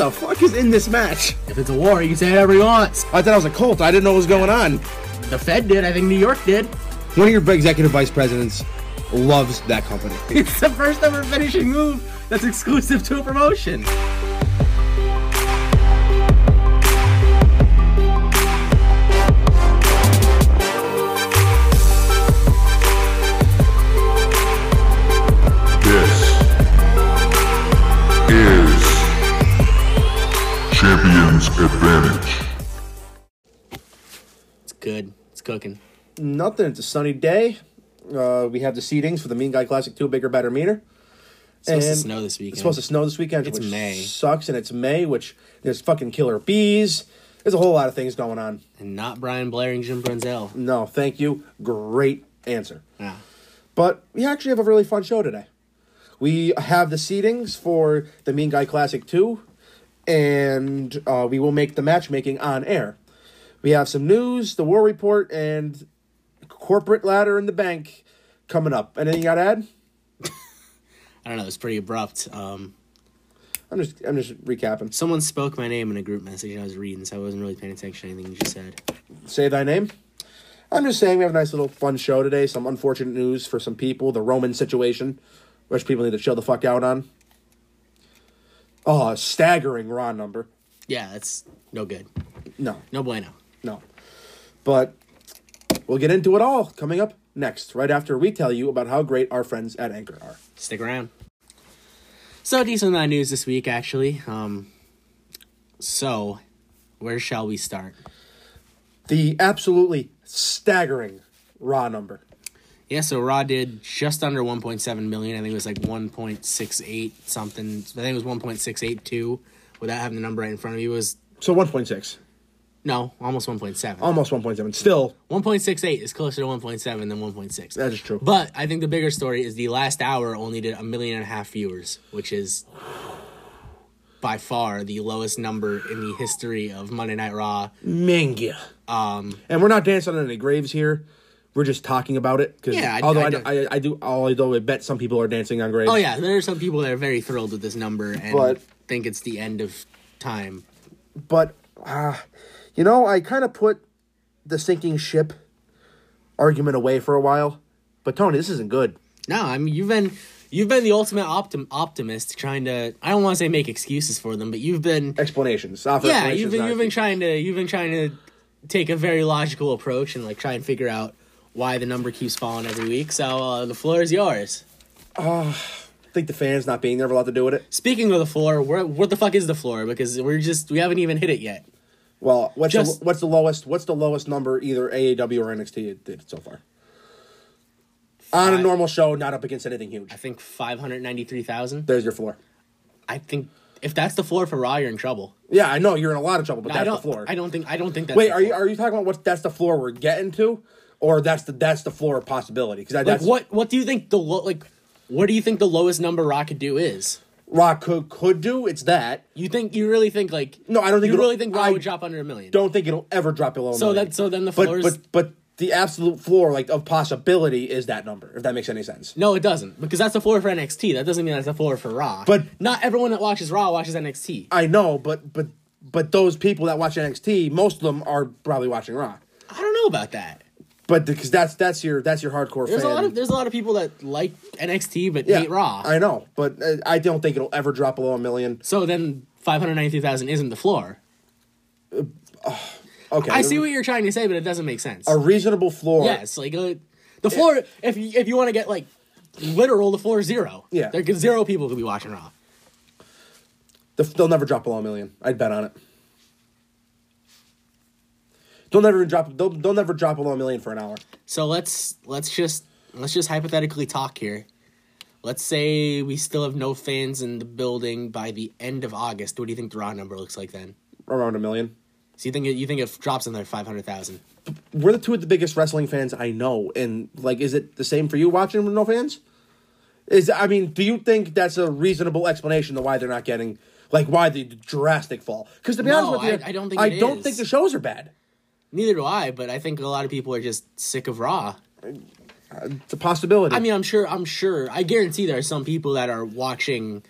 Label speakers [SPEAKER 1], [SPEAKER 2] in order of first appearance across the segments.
[SPEAKER 1] in this match.
[SPEAKER 2] If it's a war, you can say whatever you want.
[SPEAKER 1] I thought I was a cult. I didn't know what was going on.
[SPEAKER 2] The Fed did. I think New York did.
[SPEAKER 1] One of your executive vice presidents loves that company.
[SPEAKER 2] It's the first ever finishing move that's exclusive to a promotion.
[SPEAKER 3] This is Champion's Advantage.
[SPEAKER 2] It's good. It's cooking.
[SPEAKER 1] Nothing. It's a sunny day. Uh, we have the seedings for the Mean Guy Classic 2, bigger, better, meaner.
[SPEAKER 2] It's supposed
[SPEAKER 1] And
[SPEAKER 2] to snow this weekend.
[SPEAKER 1] It's supposed to snow this weekend,
[SPEAKER 2] It's
[SPEAKER 1] which
[SPEAKER 2] May.
[SPEAKER 1] sucks, and it's May, which there's fucking killer bees. There's a whole lot of things going on.
[SPEAKER 2] and not Brian Blair and Jim Brunzel.
[SPEAKER 1] No, thank you. Great answer.
[SPEAKER 2] Yeah.
[SPEAKER 1] But we actually have a really fun show today. We have the seedings for the Mean Guy Classic 2, and uh, we will make the matchmaking on air. We have some news, the war report, and corporate ladder in the bank coming up. Anything you got to add?
[SPEAKER 2] I don't know. It's pretty abrupt. Um,
[SPEAKER 1] I'm just I'm just recapping.
[SPEAKER 2] someone spoke my name in a group message I was reading, so I wasn't really paying attention to anything you just said.
[SPEAKER 1] Say thy name. I'm just saying we have a nice little fun show today. Some unfortunate news for some people. The Roman situation, which people need to chill the fuck out on. Oh, a staggering raw number.
[SPEAKER 2] Yeah, that's no good.
[SPEAKER 1] No,
[SPEAKER 2] No bueno.
[SPEAKER 1] No. But we'll get into it all coming up next, right after we tell you about how great our friends at Anchor are.
[SPEAKER 2] Stick around. So, decent amount of news this week, actually. Um, so, where shall we start?
[SPEAKER 1] The absolutely staggering raw number.
[SPEAKER 2] Yeah, so Raw did just under 1.7 million. I think it was like 1.68 something. I think it was 1.682 without having the number right in front of you. It was
[SPEAKER 1] So 1.6,
[SPEAKER 2] no, almost 1.7.
[SPEAKER 1] almost 1.7. Still,
[SPEAKER 2] 1.68 is closer to 1.7 than 1.6.
[SPEAKER 1] That is true.
[SPEAKER 2] But I think the bigger story is the last hour only did a million and a half viewers, which is by far the lowest number in the history of Monday Night Raw.
[SPEAKER 1] Mingia. Um, and we're not dancing on any graves here. We're just talking about it. Cause
[SPEAKER 2] Yeah, I-
[SPEAKER 1] although
[SPEAKER 2] I
[SPEAKER 1] I,
[SPEAKER 2] don't-
[SPEAKER 1] I, I, do, although I bet some people are dancing on graves.
[SPEAKER 2] Oh yeah, there are some people that are very thrilled with this number and
[SPEAKER 1] But-
[SPEAKER 2] think it's the end of time.
[SPEAKER 1] but uh, you know, I kind of put the sinking ship argument away for a while. But Tony, this isn't good.
[SPEAKER 2] No, I mean you've been you've been the ultimate optim- optimist trying to I don't want to say make excuses for them, but you've been
[SPEAKER 1] Explanations. offer
[SPEAKER 2] yeah,
[SPEAKER 1] explanations,
[SPEAKER 2] you've been
[SPEAKER 1] not
[SPEAKER 2] you've been
[SPEAKER 1] excuses.
[SPEAKER 2] trying to you've been trying to take a very logical approach and like try and figure out why the number keeps falling every week. So uh, the floor is yours.
[SPEAKER 1] think the fans not being there have a lot to do with it.
[SPEAKER 2] Speaking of the floor, where, what the fuck is the floor? Because we're just we haven't even hit it yet.
[SPEAKER 1] Well, what's
[SPEAKER 2] Just-
[SPEAKER 1] the, what's the lowest? What's the lowest number either AAW or NXT did so far? On a normal show, not up against anything huge.
[SPEAKER 2] I think five hundred ninety three thousand.
[SPEAKER 1] There's your floor.
[SPEAKER 2] I think if that's the floor for Raw, you're in trouble.
[SPEAKER 1] Yeah, I know you're in a lot of trouble, but
[SPEAKER 2] I
[SPEAKER 1] that's
[SPEAKER 2] don't.
[SPEAKER 1] the floor.
[SPEAKER 2] I don't think. I don't think that's
[SPEAKER 1] Wait,
[SPEAKER 2] the
[SPEAKER 1] are you
[SPEAKER 2] floor.
[SPEAKER 1] are you talking about what? That's the floor we're getting to, or that's the that's the floor of possibility? Because
[SPEAKER 2] like
[SPEAKER 1] that's
[SPEAKER 2] what? What do you think the lo- like? What do you think the lowest number Raw could do is?
[SPEAKER 1] Rock could, could do. It's that.
[SPEAKER 2] You think you really think like?
[SPEAKER 1] No, I don't think
[SPEAKER 2] you
[SPEAKER 1] it'll-
[SPEAKER 2] really think Raw
[SPEAKER 1] I
[SPEAKER 2] would drop under a million.
[SPEAKER 1] Don't think it'll ever drop below. a
[SPEAKER 2] So
[SPEAKER 1] million.
[SPEAKER 2] that- so then the
[SPEAKER 1] but
[SPEAKER 2] floor is-
[SPEAKER 1] but but the absolute floor like of possibility is that number. If that makes any sense.
[SPEAKER 2] No, it doesn't because that's the floor for NXT. That doesn't mean that's the floor for Raw.
[SPEAKER 1] But-
[SPEAKER 2] not everyone that watches Raw watches NXT.
[SPEAKER 1] I know, but but but those people that watch NXT, most of them are probably watching Raw.
[SPEAKER 2] I don't know about that.
[SPEAKER 1] But because that's that's your that's your hardcore
[SPEAKER 2] There's
[SPEAKER 1] fan.
[SPEAKER 2] a lot of there's a lot of people that like NXT but
[SPEAKER 1] Yeah,
[SPEAKER 2] hate Raw.
[SPEAKER 1] I know, but uh, I don't think it'll ever drop below a million.
[SPEAKER 2] so then five hundred ninety thousand isn't the floor.
[SPEAKER 1] Okay,
[SPEAKER 2] I see what you're trying to say, but it doesn't make sense.
[SPEAKER 1] a reasonable floor.
[SPEAKER 2] Yes, like uh, the floor. If you, if you want to get like literal, the floor is zero.
[SPEAKER 1] Yeah.
[SPEAKER 2] there could, zero people could be watching Raw.
[SPEAKER 1] The, they'll never drop below a million. I'd bet on it. They'll never even drop. They'll, they'll never drop below a million for an hour.
[SPEAKER 2] So let's let's just let's just hypothetically talk here. Let's say we still have no fans in the building by the end of August. What do you think the Raw number looks like then?
[SPEAKER 1] Around a million.
[SPEAKER 2] So you think it, you think it drops another five hundred thousand?
[SPEAKER 1] We're the two of the biggest wrestling fans I know, and like, is it the same for you watching with no fans? Is I mean, do you think that's a reasonable explanation to why they're not getting like why the drastic fall? Because to be
[SPEAKER 2] No,
[SPEAKER 1] honest with you,
[SPEAKER 2] I- I don't think
[SPEAKER 1] I
[SPEAKER 2] it
[SPEAKER 1] don't
[SPEAKER 2] is.
[SPEAKER 1] think the shows are bad.
[SPEAKER 2] Neither do I, but I think a lot of people are just sick of Raw.
[SPEAKER 1] It's a possibility.
[SPEAKER 2] I mean, I'm sure, I'm sure, I guarantee there are some people that are watching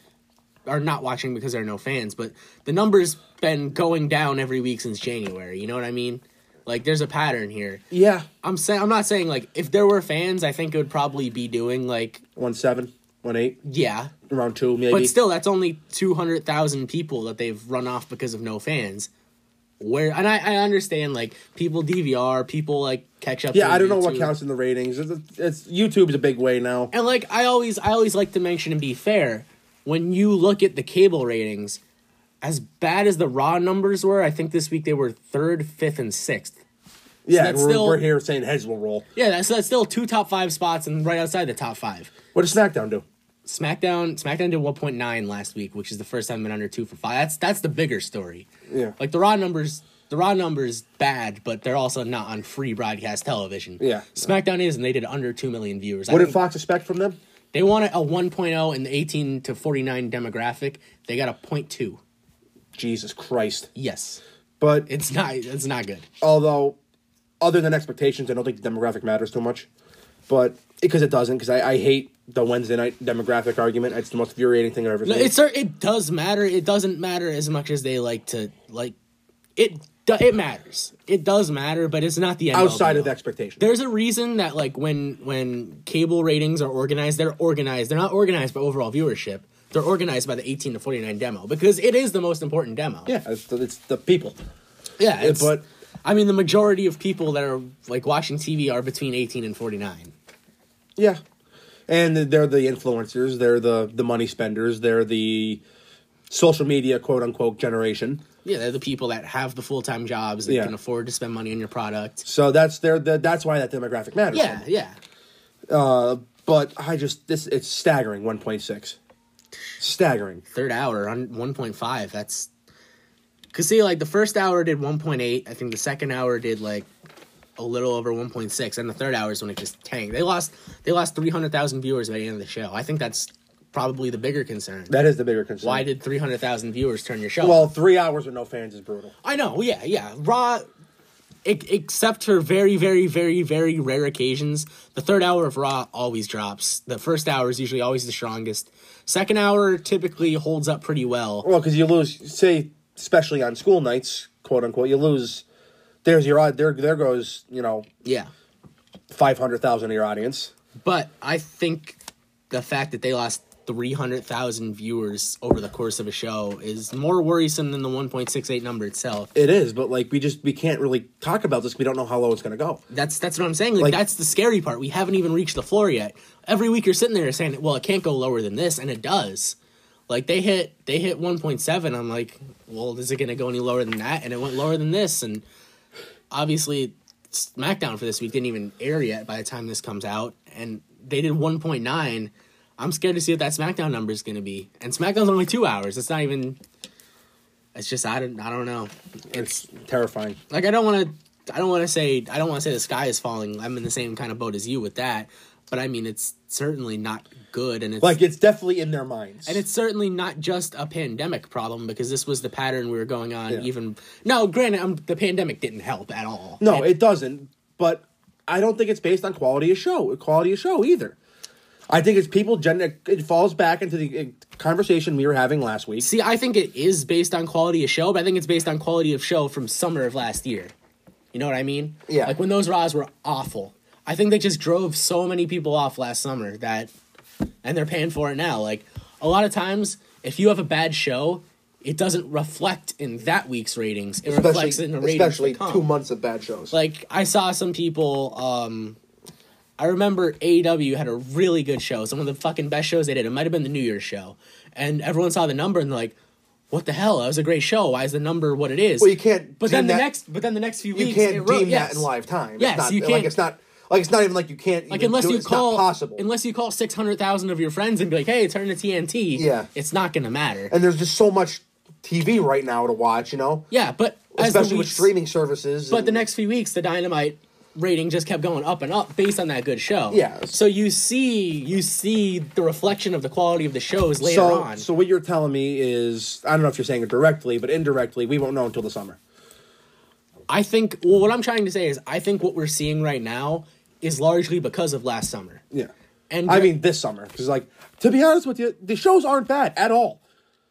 [SPEAKER 2] are not watching because there are no fans, but the numbers been going down every week since January. You know what I mean? Like there's a pattern here.
[SPEAKER 1] Yeah,
[SPEAKER 2] I'm saying I'm not saying like if there were fans, I think it would probably be doing like
[SPEAKER 1] one seven, one eight,
[SPEAKER 2] yeah,
[SPEAKER 1] around two maybe.
[SPEAKER 2] but still that's only 200,000 people that they've run off because of no fans. Where and I, I understand like people DVR, people like catch up.
[SPEAKER 1] yeah,
[SPEAKER 2] to
[SPEAKER 1] I don't know what
[SPEAKER 2] YouTube.
[SPEAKER 1] counts in the ratings. It's, it's YouTube's a big way now.
[SPEAKER 2] And like I always I always like to mention and be fair, when you look at the cable ratings, as bad as the raw numbers were, I think this week they were third, fifth, and sixth.
[SPEAKER 1] Yeah,
[SPEAKER 2] that's
[SPEAKER 1] we're,
[SPEAKER 2] still-
[SPEAKER 1] we're here saying heads will roll.
[SPEAKER 2] Yeah, that's that's still two top five spots and right outside the top five.
[SPEAKER 1] What does SmackDown do?
[SPEAKER 2] SmackDown SmackDown did one point nine last week, which is the first time been under two for five. That's that's the bigger story.
[SPEAKER 1] Yeah.
[SPEAKER 2] Like the raw numbers the raw numbers bad, but they're also not on free broadcast television.
[SPEAKER 1] Yeah.
[SPEAKER 2] SmackDown is and they did under two million viewers. I
[SPEAKER 1] What did
[SPEAKER 2] think-
[SPEAKER 1] Fox expect from them?
[SPEAKER 2] They want a 1.0 in the 18 to 49 demographic. They got a 0.2.
[SPEAKER 1] Jesus Christ!
[SPEAKER 2] Yes.
[SPEAKER 1] But
[SPEAKER 2] It's not it's not good.
[SPEAKER 1] although other than expectations, I don't think the demographic matters too much. But because it doesn't, because I, I hate the Wednesday night demographic argument. It's the most infuriating thing I've ever
[SPEAKER 2] No,
[SPEAKER 1] seen.
[SPEAKER 2] It's it does matter. It doesn't matter as much as they like to like it do- it matters. It does matter, but it's not the end all,
[SPEAKER 1] outside
[SPEAKER 2] be
[SPEAKER 1] of
[SPEAKER 2] all.
[SPEAKER 1] expectation.
[SPEAKER 2] There's a reason that like when when cable ratings are organized, they're organized. They're not organized by overall viewership. They're organized by the 18 to 49 demo because it is the most important demo.
[SPEAKER 1] yeah, it's the, it's the people.
[SPEAKER 2] Yeah, it's,
[SPEAKER 1] but-
[SPEAKER 2] but I mean, the majority of people that are like watching TV are between eighteen and forty nine.
[SPEAKER 1] Yeah, and they're the influencers. They're the the money spenders. They're the social media quote unquote generation.
[SPEAKER 2] Yeah, they're the people that have the full time jobs that
[SPEAKER 1] Yeah.
[SPEAKER 2] can afford to spend money on your product.
[SPEAKER 1] So that's their the, that's why that demographic matters.
[SPEAKER 2] Yeah, yeah.
[SPEAKER 1] but I just this it's staggering. One point six, staggering.
[SPEAKER 2] Third hour on one point five. That's because see, like the first hour did one point eight. I think the second hour did like a little over one point six, and the third hour is when it just tanked. They lost they lost three hundred thousand viewers by the end of the show. I think that's probably the bigger concern.
[SPEAKER 1] That is the bigger concern.
[SPEAKER 2] Why did three hundred thousand viewers turn your show?
[SPEAKER 1] well three hours with no fans is brutal.
[SPEAKER 2] I know, yeah, yeah. Raw, e- except for very, very, very, very rare occasions, the third hour of Raw always drops. The first hour is usually always the strongest. Second hour typically holds up pretty well.
[SPEAKER 1] Well, because you lose, say, especially on school nights, quote unquote, you lose. There's your odd. There, there goes you know
[SPEAKER 2] Yeah.
[SPEAKER 1] five hundred thousand of your audience.
[SPEAKER 2] But I think the fact that they lost 300,000 viewers over the course of a show is more worrisome than the 1.68 number itself.
[SPEAKER 1] It is, but like we just we can't really talk about this. 'cause We don't know how low it's gonna go.
[SPEAKER 2] That's that's what I'm saying. Like,
[SPEAKER 1] Like-
[SPEAKER 2] that's the scary part. We haven't even reached the floor yet. Every week you're sitting there saying, "Well, it can't go lower than this," and it does. Like they hit they hit 1.7. I'm like, "Well, is it going to go any lower than that?" And it went lower than this. And obviously, SmackDown for this week didn't even air yet by the time this comes out, and they did 1.9. I'm scared to see what that SmackDown number is going to be. And SmackDown's only two hours. It's not even. It's just I don't I don't know. It's
[SPEAKER 1] It's terrifying.
[SPEAKER 2] like I don't want to I don't want to say I don't want to say the sky is falling. I'm in the same kind of boat as you with that, but I mean it's certainly not good and it's
[SPEAKER 1] Like it's definitely in their minds.
[SPEAKER 2] and it's certainly not just a pandemic problem because this was the pattern we were going on
[SPEAKER 1] Yeah.
[SPEAKER 2] even No, granted um the pandemic didn't help at all.
[SPEAKER 1] no, it doesn't. But I don't think it's based on quality of show. Quality of show either. I think it's people. Gen- it falls back into the uh, conversation we were having last week.
[SPEAKER 2] See, I think it is based on quality of show, but I think it's based on quality of show from summer of last year. You know what I mean?
[SPEAKER 1] Yeah.
[SPEAKER 2] Like when those Raws were awful. I think they just drove so many people off last summer that, and they're paying for it now. Like a lot of times, if you have a bad show, it doesn't reflect in that week's ratings. It reflects in the ratings. to come.
[SPEAKER 1] months of bad shows.
[SPEAKER 2] Like I saw some people. um I remember AEW had a really good show. Some of the fucking best shows they did. It might have been the New Year's show, and everyone saw the number and they're like, "What the hell? That was a great show. Why is the number what it is?"
[SPEAKER 1] Well, you can't
[SPEAKER 2] But then
[SPEAKER 1] deem
[SPEAKER 2] the
[SPEAKER 1] that-
[SPEAKER 2] next, but then the next few
[SPEAKER 1] you
[SPEAKER 2] weeks,
[SPEAKER 1] can't
[SPEAKER 2] it
[SPEAKER 1] deem
[SPEAKER 2] wrote-
[SPEAKER 1] that
[SPEAKER 2] yes.
[SPEAKER 1] in live time.
[SPEAKER 2] Yes,
[SPEAKER 1] it's not,
[SPEAKER 2] you
[SPEAKER 1] Like
[SPEAKER 2] can't.
[SPEAKER 1] it's not like it's not even like you can't.
[SPEAKER 2] like
[SPEAKER 1] even
[SPEAKER 2] unless
[SPEAKER 1] do it.
[SPEAKER 2] you
[SPEAKER 1] It's not
[SPEAKER 2] call
[SPEAKER 1] possible.
[SPEAKER 2] unless you call six hundred thousand of your friends and be like, "Hey, turn to TNT."
[SPEAKER 1] Yeah.
[SPEAKER 2] it's not gonna matter.
[SPEAKER 1] and there's just so much TV right now to watch. You know,
[SPEAKER 2] yeah, but as the
[SPEAKER 1] especially with
[SPEAKER 2] weeks-
[SPEAKER 1] streaming services.
[SPEAKER 2] But the next few weeks, the Dynamite rating just kept going up and up based on that good show.
[SPEAKER 1] Yeah.
[SPEAKER 2] So you see, you see the reflection of the quality of the shows later
[SPEAKER 1] so
[SPEAKER 2] on.
[SPEAKER 1] so what you're telling me is I don't know if you're saying it directly, but indirectly we won't know until the summer.
[SPEAKER 2] I think. Well, what I'm trying to say is, I think what we're seeing right now is largely because of last summer.
[SPEAKER 1] Yeah,
[SPEAKER 2] And
[SPEAKER 1] I mean this summer because like to be honest with you, the shows aren't bad at all.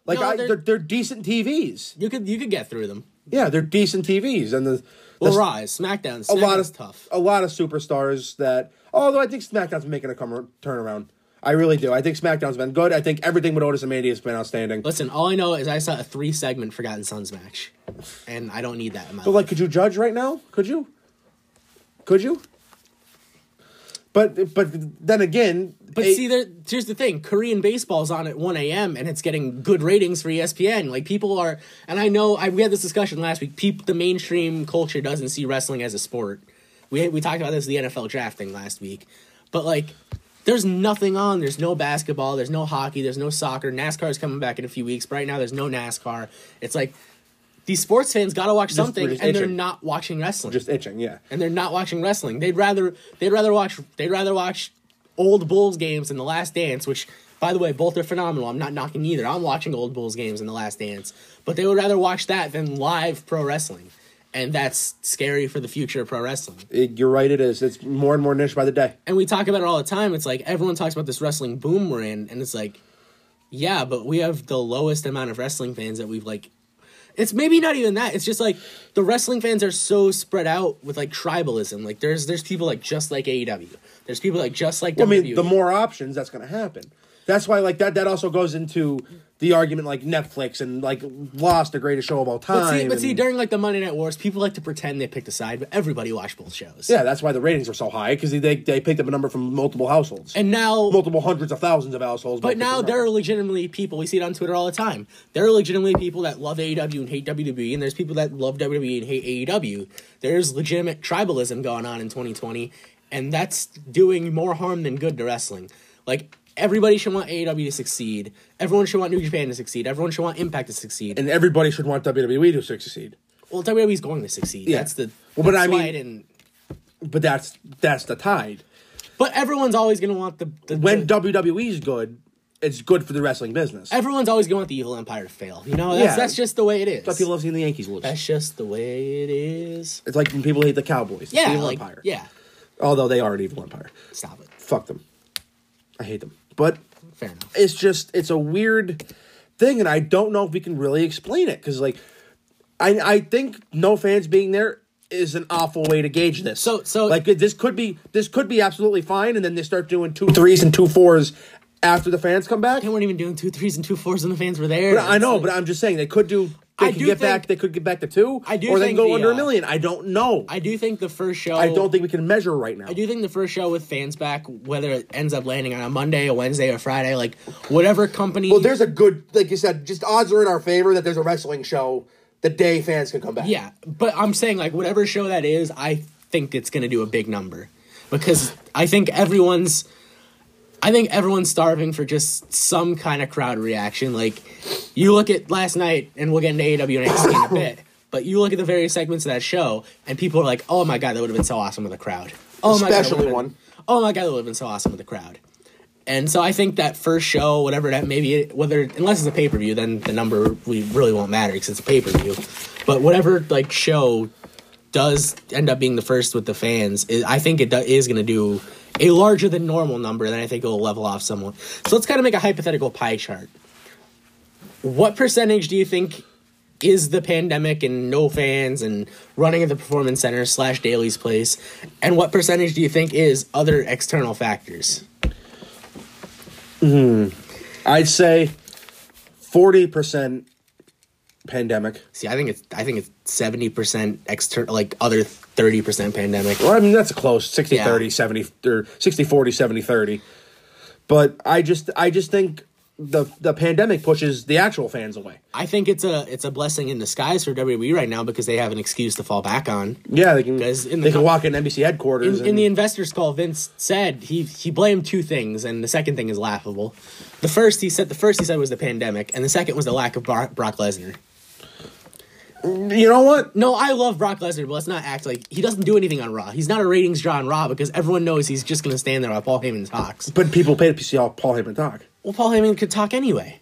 [SPEAKER 1] Like
[SPEAKER 2] No,
[SPEAKER 1] I,
[SPEAKER 2] they're-
[SPEAKER 1] they're, they're decent TVs.
[SPEAKER 2] You could you could get through them.
[SPEAKER 1] Yeah, they're decent TVs, and the, the
[SPEAKER 2] Well, Raw is SmackDown.
[SPEAKER 1] a lot
[SPEAKER 2] is
[SPEAKER 1] of
[SPEAKER 2] tough.
[SPEAKER 1] a lot of superstars that. Although I think SmackDown's making a come turnaround. I really do. I think SmackDown's been good. I think everything with Otis and Mania has been outstanding. But
[SPEAKER 2] Listen, all I know is I saw a three segment Forgotten Sons match, and I don't need that in my life.
[SPEAKER 1] like, could you judge right now? Could you? Could you? But but then again,
[SPEAKER 2] But
[SPEAKER 1] a-
[SPEAKER 2] see, there, here's the thing: Korean baseball's on at 1 a.m. and it's getting good ratings for E ESPN. Like people are, and I know I, we had this discussion last week. Peop, the mainstream culture doesn't see wrestling as a sport. We we talked about this the NFL draft thing last week, but like, there's nothing on. There's no basketball. There's no hockey. There's no soccer. NASCAR is coming back in a few weeks. But right now, there's no NASCAR. It's like these sports fans got to watch something,
[SPEAKER 1] just
[SPEAKER 2] and they're
[SPEAKER 1] itching.
[SPEAKER 2] not watching wrestling
[SPEAKER 1] just itching. Yeah.
[SPEAKER 2] and they're not watching wrestling. They'd rather they'd rather watch they'd rather watch old Bulls games and The Last Dance, which by the way, both are phenomenal. I'm not knocking either. I'm watching old Bulls games and The Last Dance, but they would rather watch that than live pro wrestling, and that's scary for the future of pro wrestling.
[SPEAKER 1] It- you're right. It is. It's more and more niche by the day.
[SPEAKER 2] And we talk about it all the time. It's like everyone talks about this wrestling boom we're in, and it's like, yeah, but we have the lowest amount of wrestling fans that we've like. It's maybe not even that. It's just like the wrestling fans are so spread out with like tribalism. Like there's there's people like just like AEW. There's people like just like
[SPEAKER 1] I mean,
[SPEAKER 2] WWE.
[SPEAKER 1] the more options, that's going to happen. That's why, like that. That also goes into the argument, like Netflix and like Lost, the greatest show of all time.
[SPEAKER 2] but see, but see,
[SPEAKER 1] and-
[SPEAKER 2] during like the Monday Night Wars, people like to pretend they picked a side, but everybody watched both shows.
[SPEAKER 1] yeah, that's why the ratings are so high because they they picked up a number from multiple households
[SPEAKER 2] And now
[SPEAKER 1] multiple hundreds of thousands of households.
[SPEAKER 2] But now there are legitimately people. We see it on Twitter all the time. There are legitimately people that love AEW and hate WWE, and there's people that love WWE and hate AEW. There's legitimate tribalism going on in 2020, and that's doing more harm than good to wrestling. Like everybody should want AEW to succeed. Everyone should want New Japan to succeed. Everyone should want Impact to succeed.
[SPEAKER 1] and everybody should want WWE to succeed.
[SPEAKER 2] well, WWE's going to succeed.
[SPEAKER 1] Yeah.
[SPEAKER 2] That's the.
[SPEAKER 1] Well, but
[SPEAKER 2] that's
[SPEAKER 1] I
[SPEAKER 2] why
[SPEAKER 1] mean-
[SPEAKER 2] didn't-
[SPEAKER 1] But that's that's the tide.
[SPEAKER 2] But everyone's always going to want the, the
[SPEAKER 1] When
[SPEAKER 2] the-
[SPEAKER 1] WWE's good, it's good for the wrestling business.
[SPEAKER 2] everyone's always going to want the evil empire to fail. You know, that's,
[SPEAKER 1] Yeah.
[SPEAKER 2] that's just the way it is.
[SPEAKER 1] That's why people love seeing the Yankees lose.
[SPEAKER 2] That's just the way it is.
[SPEAKER 1] It's like when people hate the Cowboys. It's
[SPEAKER 2] Yeah,
[SPEAKER 1] evil
[SPEAKER 2] like,
[SPEAKER 1] empire.
[SPEAKER 2] yeah.
[SPEAKER 1] Although they are an evil empire.
[SPEAKER 2] Stop it.
[SPEAKER 1] Fuck them. I hate them. But
[SPEAKER 2] Fair enough.
[SPEAKER 1] it's just it's a weird thing and i don't know if we can really explain it because like i i think no fans being there is an awful way to gauge this
[SPEAKER 2] So- so-
[SPEAKER 1] like this could be this could be absolutely fine and then they start doing two threes and two fours after the fans come back
[SPEAKER 2] They weren't even doing two threes and two fours when the fans were there.
[SPEAKER 1] i know
[SPEAKER 2] It's
[SPEAKER 1] but
[SPEAKER 2] like-
[SPEAKER 1] i'm just saying they could do they
[SPEAKER 2] I
[SPEAKER 1] could
[SPEAKER 2] do
[SPEAKER 1] get
[SPEAKER 2] think-
[SPEAKER 1] back they could get back to two
[SPEAKER 2] I do
[SPEAKER 1] or they can
[SPEAKER 2] think
[SPEAKER 1] go
[SPEAKER 2] the,
[SPEAKER 1] under a
[SPEAKER 2] uh,
[SPEAKER 1] million i don't know I,
[SPEAKER 2] I do think the first show.
[SPEAKER 1] don't think we can measure right now
[SPEAKER 2] I do think the first show with fans back, whether it ends up landing on a Monday, a Wednesday, or Friday, like whatever company.
[SPEAKER 1] well there's a good like you said just odds are in our favor that there's a wrestling show the day fans can come back
[SPEAKER 2] yeah, but I'm saying like whatever show that is, I think it's gonna do a big number because I think everyone's. I think everyone's starving for just some kind of crowd reaction. Like, you look at last night, and we'll get into AEW NXT in a bit, but you look at the various segments of that show, and people are like, oh my god, that would have been so awesome with a crowd. Oh my god. that
[SPEAKER 1] Especially
[SPEAKER 2] would've been-
[SPEAKER 1] one.
[SPEAKER 2] Oh my god, that would have been so awesome with a crowd. And so I think that first show, whatever that maybe, it, whether unless it's a pay per view, then the number we really won't matter because it's a pay per view. But whatever like show does end up being the first with the fans, i I think it do, is going to do a larger than normal number. Then I think it'll level off somewhat. So let's kind of make a hypothetical pie chart. What percentage do you think is the pandemic and no fans and running at the performance center slash Daly's place? And what percentage do you think is other external factors?
[SPEAKER 1] I'd say forty percent pandemic.
[SPEAKER 2] See, I think it's I think it's seventy percent external, like other thirty percent pandemic.
[SPEAKER 1] Well, I mean that's close 60
[SPEAKER 2] Yeah.
[SPEAKER 1] 30 70 or 60 40 70 30. But I just I just think the the pandemic pushes the actual fans away.
[SPEAKER 2] I think it's a it's a blessing in disguise for WWE right now because they have an excuse to fall back on.
[SPEAKER 1] Yeah, they can
[SPEAKER 2] 'Cause in the
[SPEAKER 1] they can
[SPEAKER 2] com-
[SPEAKER 1] walk in NBC headquarters
[SPEAKER 2] In,
[SPEAKER 1] and
[SPEAKER 2] in the investors call, Vince said he he blamed two things, and the second thing is laughable. The first he said the first he said was the pandemic, and the second was the lack of Bar- Brock Lesnar.
[SPEAKER 1] you know what?
[SPEAKER 2] No, I love Brock Lesnar, but let's not act like he doesn't do anything on Raw. He's not a ratings draw on Raw because everyone knows he's just going to stand there while Paul Heyman talks.
[SPEAKER 1] But people pay to see all Paul Heyman talk.
[SPEAKER 2] Well, Paul Heyman could talk anyway.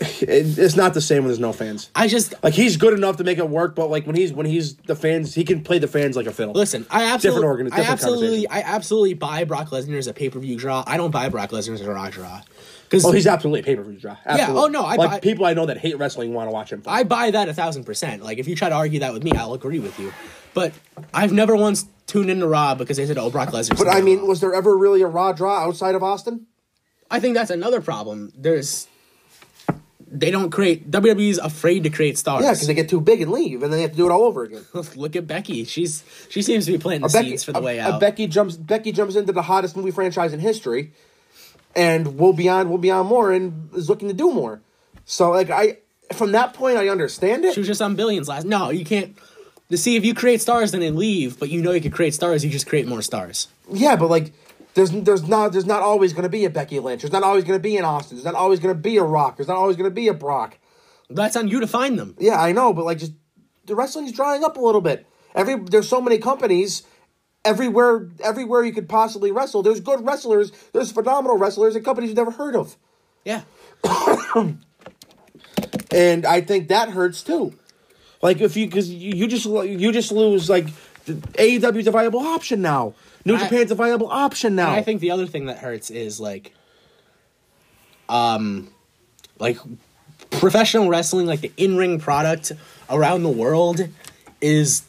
[SPEAKER 1] it, it's not the same when there's no fans.
[SPEAKER 2] I just
[SPEAKER 1] Like he's good enough to make it work, but like when he's when he's the fans, he can play the fans like a fiddle.
[SPEAKER 2] listen. I absolutely,
[SPEAKER 1] Different organ- different
[SPEAKER 2] I absolutely,
[SPEAKER 1] conversation.
[SPEAKER 2] I absolutely buy Brock Lesnar as a pay per view draw. I don't buy Brock Lesnar as a rock draw because
[SPEAKER 1] Oh, he's absolutely a pay per view draw. Absolutely.
[SPEAKER 2] oh, no, I-
[SPEAKER 1] like
[SPEAKER 2] I-
[SPEAKER 1] people I know that hate wrestling want to watch him. Fight.
[SPEAKER 2] I buy that a thousand percent. Like if you try to argue that with me, I'll agree with you. But I've never once tuned into Raw because they said, "Oh, Brock Lesnar."
[SPEAKER 1] but I mean, was there ever really a raw draw outside of Austin?
[SPEAKER 2] I think that's another problem. There's they don't create WWE's afraid to create stars.
[SPEAKER 1] Yeah, because they get too big and leave, and then they have to do it all over again.
[SPEAKER 2] Look at Becky. She's she seems to be planting the seeds for the
[SPEAKER 1] a-
[SPEAKER 2] way
[SPEAKER 1] a
[SPEAKER 2] out.
[SPEAKER 1] Becky jumps. Becky jumps into the hottest movie franchise in history, and will be on. Will be on more, and is looking to do more. So, like, I from that point, I understand it.
[SPEAKER 2] she was just on Billions last. No, you can't. To see if you create stars, then they leave. But you know you could create stars. You just create more stars.
[SPEAKER 1] Yeah, but like, there's there's not there's not always going to be a Becky Lynch. There's not always going to be an Austin. There's not always going to be a Rock. There's not always going to be a Brock.
[SPEAKER 2] That's on you to find them.
[SPEAKER 1] Yeah, I know, but like, just the wrestling's drying up a little bit. Every there's so many companies. Everywhere, everywhere you could possibly wrestle, there's good wrestlers, there's phenomenal wrestlers, and companies you've never heard of.
[SPEAKER 2] Yeah.
[SPEAKER 1] and I think that hurts too. Like if you because you, you just lo- you just lose like the- AEW's a viable option now. New
[SPEAKER 2] I-
[SPEAKER 1] Japan's a viable option now.
[SPEAKER 2] And I think the other thing that hurts is like, um, like professional wrestling, like the in ring product around the world is.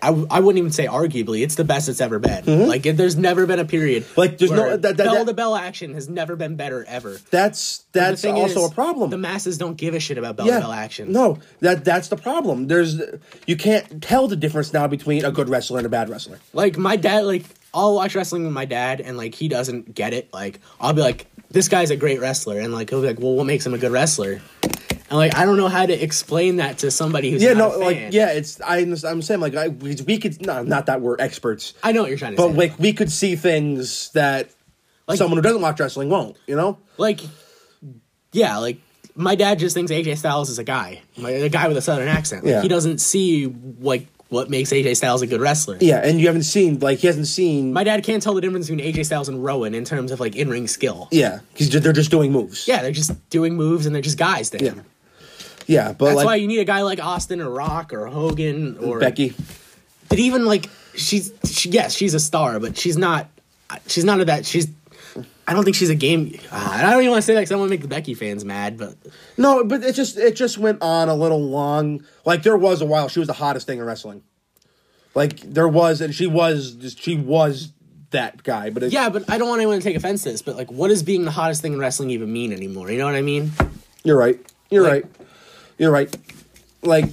[SPEAKER 2] I, w- I wouldn't even say arguably it's the best it's ever been. Like it, there's never been a period
[SPEAKER 1] Mm-hmm. Like, there's no- that- that- that-
[SPEAKER 2] bell to bell action has never been better ever.
[SPEAKER 1] that's
[SPEAKER 2] The
[SPEAKER 1] that's
[SPEAKER 2] thing
[SPEAKER 1] also
[SPEAKER 2] is,
[SPEAKER 1] a problem.
[SPEAKER 2] The masses don't give a shit about bell to
[SPEAKER 1] yeah,
[SPEAKER 2] bell action.
[SPEAKER 1] no, that that's the problem. There's you can't tell the difference now between a good wrestler and a bad wrestler.
[SPEAKER 2] Like my dad, like I'll watch wrestling with my dad, and like he doesn't get it. Like I'll be like, this guy's a great wrestler, and like he'll be like, well, what makes him a good wrestler? And like I don't know how to explain that to somebody who's
[SPEAKER 1] Yeah,
[SPEAKER 2] not
[SPEAKER 1] no,
[SPEAKER 2] a
[SPEAKER 1] like
[SPEAKER 2] fan.
[SPEAKER 1] yeah, it's I, I'm saying like I, we, we could no, not that we're experts,
[SPEAKER 2] I know what you're trying to
[SPEAKER 1] but
[SPEAKER 2] say.
[SPEAKER 1] like we could see things that
[SPEAKER 2] Like-
[SPEAKER 1] someone who doesn't watch wrestling won't. You know,
[SPEAKER 2] like yeah, like my dad just thinks AJ Styles is a guy, like, a guy with a southern accent. Like,
[SPEAKER 1] Yeah.
[SPEAKER 2] he doesn't see like what makes AJ Styles a good wrestler.
[SPEAKER 1] yeah, and you haven't seen like he hasn't seen
[SPEAKER 2] My dad can't tell the difference between AJ Styles and Rowan in terms of like in ring skill.
[SPEAKER 1] Yeah, because they're just doing moves.
[SPEAKER 2] Yeah, they're just doing moves and they're just guys. There.
[SPEAKER 1] yeah, yeah. But
[SPEAKER 2] That's
[SPEAKER 1] like
[SPEAKER 2] why you need a guy like Austin or Rock or Hogan or
[SPEAKER 1] Becky,
[SPEAKER 2] But even like she's she, yes, she's a star, but she's not. She's not of that. She's. I don't think she's a game. Uh, and I don't even want to say that because I want to make the Becky fans mad. But
[SPEAKER 1] no, but it just it just went on a little long. Like there was a while she was the hottest thing in wrestling. Like there was, and she was just she was that guy. But it,
[SPEAKER 2] yeah, but I don't want anyone to take offense to this. But like, what does being the hottest thing in wrestling even mean anymore? You know what I mean?
[SPEAKER 1] you're right. You're right.
[SPEAKER 2] Like-
[SPEAKER 1] You're right. Like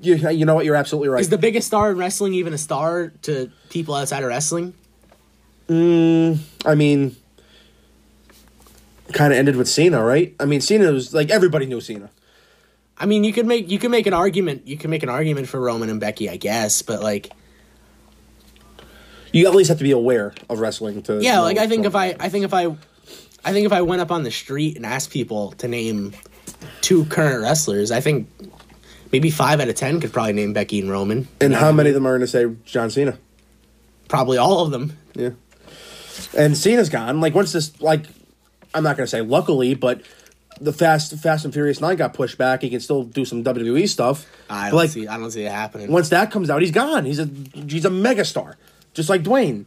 [SPEAKER 1] you you know what? You're absolutely right.
[SPEAKER 2] Is the biggest star in wrestling even a star to people outside of wrestling?
[SPEAKER 1] I mean, kind of ended with Cena, right? I mean, Cena was like everybody knew Cena.
[SPEAKER 2] I mean, you could make you could make an argument. You can make an argument for Roman and Becky, I guess. But like,
[SPEAKER 1] You at least have to be aware of wrestling to
[SPEAKER 2] Yeah,
[SPEAKER 1] know
[SPEAKER 2] like I
[SPEAKER 1] what's
[SPEAKER 2] think
[SPEAKER 1] going
[SPEAKER 2] if
[SPEAKER 1] on.
[SPEAKER 2] I, I think if I, I think if I went up on the street and asked people to name two current wrestlers, I think maybe five out of ten could probably name Becky and Roman.
[SPEAKER 1] and how many of them are going to say John Cena?
[SPEAKER 2] Probably all of them.
[SPEAKER 1] Yeah. And Cena's gone. Like once this like I'm not gonna say luckily, but the Fast Fast and Furious Nine got pushed back. He can still do some WWE stuff.
[SPEAKER 2] I
[SPEAKER 1] But,
[SPEAKER 2] don't
[SPEAKER 1] like
[SPEAKER 2] see. I don't see it happening.
[SPEAKER 1] once that comes out, he's gone. He's a he's a megastar, just like Dwayne.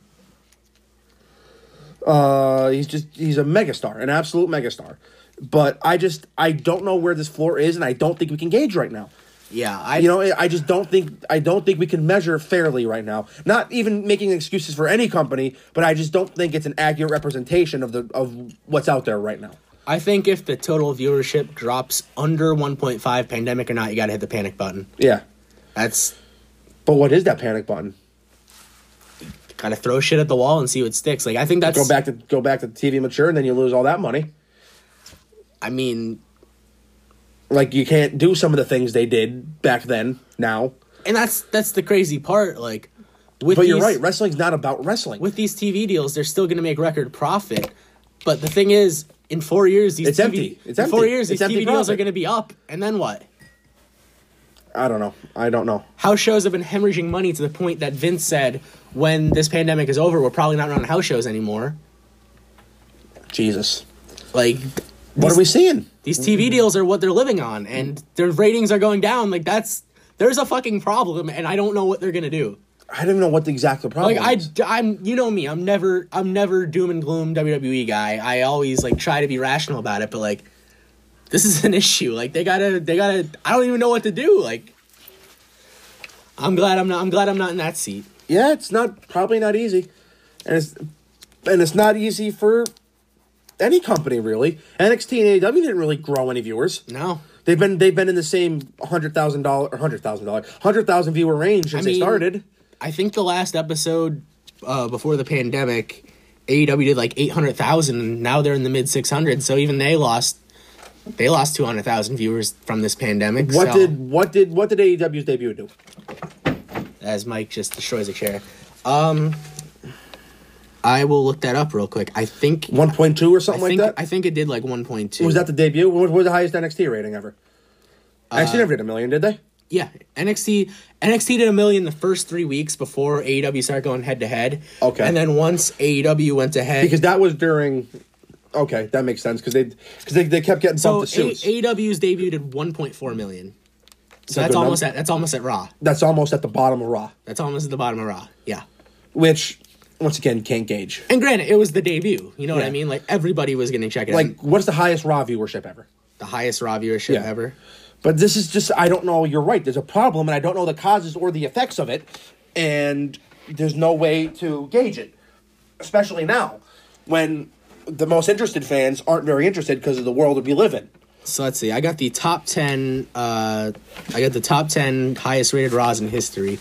[SPEAKER 1] Uh, he's just he's a megastar, an absolute megastar. But I just I don't know where this floor is, and I don't think we can gauge right now.
[SPEAKER 2] yeah, I
[SPEAKER 1] You know, I just don't think I don't think we can measure fairly right now. Not even making excuses for any company, but I just don't think it's an accurate representation of the of what's out there right now.
[SPEAKER 2] I think if the total viewership drops under 1.5, pandemic or not, you got to hit the panic button.
[SPEAKER 1] Yeah,
[SPEAKER 2] That's
[SPEAKER 1] but what is that panic button?
[SPEAKER 2] got to throw shit at the wall and see what sticks. Like I think that's
[SPEAKER 1] Go back to go back to TV mature, and then you lose all that money.
[SPEAKER 2] I mean,
[SPEAKER 1] Like you can't do some of the things they did back then now.
[SPEAKER 2] and that's that's the crazy part. Like with
[SPEAKER 1] But you're
[SPEAKER 2] these-
[SPEAKER 1] right, wrestling's not about wrestling.
[SPEAKER 2] with these TV deals, they're still going to make record profit. But the thing is, in four years, these
[SPEAKER 1] It's
[SPEAKER 2] TV,
[SPEAKER 1] empty. It's
[SPEAKER 2] in four
[SPEAKER 1] empty.
[SPEAKER 2] years,
[SPEAKER 1] It's
[SPEAKER 2] these
[SPEAKER 1] empty
[SPEAKER 2] TV deals
[SPEAKER 1] profit.
[SPEAKER 2] are going to be up, and then what?
[SPEAKER 1] I don't know. I don't know.
[SPEAKER 2] House shows have been hemorrhaging money to the point that Vince said, "When this pandemic is over, we're probably not running house shows anymore."
[SPEAKER 1] Jesus.
[SPEAKER 2] Like,
[SPEAKER 1] What are we seeing?
[SPEAKER 2] These
[SPEAKER 1] Mm-hmm.
[SPEAKER 2] TV deals are what they're living on, and their ratings are going down. Like that's there's a fucking problem, and I don't know what they're gonna do.
[SPEAKER 1] I don't even know what the exact problem
[SPEAKER 2] Like I,
[SPEAKER 1] is.
[SPEAKER 2] I'm you know me, I'm never I'm never doom and gloom WWE guy. I always like try to be rational about it, but like this is an issue. Like they gotta they gotta. I don't even know what to do. Like I'm glad I'm not I'm glad I'm not in that seat.
[SPEAKER 1] Yeah, it's not probably not easy, and it's and it's not easy for any company really. NXT and AEW didn't really grow any viewers.
[SPEAKER 2] No.
[SPEAKER 1] They've been they've been in the same hundred thousand dollar or hundred thousand dollar hundred thousand viewer range since they
[SPEAKER 2] mean-
[SPEAKER 1] started.
[SPEAKER 2] I think the last episode uh, before the pandemic, AEW did like eight hundred thousand, and now they're in the mid six hundred. So even they lost, they lost two hundred thousand viewers from this pandemic.
[SPEAKER 1] What
[SPEAKER 2] so-
[SPEAKER 1] did what did what did AEW's debut do?
[SPEAKER 2] as Mike just destroys a chair? Um, I will look that up real quick. I think
[SPEAKER 1] One point two or
[SPEAKER 2] I
[SPEAKER 1] something
[SPEAKER 2] think
[SPEAKER 1] like that.
[SPEAKER 2] I think it did like one point two.
[SPEAKER 1] was that the debut? What was the highest NXT rating ever? NXT never did a million, did they?
[SPEAKER 2] Yeah, NXT NXT did a million the first three weeks before AEW started going head to head.
[SPEAKER 1] Okay.
[SPEAKER 2] and then once AEW went to head
[SPEAKER 1] Because that was during. Okay, that makes sense because they because they, they kept getting
[SPEAKER 2] So
[SPEAKER 1] bumped to suits.
[SPEAKER 2] A- E AEW's debut did 1.4 million. So
[SPEAKER 1] a
[SPEAKER 2] that's
[SPEAKER 1] good
[SPEAKER 2] almost
[SPEAKER 1] number.
[SPEAKER 2] at that's almost at Raw.
[SPEAKER 1] That's almost at the bottom of Raw,
[SPEAKER 2] That's almost at the bottom of Raw. Yeah.
[SPEAKER 1] which once again can't gauge.
[SPEAKER 2] And granted, it was the debut. You know what I
[SPEAKER 1] Yeah.
[SPEAKER 2] mean? Like everybody was getting checked. Like
[SPEAKER 1] Like, what's the highest Raw viewership ever?
[SPEAKER 2] the highest Raw viewership
[SPEAKER 1] Yeah.
[SPEAKER 2] ever.
[SPEAKER 1] But this is just I don't know. You're right. There's a problem, and I don't know the causes or the effects of it, and there's no way to gauge it, especially now when the most interested fans aren't very interested because of the world that we live in.
[SPEAKER 2] So let's see. I got the top ten. Uh, I got the top ten highest rated Raws in history.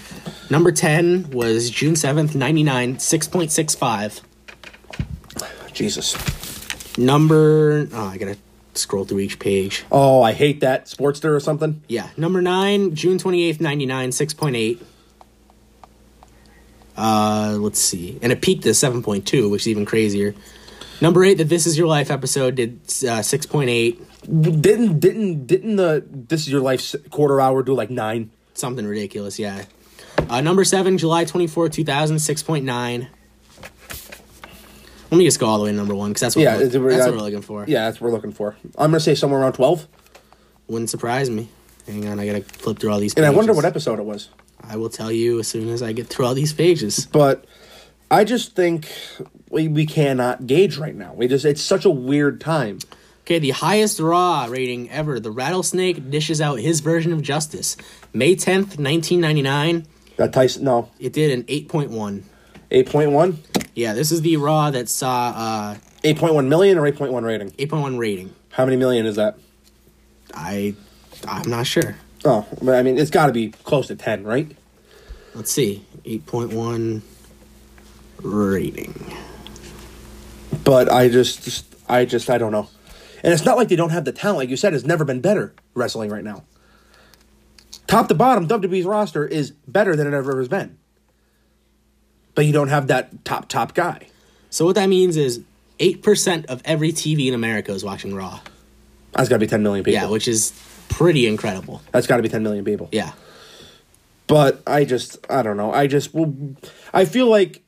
[SPEAKER 2] Number ten was June seventh, ninety nine, six point six five.
[SPEAKER 1] Jesus.
[SPEAKER 2] Number oh, I gotta scroll through each page.
[SPEAKER 1] Oh, I hate that Sportster or something.
[SPEAKER 2] Yeah, number nine, June twenty eighth, ninety nine, six point eight. Uh, let's see, and it peaked at seven point two, which is even crazier. Number eight, the "This Is Your Life" episode did uh, six point eight,
[SPEAKER 1] Didn't didn't didn't the This Is Your Life quarter hour do like nine?
[SPEAKER 2] something ridiculous. Yeah. Uh, number seven, July twenty fourth, two thousand, six point nine. Let me just go all the way to number one because that's what
[SPEAKER 1] Yeah,
[SPEAKER 2] we're,
[SPEAKER 1] it's-
[SPEAKER 2] that's what
[SPEAKER 1] uh,
[SPEAKER 2] we're looking for.
[SPEAKER 1] Yeah, that's what we're looking for. I'm gonna say somewhere around twelve,
[SPEAKER 2] wouldn't surprise me. Hang on, I gotta flip through all these.
[SPEAKER 1] and I wonder
[SPEAKER 2] pages.
[SPEAKER 1] what episode it was.
[SPEAKER 2] I will tell you as soon as I get through all these pages.
[SPEAKER 1] but I just think we, we cannot gauge right now. We just it's such a weird time.
[SPEAKER 2] Okay, the highest Raw rating ever. The Rattlesnake dishes out his version of justice. May 10th, 1999,
[SPEAKER 1] That Tyson no
[SPEAKER 2] it did an 8.1.
[SPEAKER 1] eight point one.
[SPEAKER 2] Yeah, this is the Raw that saw uh,
[SPEAKER 1] 8.1 million or 8.1 rating?
[SPEAKER 2] 8.1 rating.
[SPEAKER 1] How many million is that?
[SPEAKER 2] I, I'm not sure.
[SPEAKER 1] Oh, but I mean, it's got to be close to 10, right?
[SPEAKER 2] Let's see, 8.1 rating.
[SPEAKER 1] But I just, just, I just, I don't know. And it's not like they don't have the talent. Like you said, it's never been better wrestling right now. Top to bottom, WWE's roster is better than it ever has been. But you don't have that top, top guy.
[SPEAKER 2] So what that means is 8% of every TV in America is watching Raw.
[SPEAKER 1] That's got to be 10 million people.
[SPEAKER 2] Yeah, which is pretty incredible.
[SPEAKER 1] That's got to be 10 million people.
[SPEAKER 2] Yeah.
[SPEAKER 1] but I just I don't know. I just well, I feel like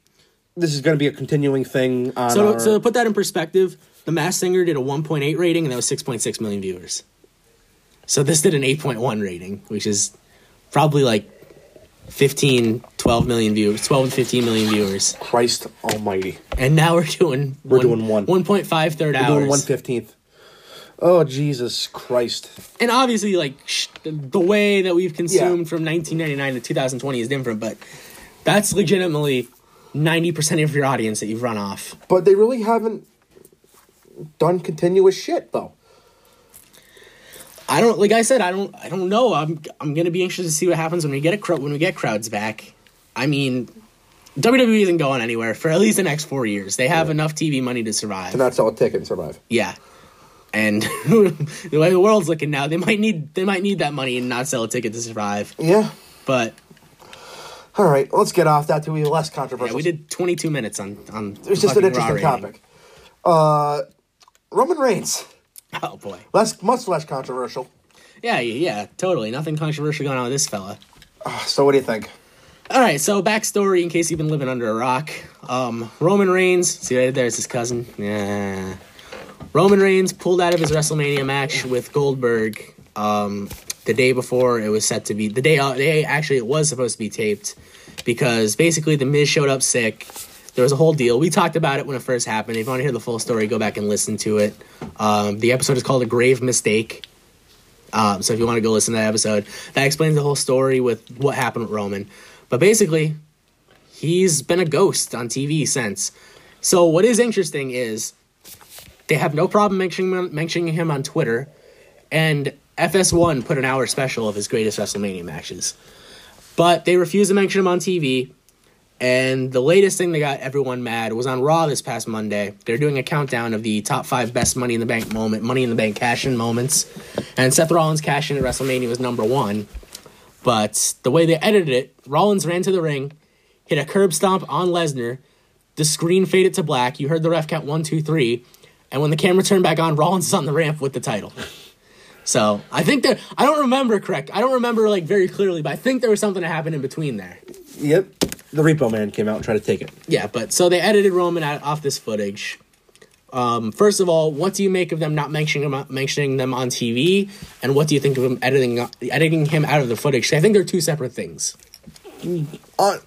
[SPEAKER 1] this is going to be a continuing thing. On
[SPEAKER 2] So,
[SPEAKER 1] our,
[SPEAKER 2] so to put that in perspective, The Masked Singer did a 1.8 rating, and that was 6.6 million viewers. So this did an 8.1 rating, which is probably like 15, 12 million viewers, 12 to 15 million viewers.
[SPEAKER 1] Christ Almighty,
[SPEAKER 2] And now we're doing
[SPEAKER 1] We're doing one.
[SPEAKER 2] 1.5 third
[SPEAKER 1] we're
[SPEAKER 2] hours.
[SPEAKER 1] doing one fifteenth. Oh Jesus Christ!
[SPEAKER 2] and obviously, like sh- the way that we've consumed from 1999 to 2020 is different, but that's legitimately 90% of your audience that you've run off.
[SPEAKER 1] But they really haven't done continuous shit though.
[SPEAKER 2] I don't like I said I don't I don't know. I'm I'm gonna be anxious to see what happens when we get a crowd when we get crowds back. I mean, WWE isn't going anywhere for at least the next four years. They have enough TV money to survive.
[SPEAKER 1] not sell a ticket and survive.
[SPEAKER 2] yeah, and the way the world's looking now, they might need they might need that money and not sell a ticket to survive.
[SPEAKER 1] Yeah.
[SPEAKER 2] But
[SPEAKER 1] All right, let's get off that to be less
[SPEAKER 2] yeah,
[SPEAKER 1] controversial.
[SPEAKER 2] we did 22 minutes on on.
[SPEAKER 1] It's just an
[SPEAKER 2] fucking Raw
[SPEAKER 1] interesting
[SPEAKER 2] rating.
[SPEAKER 1] topic. Uh, Roman Reigns,
[SPEAKER 2] Oh boy.
[SPEAKER 1] less much less controversial.
[SPEAKER 2] Yeah, yeah, yeah, totally. Nothing controversial going on with this fella.
[SPEAKER 1] So what do you think?
[SPEAKER 2] All right, so backstory in case you've been living under a rock. Um, Roman Reigns, see right there, it's his cousin. Yeah. Roman Reigns pulled out of his WrestleMania match with Goldberg um, the day before it was set to be the day. Uh, day actually, it was supposed to be taped because basically the Miz showed up sick. There was a whole deal. We talked about it when it first happened. If you want to hear the full story, go back and listen to it. Um, the episode is called "A Grave Mistake." Um, so if you want to go listen to that episode, that explains the whole story with what happened with Roman. But basically, he's been a ghost on TV since. So what is interesting is they have no problem mentioning mentioning him on Twitter, and FS1 put an hour special of his greatest WrestleMania matches, but they refused to mention him on TV. And the latest thing that got everyone mad was on Raw this past Monday. They're doing a countdown of the top five best Money in the Bank moment, Money in the Bank cash-in moments, and Seth Rollins cash-in at WrestleMania was number one. But the way they edited it, Rollins ran to the ring, hit a curb stomp on Lesnar. The screen faded to black. You heard the ref count one, two, three, and when the camera turned back on, Rollins is on the ramp with the title. So I think that I don't remember correct. I don't remember like very clearly, but I think there was something that happened in between there.
[SPEAKER 1] Yep. The Repo Man came out and tried to take it.
[SPEAKER 2] Yeah, but so they edited Roman out off this footage. Um, first of all, what do you make of them not mentioning him, mentioning them on TV, and what do you think of him editing editing him out of the footage? I think they're two separate things.
[SPEAKER 1] Uh,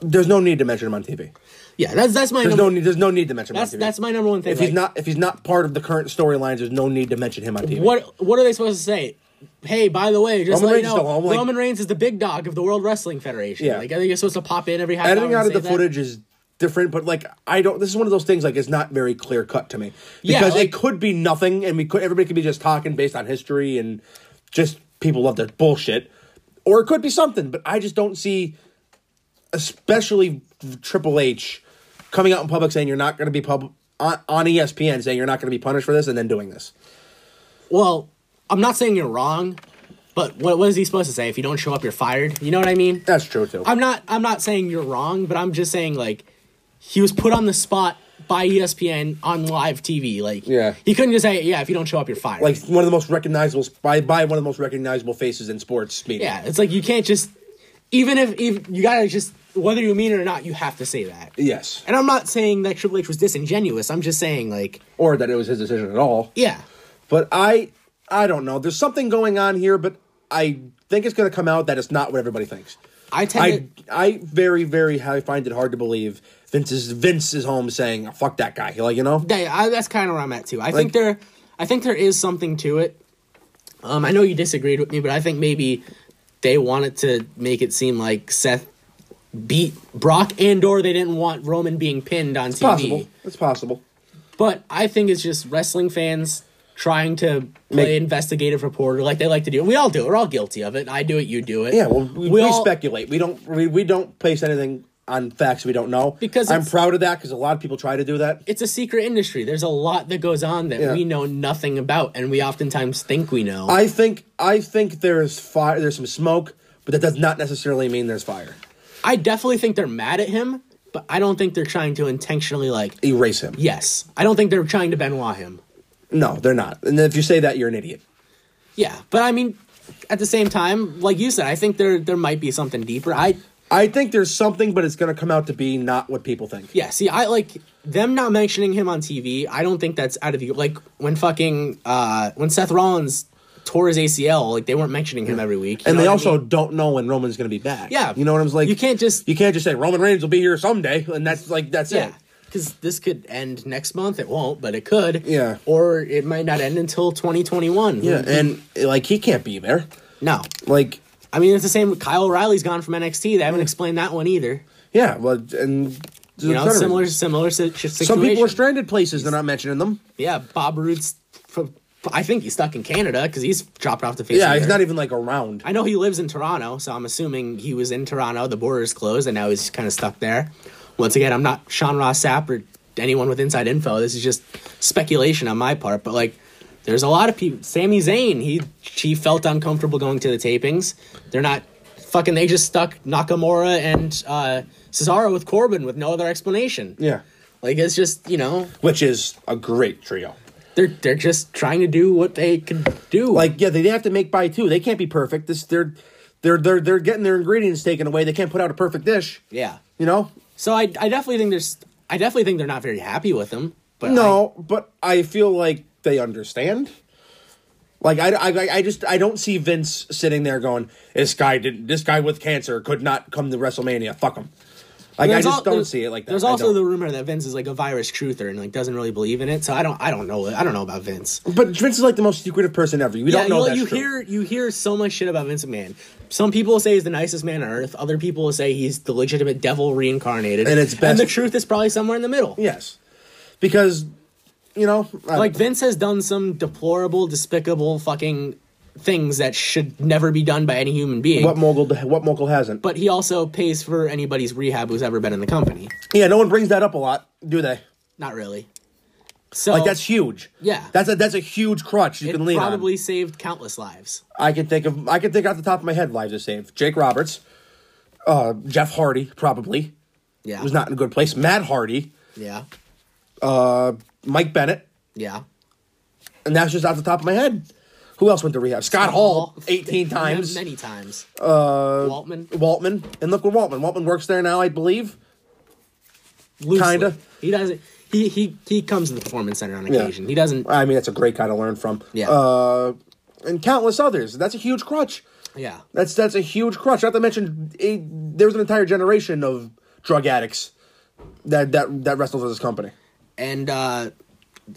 [SPEAKER 1] there's no need to mention him on TV.
[SPEAKER 2] Yeah, that's that's my
[SPEAKER 1] There's
[SPEAKER 2] number,
[SPEAKER 1] no need. There's no need to mention him
[SPEAKER 2] that's
[SPEAKER 1] on TV.
[SPEAKER 2] that's my number one thing.
[SPEAKER 1] if
[SPEAKER 2] like-
[SPEAKER 1] he's not if he's not part of the current storylines, there's no need to mention him on TV.
[SPEAKER 2] What what are they supposed to say? Hey, by the way, just
[SPEAKER 1] Roman
[SPEAKER 2] let you
[SPEAKER 1] Reigns is
[SPEAKER 2] know,
[SPEAKER 1] the one, like-
[SPEAKER 2] Roman Reigns is the big dog of the World Wrestling Federation.
[SPEAKER 1] Yeah.
[SPEAKER 2] Like, I think you're supposed to pop in every half
[SPEAKER 1] editing
[SPEAKER 2] hour
[SPEAKER 1] out of
[SPEAKER 2] and
[SPEAKER 1] the
[SPEAKER 2] say that.
[SPEAKER 1] footage is different, but like I don't. This is one of those things like it's not very clear cut to me
[SPEAKER 2] Yeah,
[SPEAKER 1] because
[SPEAKER 2] like-
[SPEAKER 1] it could be nothing, and we could everybody could be just talking based on history and just people love their bullshit, or it could be something. But I just don't see, especially Triple H, coming out in public saying you're not going to be pub on, on E ESPN saying you're not going to be punished for this, and then doing this.
[SPEAKER 2] Well, I'm not saying you're wrong, but what what is he supposed to say? If you don't show up, you're fired. You know what I mean?
[SPEAKER 1] That's true too.
[SPEAKER 2] I'm not I'm not saying you're wrong, but I'm just saying like he was put on the spot by E ESPN on live TV. Like
[SPEAKER 1] Yeah.
[SPEAKER 2] he couldn't just say yeah if you don't show up, you're fired.
[SPEAKER 1] like one of the most recognizable by, by one of the most recognizable faces in sports media.
[SPEAKER 2] yeah, it's like you can't just even if, if you gotta just whether you mean it or not, you have to say that.
[SPEAKER 1] Yes.
[SPEAKER 2] And I'm not saying that Triple H was disingenuous. I'm just saying, like,
[SPEAKER 1] Or that it was his decision at all.
[SPEAKER 2] yeah,
[SPEAKER 1] But I I don't know. There's something going on here, but I think it's going to come out that it's not what everybody thinks.
[SPEAKER 2] I tend
[SPEAKER 1] I I
[SPEAKER 2] to,
[SPEAKER 1] very very I find it hard to believe Vince is Vince is home saying fuck that guy. Like you know,
[SPEAKER 2] that- I, that's kind of where I'm at too. I think there, I think there is something to it. Um, I know you disagreed with me, but I think maybe they wanted to make it seem like Seth beat Brock, and/or they didn't want Roman being pinned on TV.
[SPEAKER 1] possible. It's possible.
[SPEAKER 2] But I think it's just wrestling fans trying to play
[SPEAKER 1] Make-
[SPEAKER 2] investigative reporter like they like to do. We all do it. We're all guilty of it. I do it. You do it.
[SPEAKER 1] Yeah, well, we, we,
[SPEAKER 2] all-
[SPEAKER 1] speculate. We don't we, we don't place anything on facts we don't know.
[SPEAKER 2] Because
[SPEAKER 1] I'm
[SPEAKER 2] it's-
[SPEAKER 1] proud of that because a lot of people try to do that.
[SPEAKER 2] it's a secret industry. There's a lot that goes on that
[SPEAKER 1] Yeah.
[SPEAKER 2] we know nothing about, and we oftentimes think we know.
[SPEAKER 1] I think I think there's fire. There's some smoke, but that does not necessarily mean there's fire.
[SPEAKER 2] I definitely think they're mad at him, but I don't think they're trying to intentionally like.
[SPEAKER 1] Erase him.
[SPEAKER 2] Yes, I don't think they're trying to Benoit him.
[SPEAKER 1] No, they're not. And if you say that, you're an idiot.
[SPEAKER 2] Yeah, but I mean, at the same time, like you said, I think there there might be something deeper. I
[SPEAKER 1] I think there's something, but it's going to come out to be not what people think.
[SPEAKER 2] yeah. See, I like them not mentioning him on TV. I don't think that's out of the like when fucking uh when Seth Rollins tore his ACL, like they weren't mentioning him every week. you
[SPEAKER 1] And
[SPEAKER 2] know
[SPEAKER 1] they
[SPEAKER 2] what I
[SPEAKER 1] also
[SPEAKER 2] mean?
[SPEAKER 1] don't know when Roman's going to be back.
[SPEAKER 2] Yeah.
[SPEAKER 1] you know what I'm like.
[SPEAKER 2] You can't just-
[SPEAKER 1] you can't just say Roman Reigns will be here someday, and that's like that's
[SPEAKER 2] Yeah,
[SPEAKER 1] it.
[SPEAKER 2] because this could end next month. It won't, but it could.
[SPEAKER 1] Yeah.
[SPEAKER 2] Or it might not end until 2021.
[SPEAKER 1] Yeah, and like he can't be there.
[SPEAKER 2] no.
[SPEAKER 1] Like,
[SPEAKER 2] I mean, it's the same. Kyle O'Reilly's gone from NXT. They haven't explained that one either.
[SPEAKER 1] yeah, well, and
[SPEAKER 2] You know, similar, similar si- situation.
[SPEAKER 1] Some people are stranded places. They're not mentioning them.
[SPEAKER 2] Yeah, Bob Root's. From, I think he's stuck in Canada because he's dropped off the face.
[SPEAKER 1] Yeah,
[SPEAKER 2] of the
[SPEAKER 1] he's not
[SPEAKER 2] earth.
[SPEAKER 1] even like around.
[SPEAKER 2] I know he lives in Toronto, so I'm assuming he was in Toronto. The border's closed, and now he's kind of stuck there. Once again, I'm not Sean Ross Sapp or anyone with inside info. This is just speculation on my part. But like, there's a lot of people. Sami Zayn, he he felt uncomfortable going to the tapings. They're not fucking. They just stuck Nakamura and uh, Cesaro with Corbin with no other explanation.
[SPEAKER 1] Yeah,
[SPEAKER 2] Like it's just you know
[SPEAKER 1] which is a great trio.
[SPEAKER 2] they're they're just trying to do what they can do.
[SPEAKER 1] Like, yeah, they they have to make by two. They can't be perfect. This they're they're they're they're getting their ingredients taken away. They can't put out a perfect dish.
[SPEAKER 2] yeah.
[SPEAKER 1] You know,
[SPEAKER 2] So I I definitely think there's I definitely think they're not very happy with him. But I-
[SPEAKER 1] No, but I feel like they understand. Like I, I, I just I don't see Vince sitting there going, "This guy did this guy with cancer could not come to WrestleMania. Fuck him." Like I
[SPEAKER 2] There's
[SPEAKER 1] just
[SPEAKER 2] al-
[SPEAKER 1] don't
[SPEAKER 2] there's-
[SPEAKER 1] see it like that.
[SPEAKER 2] There's
[SPEAKER 1] I
[SPEAKER 2] also
[SPEAKER 1] don't.
[SPEAKER 2] the rumor that Vince is like a virus truther and like doesn't really believe in it. So I don't I don't know it. I don't know about Vince.
[SPEAKER 1] but Vince is like the most secretive person ever. You don't know
[SPEAKER 2] you,
[SPEAKER 1] that's
[SPEAKER 2] you
[SPEAKER 1] true.
[SPEAKER 2] hear you hear so much shit about Vince McMahon. Some people say he's the nicest man on earth. Other people say he's the legitimate devil reincarnated.
[SPEAKER 1] And it's best-
[SPEAKER 2] And the truth is probably somewhere in the middle.
[SPEAKER 1] yes, because you know, uh, I-
[SPEAKER 2] Like Vince has done some deplorable, despicable fucking things that should never be done by any human being.
[SPEAKER 1] what mogul what mogul hasn't.
[SPEAKER 2] but he also pays for anybody's rehab who's ever been in the company.
[SPEAKER 1] yeah, no one brings that up a lot, do they?
[SPEAKER 2] Not really. So
[SPEAKER 1] Like that's huge.
[SPEAKER 2] Yeah.
[SPEAKER 1] that's a that's a huge crutch you
[SPEAKER 2] it
[SPEAKER 1] can lean
[SPEAKER 2] probably
[SPEAKER 1] on.
[SPEAKER 2] saved countless lives.
[SPEAKER 1] I can think of I can think off the top of my head lives are saved. Jake Roberts, uh, Jeff Hardy probably
[SPEAKER 2] Yeah.
[SPEAKER 1] was not in a good place. Matt Hardy,
[SPEAKER 2] Yeah.
[SPEAKER 1] Mike Bennett,
[SPEAKER 2] Yeah.
[SPEAKER 1] and that's just off the top of my head. Who else went to rehab? Scott Hall, eighteen times.
[SPEAKER 2] Many times. Uh Waltman.
[SPEAKER 1] Waltman, and look what Waltman. Waltman works there now, I believe.
[SPEAKER 2] Loosely.
[SPEAKER 1] kinda.
[SPEAKER 2] He doesn't he he he comes to the performance center on occasion. He doesn't
[SPEAKER 1] I mean, that's a great guy to learn from.
[SPEAKER 2] Yeah.
[SPEAKER 1] Uh, and countless others. That's a huge crutch.
[SPEAKER 2] yeah.
[SPEAKER 1] That's that's a huge crutch. Not to mention, a, there was an entire generation of drug addicts that that that wrestled for this company.
[SPEAKER 2] And uh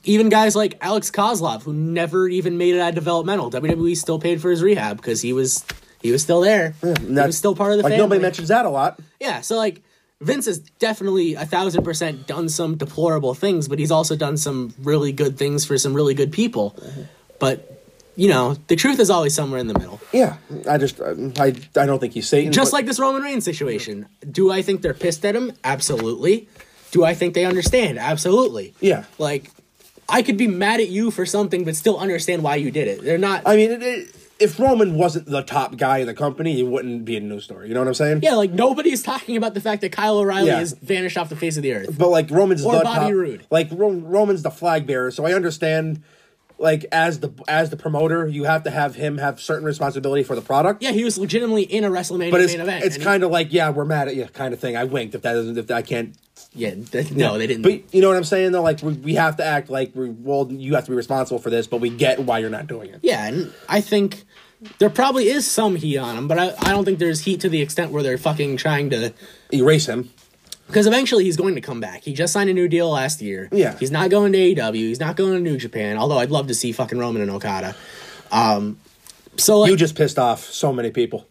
[SPEAKER 2] even guys like Alex Kozlov, who never even made it out of developmental, WWE still paid for his rehab because he was he was still there. he
[SPEAKER 1] that-
[SPEAKER 2] was still part of the
[SPEAKER 1] Like
[SPEAKER 2] family.
[SPEAKER 1] nobody mentions that a lot.
[SPEAKER 2] Yeah, so like Vince has definitely a thousand percent done some deplorable things, but he's also done some really good things for some really good people. But you know, the truth is always somewhere in the middle.
[SPEAKER 1] Yeah, I just um, I I don't think he's Satan.
[SPEAKER 2] Just
[SPEAKER 1] but-
[SPEAKER 2] like this Roman Reigns situation. Do I think they're pissed at him? Absolutely. Do I think they understand? Absolutely.
[SPEAKER 1] Yeah.
[SPEAKER 2] Like I could be mad at you for something, but still understand why you did it. They're not.
[SPEAKER 1] I mean, it, it, if Roman wasn't the top guy in the company, it wouldn't be a news story. You know what I'm saying?
[SPEAKER 2] yeah, like nobody's talking about the fact that Kyle O'Reilly
[SPEAKER 1] Yeah.
[SPEAKER 2] has vanished off the face of the earth.
[SPEAKER 1] But like Roman's
[SPEAKER 2] Or
[SPEAKER 1] the
[SPEAKER 2] Bobby
[SPEAKER 1] top,
[SPEAKER 2] Roode.
[SPEAKER 1] Like Ro- Roman's the flag bearer, so I understand. Like as the as the promoter, you have to have him have certain responsibility for the product.
[SPEAKER 2] Yeah, he was legitimately in a WrestleMania
[SPEAKER 1] but it's
[SPEAKER 2] main event.
[SPEAKER 1] it's
[SPEAKER 2] and he-
[SPEAKER 1] kind of like yeah, we're mad at you kind of thing. I winked if that doesn't if I can't.
[SPEAKER 2] Yeah, th- no, they didn't.
[SPEAKER 1] But you know what I'm saying though. Like we, we have to act like we well you have to be responsible for this, but we get why you're not doing it.
[SPEAKER 2] yeah, and I think there probably is some heat on him, but I, I don't think there's heat to the extent where they're fucking trying to.
[SPEAKER 1] Erase him.
[SPEAKER 2] Because eventually he's going to come back. He just signed a new deal last year.
[SPEAKER 1] Yeah.
[SPEAKER 2] He's not going to AEW. He's not going to New Japan, although I'd love to see fucking Roman and Okada. Um, so like,
[SPEAKER 1] You just pissed off so many people.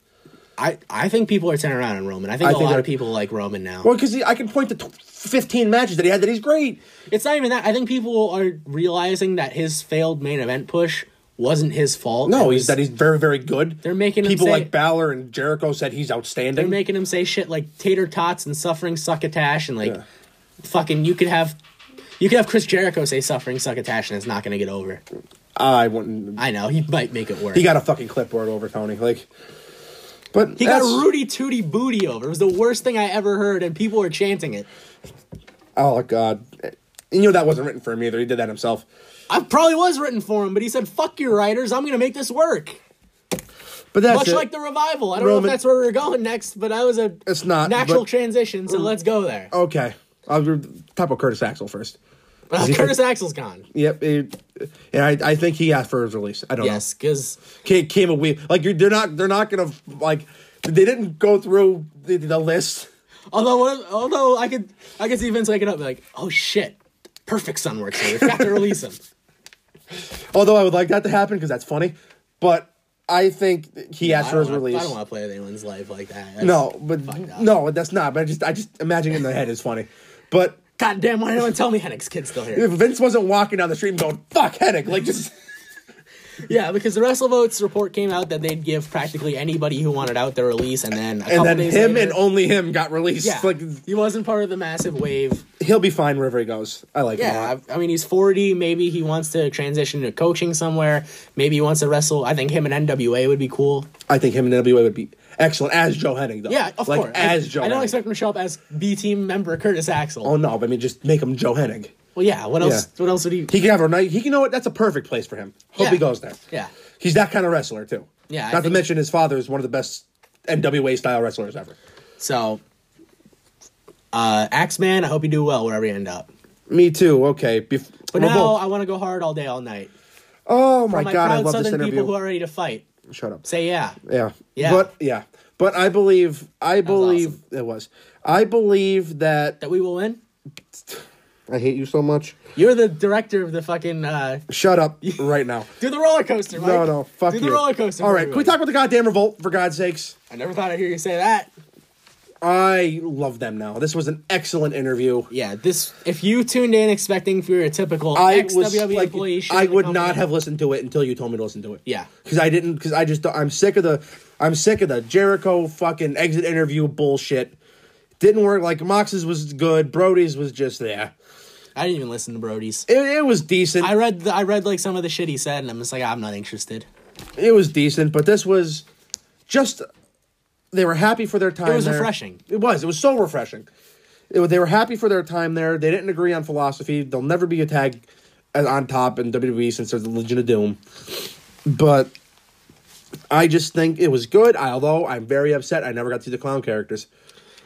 [SPEAKER 2] I, I think people are turning around on Roman. I think
[SPEAKER 1] I
[SPEAKER 2] a
[SPEAKER 1] think
[SPEAKER 2] lot
[SPEAKER 1] they're-
[SPEAKER 2] of people like Roman now.
[SPEAKER 1] Well, because I can point to t- 15 matches that he had that he's great.
[SPEAKER 2] It's not even that. I think people are realizing that his failed main event push wasn't his fault.
[SPEAKER 1] No,
[SPEAKER 2] It
[SPEAKER 1] he's
[SPEAKER 2] was-
[SPEAKER 1] that he's very very good.
[SPEAKER 2] They're making him
[SPEAKER 1] people
[SPEAKER 2] say-
[SPEAKER 1] like Balor and Jericho said he's outstanding.
[SPEAKER 2] They're making him say shit like tater tots and suffering succotash and like fucking you could have you could have Chris Jericho say suffering succotash and it's not gonna get over.
[SPEAKER 1] I wouldn't.
[SPEAKER 2] I know, he might make it work.
[SPEAKER 1] He got a fucking clipboard over Tony. Like, but
[SPEAKER 2] He got
[SPEAKER 1] that's-
[SPEAKER 2] Rudy Tooty Booty over. It was the worst thing I ever heard, and people were chanting it.
[SPEAKER 1] Oh god, and you know that wasn't written for him either. He did that himself.
[SPEAKER 2] I probably was written for him, but he said, "Fuck your writers, I'm gonna make this work."
[SPEAKER 1] But that's
[SPEAKER 2] Much
[SPEAKER 1] it.
[SPEAKER 2] like the revival. I don't know
[SPEAKER 1] Roman-
[SPEAKER 2] if that's where we were going next, but I was a
[SPEAKER 1] It's not,
[SPEAKER 2] natural
[SPEAKER 1] but- Oh,
[SPEAKER 2] transition, so let's go there.
[SPEAKER 1] okay. I'll talk about Curtis Axel first.
[SPEAKER 2] Uh,
[SPEAKER 1] he-
[SPEAKER 2] Curtis Axel's gone.
[SPEAKER 1] Yep, it, and I, I think he asked for his release. I don't
[SPEAKER 2] Yes, because
[SPEAKER 1] know. Came, came a week like you're, they're not they're not gonna like they didn't go through the, the list.
[SPEAKER 2] Although, one of- although I could, I could see Vince waking up and be like, "Oh shit, perfect sun works here. Got to release him."
[SPEAKER 1] Although I would like that to happen because that's funny, but I think he asked
[SPEAKER 2] I
[SPEAKER 1] for
[SPEAKER 2] don't
[SPEAKER 1] his
[SPEAKER 2] wanna-
[SPEAKER 1] release.
[SPEAKER 2] I don't want to play with anyone's life like that. That's-
[SPEAKER 1] no, but
[SPEAKER 2] that.
[SPEAKER 1] no, that's not. But I just I just imagine in the head is funny, but.
[SPEAKER 2] God damn, why didn't anyone tell me Hennick's kid's still here?
[SPEAKER 1] If Vince wasn't walking down the street and going "fuck headache," like just
[SPEAKER 2] Yeah, because the WrestleVotes report came out that they'd give practically anybody who wanted out their release, and then a couple
[SPEAKER 1] and then
[SPEAKER 2] days
[SPEAKER 1] him
[SPEAKER 2] later-
[SPEAKER 1] and only him got released.
[SPEAKER 2] yeah,
[SPEAKER 1] Like
[SPEAKER 2] he wasn't part of the massive wave.
[SPEAKER 1] he'll be fine wherever he goes. I like him a lot.
[SPEAKER 2] Yeah, I, I mean he's forty. Maybe he wants to transition to coaching somewhere. Maybe he wants to wrestle. I think him and NWA would be cool.
[SPEAKER 1] I think him and NWA would be excellent as Joe Henning, though.
[SPEAKER 2] Yeah, of
[SPEAKER 1] like,
[SPEAKER 2] course.
[SPEAKER 1] As
[SPEAKER 2] I,
[SPEAKER 1] Joe
[SPEAKER 2] I don't
[SPEAKER 1] Hennig.
[SPEAKER 2] expect him to show up as B team member Curtis Axel.
[SPEAKER 1] Oh no, but I mean, just make him Joe Henning.
[SPEAKER 2] Well, yeah. What else?
[SPEAKER 1] Yeah.
[SPEAKER 2] What else would he?
[SPEAKER 1] He can have a night. He can know it. That's a perfect place for him. Hope
[SPEAKER 2] Yeah.
[SPEAKER 1] he goes there.
[SPEAKER 2] Yeah.
[SPEAKER 1] he's that kind of wrestler too.
[SPEAKER 2] Yeah, I
[SPEAKER 1] not to
[SPEAKER 2] think-
[SPEAKER 1] mention his father is one of the best NWA style wrestlers ever.
[SPEAKER 2] So, uh, Axeman, I hope you do well wherever you end up.
[SPEAKER 1] Me too. Okay. Bef-
[SPEAKER 2] But
[SPEAKER 1] we're
[SPEAKER 2] now
[SPEAKER 1] both-
[SPEAKER 2] I want to go hard all day, all night.
[SPEAKER 1] oh my,
[SPEAKER 2] My
[SPEAKER 1] god, I
[SPEAKER 2] proud
[SPEAKER 1] love this
[SPEAKER 2] Southern people
[SPEAKER 1] interview.
[SPEAKER 2] who are ready to fight.
[SPEAKER 1] Shut up.
[SPEAKER 2] Say yeah.
[SPEAKER 1] Yeah.
[SPEAKER 2] Yeah.
[SPEAKER 1] But yeah. But I believe I
[SPEAKER 2] was
[SPEAKER 1] believe it was. I believe that
[SPEAKER 2] That we will win.
[SPEAKER 1] I hate you so much.
[SPEAKER 2] You're the director of the fucking. Uh,
[SPEAKER 1] Shut up right now.
[SPEAKER 2] do the roller coaster, Mike.
[SPEAKER 1] No, no, fuck
[SPEAKER 2] Do
[SPEAKER 1] you.
[SPEAKER 2] the roller coaster.
[SPEAKER 1] All
[SPEAKER 2] for
[SPEAKER 1] right, can we
[SPEAKER 2] everybody.
[SPEAKER 1] talk about the goddamn revolt for God's sakes?
[SPEAKER 2] I never thought I'd hear you say that.
[SPEAKER 1] I love them now. This was an excellent interview.
[SPEAKER 2] Yeah, this. If you tuned in expecting for your typical
[SPEAKER 1] I
[SPEAKER 2] ex
[SPEAKER 1] was
[SPEAKER 2] WWE
[SPEAKER 1] like,
[SPEAKER 2] employee, shit
[SPEAKER 1] I
[SPEAKER 2] in the
[SPEAKER 1] would
[SPEAKER 2] company-
[SPEAKER 1] not have listened to it until you told me to listen to it.
[SPEAKER 2] Yeah.
[SPEAKER 1] because I didn't. Because I just I'm sick of the I'm sick of the Jericho fucking exit interview bullshit. Didn't work. Like Mox's was good. Brody's was just there.
[SPEAKER 2] I didn't even listen to Brody's.
[SPEAKER 1] It, it was decent.
[SPEAKER 2] I read. The, I read like some of the shit he said, and I'm just like, I'm not interested.
[SPEAKER 1] it was decent, but this was just they were happy for their time.
[SPEAKER 2] was
[SPEAKER 1] there.
[SPEAKER 2] refreshing.
[SPEAKER 1] It was. It was so refreshing. It, wa- they were happy for their time there. They didn't agree on philosophy. They'll never be a tag as- on top in WWE since there's the Legion of Doom. But I just think it was good. I, although I'm very upset, I never got to see the clown characters.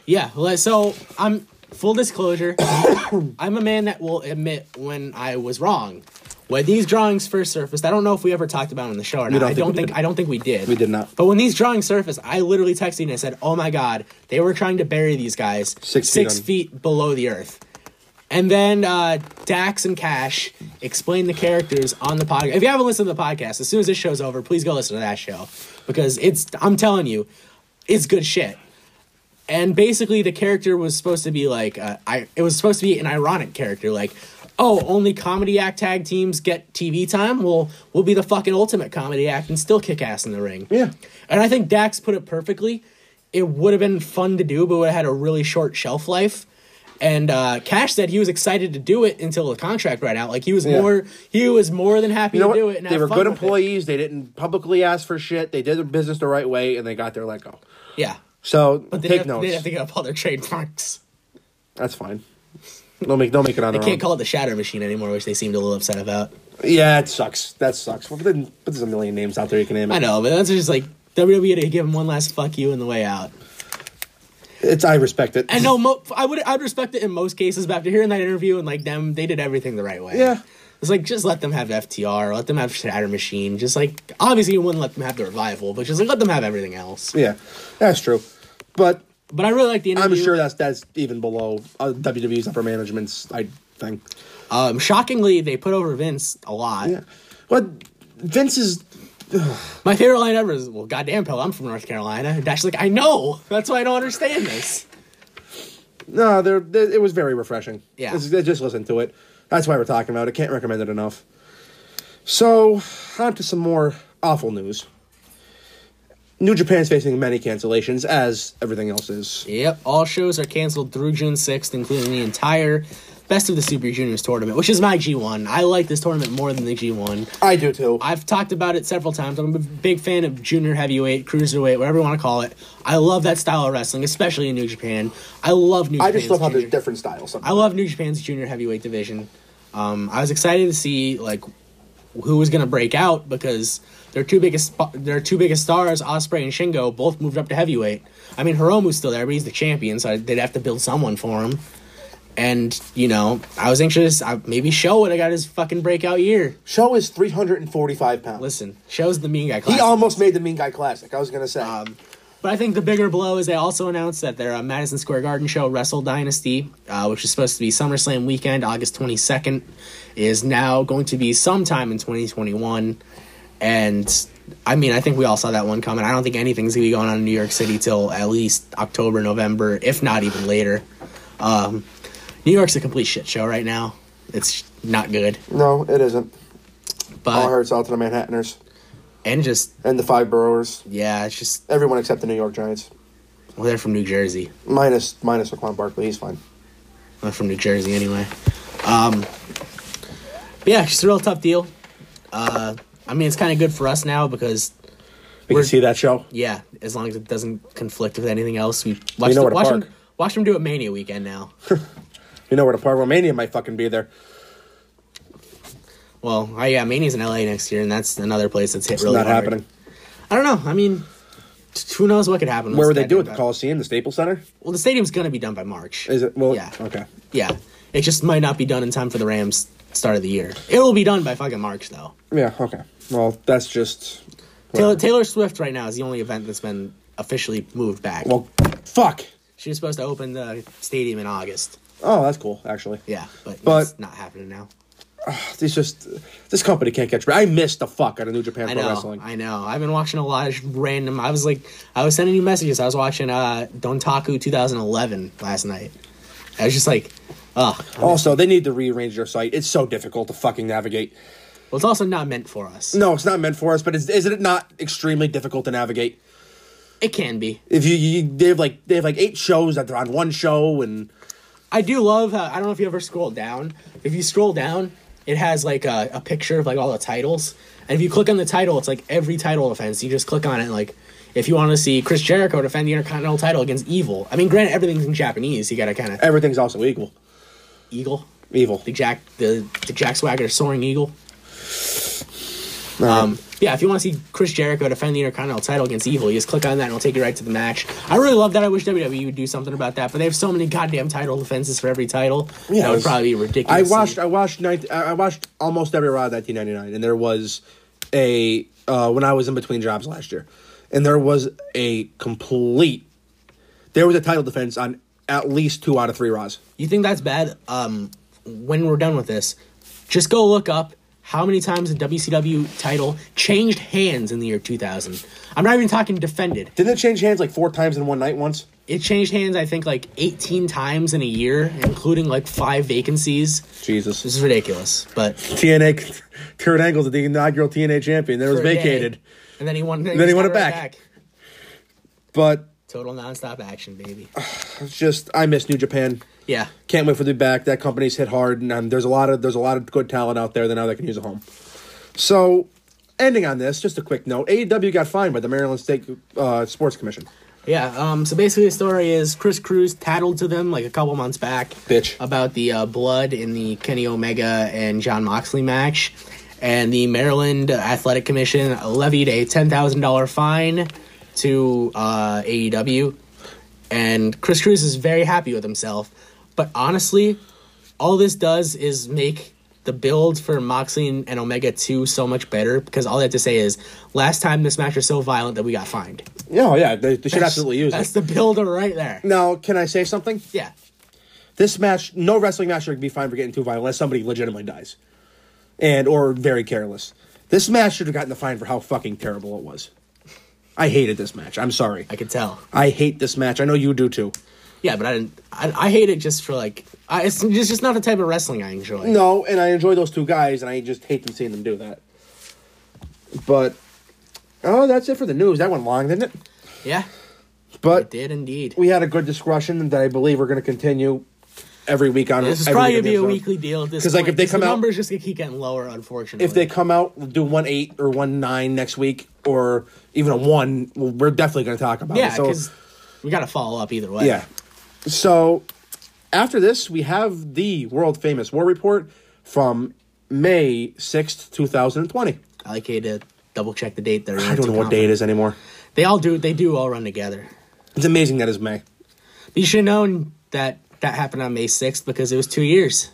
[SPEAKER 2] Yeah, well, so I'm full disclosure. I'm a man that will admit when I was wrong. When these drawings first surfaced, I don't know if we ever talked about it on the show or not.
[SPEAKER 1] don't
[SPEAKER 2] I
[SPEAKER 1] think
[SPEAKER 2] don't
[SPEAKER 1] we
[SPEAKER 2] think
[SPEAKER 1] did.
[SPEAKER 2] I don't think we did.
[SPEAKER 1] We did not.
[SPEAKER 2] But when these drawings surfaced, I literally texted you and I said, "Oh my god, they were trying to bury these guys
[SPEAKER 1] Six feet
[SPEAKER 2] six
[SPEAKER 1] under.
[SPEAKER 2] feet below the earth." And then uh, Dax and Cash explain the characters on the podcast. If you haven't listened to the podcast, as soon as this show's over, please go listen to that show because it's I'm telling you, it's good shit. And basically, the character was supposed to be like uh, I. It was supposed to be an ironic character, like, oh, only comedy act tag teams get TV time. Well, we'll be the fucking ultimate comedy act and still kick ass in the ring.
[SPEAKER 1] Yeah.
[SPEAKER 2] And I think Dax put it perfectly. It would have been fun to do, but it would have had a really short shelf life. And uh, Cash said he was excited to do it until the contract ran out. Like he was
[SPEAKER 1] Yeah.
[SPEAKER 2] more, he was more than happy
[SPEAKER 1] You know
[SPEAKER 2] to do
[SPEAKER 1] what?
[SPEAKER 2] it. And
[SPEAKER 1] they
[SPEAKER 2] have
[SPEAKER 1] were
[SPEAKER 2] fun
[SPEAKER 1] good
[SPEAKER 2] with it.
[SPEAKER 1] employees. They didn't publicly ask for shit. They did their business the right way, and they got their let go.
[SPEAKER 2] Yeah.
[SPEAKER 1] So
[SPEAKER 2] They
[SPEAKER 1] take
[SPEAKER 2] have,
[SPEAKER 1] notes.
[SPEAKER 2] They have to give up all their trademarks.
[SPEAKER 1] That's fine. They'll make they'll make it on their own.
[SPEAKER 2] Can't call it the Shatter Machine anymore, which they seemed a little upset about.
[SPEAKER 1] Yeah, it sucks. That sucks. Well, but, then, but there's a million names out there you can name.
[SPEAKER 2] I
[SPEAKER 1] It.
[SPEAKER 2] know, but that's just like WWE to give him one last fuck you on the way out.
[SPEAKER 1] It's I respect it.
[SPEAKER 2] And no, mo- I would I'd respect it in most cases, but after hearing that interview and like them, they did everything the right way.
[SPEAKER 1] Yeah.
[SPEAKER 2] It's like just let them have FTR, let them have Shatter Machine, just like obviously you wouldn't let them have the revival, but just like let them have everything else.
[SPEAKER 1] Yeah, that's true. But
[SPEAKER 2] But I really like the
[SPEAKER 1] I'm
[SPEAKER 2] interview.
[SPEAKER 1] sure that's that's even below uh, WWE's upper management's I thing.
[SPEAKER 2] Um, shockingly, they put over Vince a lot.
[SPEAKER 1] Yeah. What Vince is
[SPEAKER 2] My favorite line ever is, "Well, goddamn, Pell, I'm from North Carolina." And Dash is like, "I know. That's why I don't understand this."
[SPEAKER 1] no, there. there- It was very refreshing.
[SPEAKER 2] Yeah.
[SPEAKER 1] It's- just listen to it. That's why we're talking about it. Can't recommend it enough. So on to some more awful news. New Japan's facing many cancellations, as everything else is.
[SPEAKER 2] Yep, all shows are canceled through June 6th, including the entire Best of the Super Juniors tournament, which is my G1. I like this tournament more than the G1.
[SPEAKER 1] I do too.
[SPEAKER 2] I've talked about it several times. I'm a big fan of junior heavyweight, cruiserweight, whatever you want to call it. I love that style of wrestling, especially in New Japan. I love New
[SPEAKER 1] I
[SPEAKER 2] Japan.
[SPEAKER 1] just love how there's different styles.
[SPEAKER 2] I love New Japan's junior heavyweight division. Um, I was excited to see like who was going to break out because their two biggest sp- their two biggest stars, Osprey and Shingo, both moved up to heavyweight. I mean, Hiromu's still there, but he's the champion, so they'd have to build someone for him. And you know, I was anxious. I, maybe Show would have got his fucking breakout year.
[SPEAKER 1] Show is 345 pounds.
[SPEAKER 2] Listen, Show's the mean guy class.
[SPEAKER 1] he almost made the Mean Guy Classic. I was gonna
[SPEAKER 2] Um,
[SPEAKER 1] say.
[SPEAKER 2] But I think the bigger blow is they also announced that their uh, Madison Square Garden show, Wrestle Dynasty, uh, which is supposed to be SummerSlam weekend, August 22nd, is now going to be sometime in 2021. And I mean, I think we all saw that one coming. I don't think anything's going to be going on in New York City till at least October, November, if not even later. Um, New York's a complete shit show right now. It's not good.
[SPEAKER 1] no, it isn't. All
[SPEAKER 2] But,
[SPEAKER 1] hearts out to the Manhattaners
[SPEAKER 2] and just,
[SPEAKER 1] and the five boroughs.
[SPEAKER 2] yeah, it's just,
[SPEAKER 1] Everyone except the New York Giants.
[SPEAKER 2] well, they're from New Jersey.
[SPEAKER 1] Minus minus Saquon Barkley, he's fine.
[SPEAKER 2] I'm from New Jersey anyway. Um, but yeah, it's a real tough deal. Uh, I mean, it's kind of good for us now because
[SPEAKER 1] We
[SPEAKER 2] We're-
[SPEAKER 1] can see that show.
[SPEAKER 2] yeah, as long as it doesn't conflict with anything else, we watch,
[SPEAKER 1] know
[SPEAKER 2] the,
[SPEAKER 1] where to
[SPEAKER 2] watch,
[SPEAKER 1] park.
[SPEAKER 2] them, watch them do a Mania weekend now.
[SPEAKER 1] You know where the Parvo Mania might fucking be there.
[SPEAKER 2] well, I, yeah, Mania's in LA next year, and that's another place that's hit
[SPEAKER 1] It's
[SPEAKER 2] really
[SPEAKER 1] not
[SPEAKER 2] hard.
[SPEAKER 1] happening.
[SPEAKER 2] I don't know. I mean, t- who knows what could happen?
[SPEAKER 1] Where
[SPEAKER 2] with
[SPEAKER 1] would they
[SPEAKER 2] that
[SPEAKER 1] do
[SPEAKER 2] thing,
[SPEAKER 1] it? The
[SPEAKER 2] but-
[SPEAKER 1] Coliseum, the Staples Center?
[SPEAKER 2] Well, the stadium's gonna be done by March.
[SPEAKER 1] Is it? Well,
[SPEAKER 2] Yeah.
[SPEAKER 1] okay.
[SPEAKER 2] Yeah, It just might not be done in time for the Rams start of the year. It will be done by fucking March though.
[SPEAKER 1] Yeah, okay. Well, that's just.
[SPEAKER 2] Taylor, Taylor Swift right now is the only event that's been officially moved back.
[SPEAKER 1] Well, fuck.
[SPEAKER 2] she was supposed to open the stadium in August.
[SPEAKER 1] Oh, that's cool, actually.
[SPEAKER 2] Yeah, but,
[SPEAKER 1] But-
[SPEAKER 2] it's not happening now.
[SPEAKER 1] It's just. This company can't catch me. I missed the fuck out of New Japan
[SPEAKER 2] I
[SPEAKER 1] Pro
[SPEAKER 2] know.
[SPEAKER 1] Wrestling.
[SPEAKER 2] I know. I've been watching a lot of random. I was like, I was sending you messages. I was watching uh, Dontaku 2011 last night. I was just like, ugh. Well,
[SPEAKER 1] Also, they need to rearrange their site. It's so difficult to fucking navigate.
[SPEAKER 2] it's also not meant for us.
[SPEAKER 1] No, it's not meant for us, but is, isn't it not extremely difficult to navigate?
[SPEAKER 2] It can be.
[SPEAKER 1] If you, you they have like they have like eight shows that they're on one show and
[SPEAKER 2] I do love how I don't know if you ever scroll down. If you scroll down, it has like a, a picture of like all the titles. And if you click on the title, it's like every title offense. You just click on it. and, Like if you want to see Chris Jericho defend the Intercontinental title against Evil. I mean, granted, everything's in Japanese. You got to kind of
[SPEAKER 1] everything's also equal.
[SPEAKER 2] Eagle,
[SPEAKER 1] Evil.
[SPEAKER 2] the Jack, the, the Jack Swagger soaring Eagle. Um, yeah, if you want to see Chris Jericho defend the Intercontinental title against Evil, you just click on that and it'll take you right to the match. I really love that. I wish WWE would do something about that, but they have so many goddamn title defenses for every title.
[SPEAKER 1] Yeah,
[SPEAKER 2] that
[SPEAKER 1] it
[SPEAKER 2] would
[SPEAKER 1] was-
[SPEAKER 2] probably be
[SPEAKER 1] I
[SPEAKER 2] ridiculous.
[SPEAKER 1] watched. I watched. 19, I I watched almost every Raw of 1999, and there was a uh, when I was in between jobs last year, and there was a complete. There was a title defense on at least two out of three Raws.
[SPEAKER 2] You think that's bad? Um, when we're done with this, just go look up how many times the WCW title changed hands in the year 2000. I'm not even talking defended.
[SPEAKER 1] Didn't it change hands like four times in one night once?
[SPEAKER 2] It changed hands, I think, like 18 times in a year, including like five vacancies.
[SPEAKER 1] Jesus.
[SPEAKER 2] This is ridiculous, but
[SPEAKER 1] TNA, Kurt Angle's the inaugural TNA champion. That was
[SPEAKER 2] for a day.
[SPEAKER 1] vacated,
[SPEAKER 2] and then he won.
[SPEAKER 1] then he
[SPEAKER 2] just
[SPEAKER 1] won
[SPEAKER 2] got
[SPEAKER 1] it back. but
[SPEAKER 2] Total nonstop action, baby.
[SPEAKER 1] it's just I miss New Japan.
[SPEAKER 2] Yeah,
[SPEAKER 1] Can't wait for the back. That company's hit hard, and um, there's a lot of there's a lot of good talent out there that now they can use a home. So, ending on this, just a quick note: AEW got fined by the Maryland State uh, Sports Commission.
[SPEAKER 2] yeah. Um, so basically, the story is Chris Cruz tattled to them like a couple months back,
[SPEAKER 1] Bitch.
[SPEAKER 2] about the uh, blood in the Kenny Omega and John Moxley match, and the Maryland Athletic Commission levied a ten thousand dollar fine to uh, AEW, and Chris Cruz is very happy with himself. But honestly, all this does is make the build for Moxley and and Omega 2 so much better because all they have to say is last time this match was so violent that we got fined.
[SPEAKER 1] Yeah, oh, yeah, they, they should absolutely use
[SPEAKER 2] That's
[SPEAKER 1] it.
[SPEAKER 2] the builder right there.
[SPEAKER 1] Now, can I say something?
[SPEAKER 2] Yeah.
[SPEAKER 1] This match, no wrestling match should be fined for getting too violent unless somebody legitimately dies, and or very careless. This match should have gotten the fine for how fucking terrible it was. I hated this match. I'm sorry.
[SPEAKER 2] I could tell.
[SPEAKER 1] I hate this match. I know you do too.
[SPEAKER 2] Yeah, but I didn't. I, I hate it just for like. I, it's just, just not the type of wrestling I enjoy.
[SPEAKER 1] No, and I enjoy those two guys, and I just hate them seeing them do that. But oh, that's it for the news. That went long, didn't it?
[SPEAKER 2] Yeah,
[SPEAKER 1] But
[SPEAKER 2] did indeed.
[SPEAKER 1] we had a good discussion that I believe we're going to continue every week on.
[SPEAKER 2] This is
[SPEAKER 1] every
[SPEAKER 2] probably
[SPEAKER 1] week on
[SPEAKER 2] gonna
[SPEAKER 1] the
[SPEAKER 2] be a
[SPEAKER 1] episode.
[SPEAKER 2] weekly deal at this
[SPEAKER 1] 'Cause, like,
[SPEAKER 2] point,
[SPEAKER 1] if they come
[SPEAKER 2] the
[SPEAKER 1] out-
[SPEAKER 2] numbers just gonna keep getting lower, unfortunately.
[SPEAKER 1] If they come out, we'll do one eight or one nine next week, or even a one. well, We're definitely going to talk about
[SPEAKER 2] yeah,
[SPEAKER 1] it. So
[SPEAKER 2] because we gotta follow up either way.
[SPEAKER 1] yeah. So after this, we have the world famous war report from May sixth, two thousand and twenty.
[SPEAKER 2] I like you to double check the date. They're
[SPEAKER 1] I don't know what day it is anymore.
[SPEAKER 2] They all do. They do all run together.
[SPEAKER 1] It's amazing that is May.
[SPEAKER 2] But you should have known that that happened on May sixth because it was two years,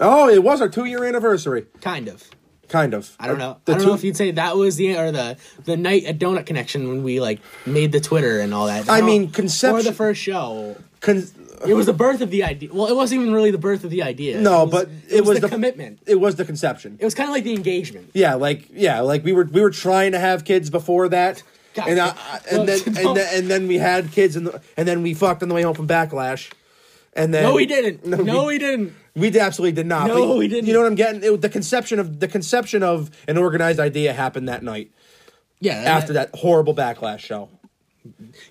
[SPEAKER 1] Oh, it was our two year anniversary.
[SPEAKER 2] kind of.
[SPEAKER 1] Kind of.
[SPEAKER 2] I don't know.
[SPEAKER 1] Uh, The
[SPEAKER 2] I don't
[SPEAKER 1] two-
[SPEAKER 2] know if you'd say that was the or the the night at Donut Connection when we like made the Twitter and all that.
[SPEAKER 1] I
[SPEAKER 2] No,
[SPEAKER 1] mean, conception-
[SPEAKER 2] or the first show.
[SPEAKER 1] Con-
[SPEAKER 2] It was the birth of the idea. Well, it wasn't even really the birth of the idea.
[SPEAKER 1] no,
[SPEAKER 2] it was,
[SPEAKER 1] but it, was, the
[SPEAKER 2] commitment.
[SPEAKER 1] It was the conception.
[SPEAKER 2] It was kind of like the engagement.
[SPEAKER 1] Yeah, like yeah, like we were we were trying to have kids before that,
[SPEAKER 2] God,
[SPEAKER 1] and I,
[SPEAKER 2] don't-
[SPEAKER 1] I- and then
[SPEAKER 2] don't-
[SPEAKER 1] and then, and then we had kids and the, and then we fucked on the way home from backlash, and then
[SPEAKER 2] No, we didn't. No,
[SPEAKER 1] we,
[SPEAKER 2] we, didn't.
[SPEAKER 1] we d- absolutely did not.
[SPEAKER 2] No,
[SPEAKER 1] But
[SPEAKER 2] we didn't.
[SPEAKER 1] You know what I'm getting? It, was the conception of the conception of an organized idea happened that night
[SPEAKER 2] Yeah.
[SPEAKER 1] after that horrible backlash show.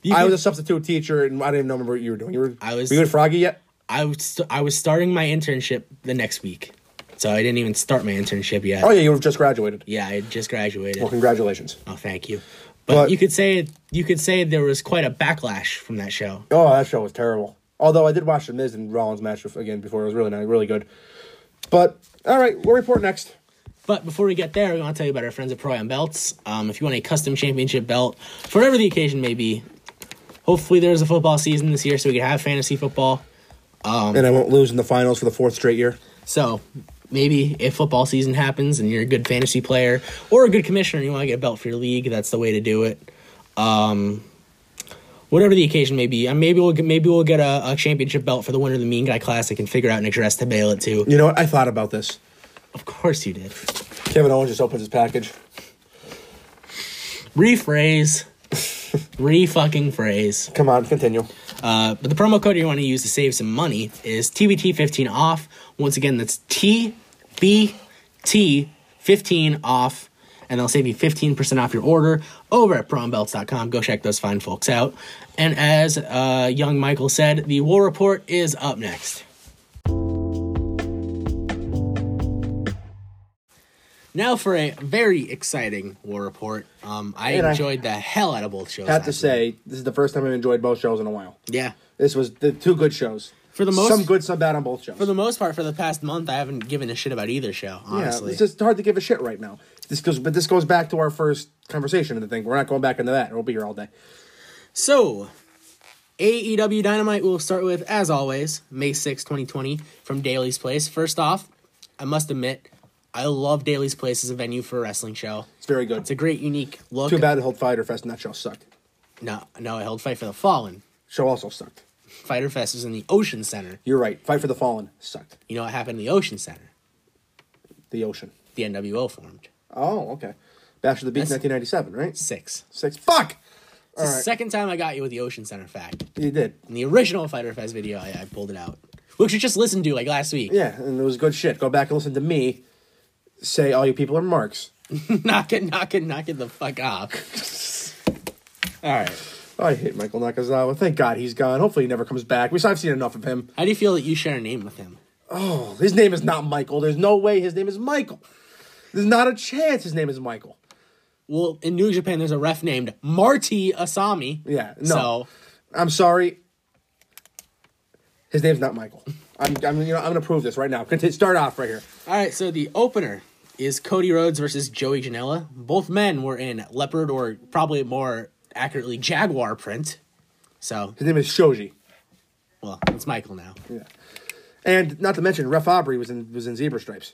[SPEAKER 2] you
[SPEAKER 1] I
[SPEAKER 2] could-
[SPEAKER 1] was a substitute teacher, and I didn't even remember what you were doing. You were
[SPEAKER 2] I was-
[SPEAKER 1] were you in Froggy yet?
[SPEAKER 2] I was st- I was starting my internship the next week, so I didn't even start my internship yet.
[SPEAKER 1] Oh yeah, you have just graduated.
[SPEAKER 2] Yeah, I had just graduated.
[SPEAKER 1] Well, congratulations.
[SPEAKER 2] Oh, thank you. But,
[SPEAKER 1] But-
[SPEAKER 2] you could say you could say there was quite a backlash from that show.
[SPEAKER 1] Oh, that show was terrible. Although I did watch the Miz and Rollins match again before. It was really nice, really good. But all right, we'll report next.
[SPEAKER 2] But before we get there, we want to tell you about our friends at Pro Am Belts. Um, if you want a custom championship belt for whatever the occasion may be, hopefully there's a football season this year so we can have fantasy football.
[SPEAKER 1] and I won't lose in the finals for the fourth straight year.
[SPEAKER 2] So maybe if football season happens and you're a good fantasy player or a good commissioner, and you want to get a belt for your league. That's the way to do it. Um, whatever the occasion may be, and maybe we'll get, maybe we'll get a, a championship belt for the winner of the Mean Guy Classic and figure out an address to mail it to.
[SPEAKER 1] You know what? I thought about this.
[SPEAKER 2] Of course you did.
[SPEAKER 1] Kevin Owens just opens his package.
[SPEAKER 2] Rephrase. Re fucking phrase.
[SPEAKER 1] Come on, continue.
[SPEAKER 2] Uh, but the promo code you want to use to save some money is TBT15 off. Once again, that's TBT15 off, and they'll save you 15% off your order over at prombelts.com. Go check those fine folks out. And as uh, young Michael said, the war report is up next. Now for a very exciting war report. Um, I
[SPEAKER 1] And I-
[SPEAKER 2] enjoyed the hell out of both shows.
[SPEAKER 1] Have to
[SPEAKER 2] last night.
[SPEAKER 1] say, this is the first time I've enjoyed both shows in a while.
[SPEAKER 2] yeah.
[SPEAKER 1] This was the two good shows.
[SPEAKER 2] For the most-
[SPEAKER 1] some good, some bad on both shows.
[SPEAKER 2] For the most part, for the past month, I haven't given a shit about either show. Honestly,
[SPEAKER 1] Yeah, it's just hard to give a shit right now. This goes, but this goes back to our first conversation of the thing. We're not going back into that. We'll be here all day.
[SPEAKER 2] So, AEW Dynamite we'll start with, as always, May sixth, 2020, from Daly's Place. First off, I must admit, I love Daly's Place as a venue for a wrestling show.
[SPEAKER 1] It's very good.
[SPEAKER 2] It's a great, unique look.
[SPEAKER 1] Too bad it held Fighter Fest and that show sucked.
[SPEAKER 2] No, no, I held Fight for the Fallen.
[SPEAKER 1] Show also sucked.
[SPEAKER 2] Fighter Fest was in the Ocean Center.
[SPEAKER 1] You're right. Fight for the Fallen sucked.
[SPEAKER 2] You know what happened in the Ocean Center?
[SPEAKER 1] The Ocean.
[SPEAKER 2] The NWO formed.
[SPEAKER 1] Oh, okay. Bash of the Beach,
[SPEAKER 2] That's-
[SPEAKER 1] 1997, right?
[SPEAKER 2] Six.
[SPEAKER 1] Six. Fuck!
[SPEAKER 2] It's the
[SPEAKER 1] right.
[SPEAKER 2] second time I got you with the Ocean Center fact.
[SPEAKER 1] You did.
[SPEAKER 2] In the original Fighter Fest video, I, I pulled it out. Which you just listened to like last week.
[SPEAKER 1] Yeah, and it was good shit. Go back and listen to me say all you people are marks.
[SPEAKER 2] knock it, knock it, knock it the fuck off. All right.
[SPEAKER 1] I hate Michael Nakazawa. Thank God he's gone. Hopefully he never comes back. We I've seen enough of him.
[SPEAKER 2] How do you feel that you share a name with him?
[SPEAKER 1] His name is not Michael. There's no way his name is Michael. There's not a chance his name is Michael.
[SPEAKER 2] Well, in New Japan, there's a ref named Marty Asami.
[SPEAKER 1] Yeah, no.
[SPEAKER 2] So
[SPEAKER 1] I'm sorry. His name's not Michael. I'm, I'm, you know, I'm gonna prove this right now. Conti- start off right here.
[SPEAKER 2] All right, so the opener is Cody Rhodes versus Joey Janela. Both men were in leopard or probably more accurately jaguar print. So,
[SPEAKER 1] His name is Shoji.
[SPEAKER 2] well, it's Michael now.
[SPEAKER 1] Yeah. And not to mention, Ref Aubrey was in was in zebra stripes.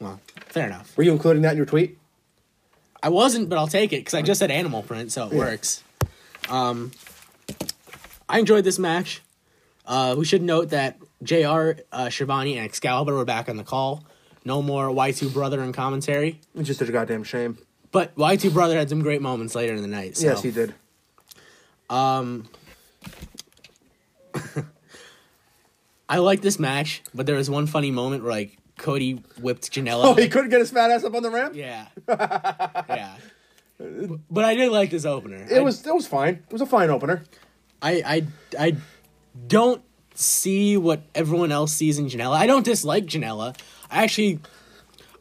[SPEAKER 2] Well, fair enough.
[SPEAKER 1] Were you including that in your tweet?
[SPEAKER 2] I wasn't, but I'll take it because I just said animal print, so it works. Um, I enjoyed this match. Uh, we should note that Jr. Uh, Shivani and Excalibur were back on the call. No more Y2 brother in commentary.
[SPEAKER 1] It's just such a goddamn shame.
[SPEAKER 2] But Y2 Brother had some great moments later in the night. So.
[SPEAKER 1] Yes, he did.
[SPEAKER 2] I like this match, but there was one funny moment where like Cody whipped Janela.
[SPEAKER 1] Oh, he couldn't get his fat ass up on the ramp.
[SPEAKER 2] yeah, yeah. But I did like this opener.
[SPEAKER 1] It was it was fine. It was a fine opener.
[SPEAKER 2] I I I don't see what everyone else sees in Janela. I don't dislike Janela. I actually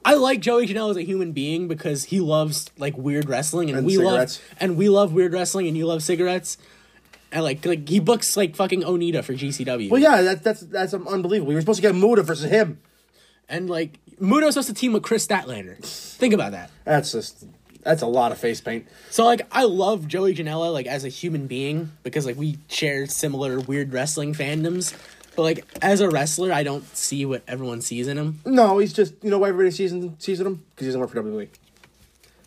[SPEAKER 2] I like Joey Janela as a human being because he loves like weird wrestling and,
[SPEAKER 1] And
[SPEAKER 2] we
[SPEAKER 1] cigarettes.
[SPEAKER 2] love and we love weird wrestling and you love cigarettes. And like like he books like fucking Onita for GCW.
[SPEAKER 1] Well, yeah, that, that's that's um, unbelievable. We were supposed to get Muda versus him.
[SPEAKER 2] And like Muno's supposed to team with Chris Statlander. Think about that.
[SPEAKER 1] That's just that's a lot of face paint.
[SPEAKER 2] So like I love Joey Janela like as a human being because like we share similar weird wrestling fandoms. But like as a wrestler, I don't see what everyone sees in him.
[SPEAKER 1] No, he's just you know why everybody sees him sees him because he doesn't work for WWE.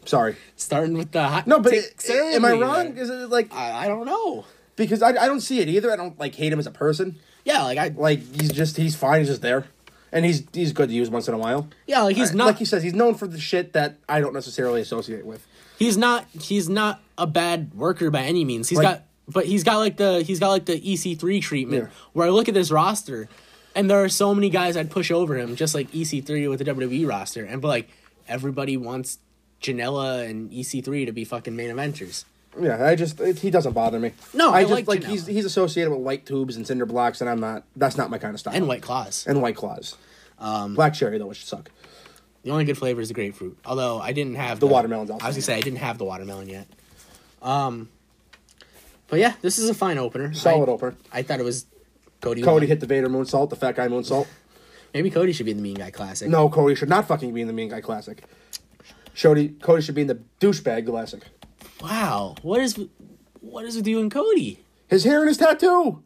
[SPEAKER 1] Sorry.
[SPEAKER 2] Starting with the hot
[SPEAKER 1] No, but
[SPEAKER 2] take
[SPEAKER 1] it- am I
[SPEAKER 2] ceremony.
[SPEAKER 1] wrong? Is it like
[SPEAKER 2] I, I don't know.
[SPEAKER 1] because I, I don't see it either. I don't like hate him as a person.
[SPEAKER 2] Yeah, like I
[SPEAKER 1] Like he's just he's fine. He's just there, and he's he's good to use once in a while.
[SPEAKER 2] yeah like he's not
[SPEAKER 1] like he says, he's known for the shit that I don't necessarily associate with.
[SPEAKER 2] he's not he's not a bad worker by any means. He's
[SPEAKER 1] Like-
[SPEAKER 2] got but he's got like the he's got like the EC3 treatment
[SPEAKER 1] Yeah.
[SPEAKER 2] where I look at this roster and there are so many guys I'd push over him just like EC3 with the WWE roster and but like everybody wants Janela and EC3 to be fucking main eventers.
[SPEAKER 1] Yeah, I just it, he doesn't bother me.
[SPEAKER 2] No, I
[SPEAKER 1] just
[SPEAKER 2] like Janela.
[SPEAKER 1] he's he's associated with light tubes and cinder blocks, and I'm not. That's not my kind of style.
[SPEAKER 2] And White Claws.
[SPEAKER 1] and white claws. Um, Black cherry though, which suck.
[SPEAKER 2] The only good flavor is the grapefruit. Although I didn't have the,
[SPEAKER 1] watermelon's
[SPEAKER 2] I was
[SPEAKER 1] awesome.
[SPEAKER 2] gonna say I didn't have the watermelon yet. Um, but yeah, this is a fine opener.
[SPEAKER 1] Solid
[SPEAKER 2] I,
[SPEAKER 1] opener.
[SPEAKER 2] I thought it was Cody.
[SPEAKER 1] Cody
[SPEAKER 2] won.
[SPEAKER 1] hit the Vader moonsault, the fat guy moonsault.
[SPEAKER 2] Maybe Cody should be in the Mean Guy Classic.
[SPEAKER 1] No, Cody should not fucking be in the Mean Guy Classic. Cody, Cody should be in the douchebag Classic.
[SPEAKER 2] Wow. What is what is with you and Cody?
[SPEAKER 1] His hair and his tattoo.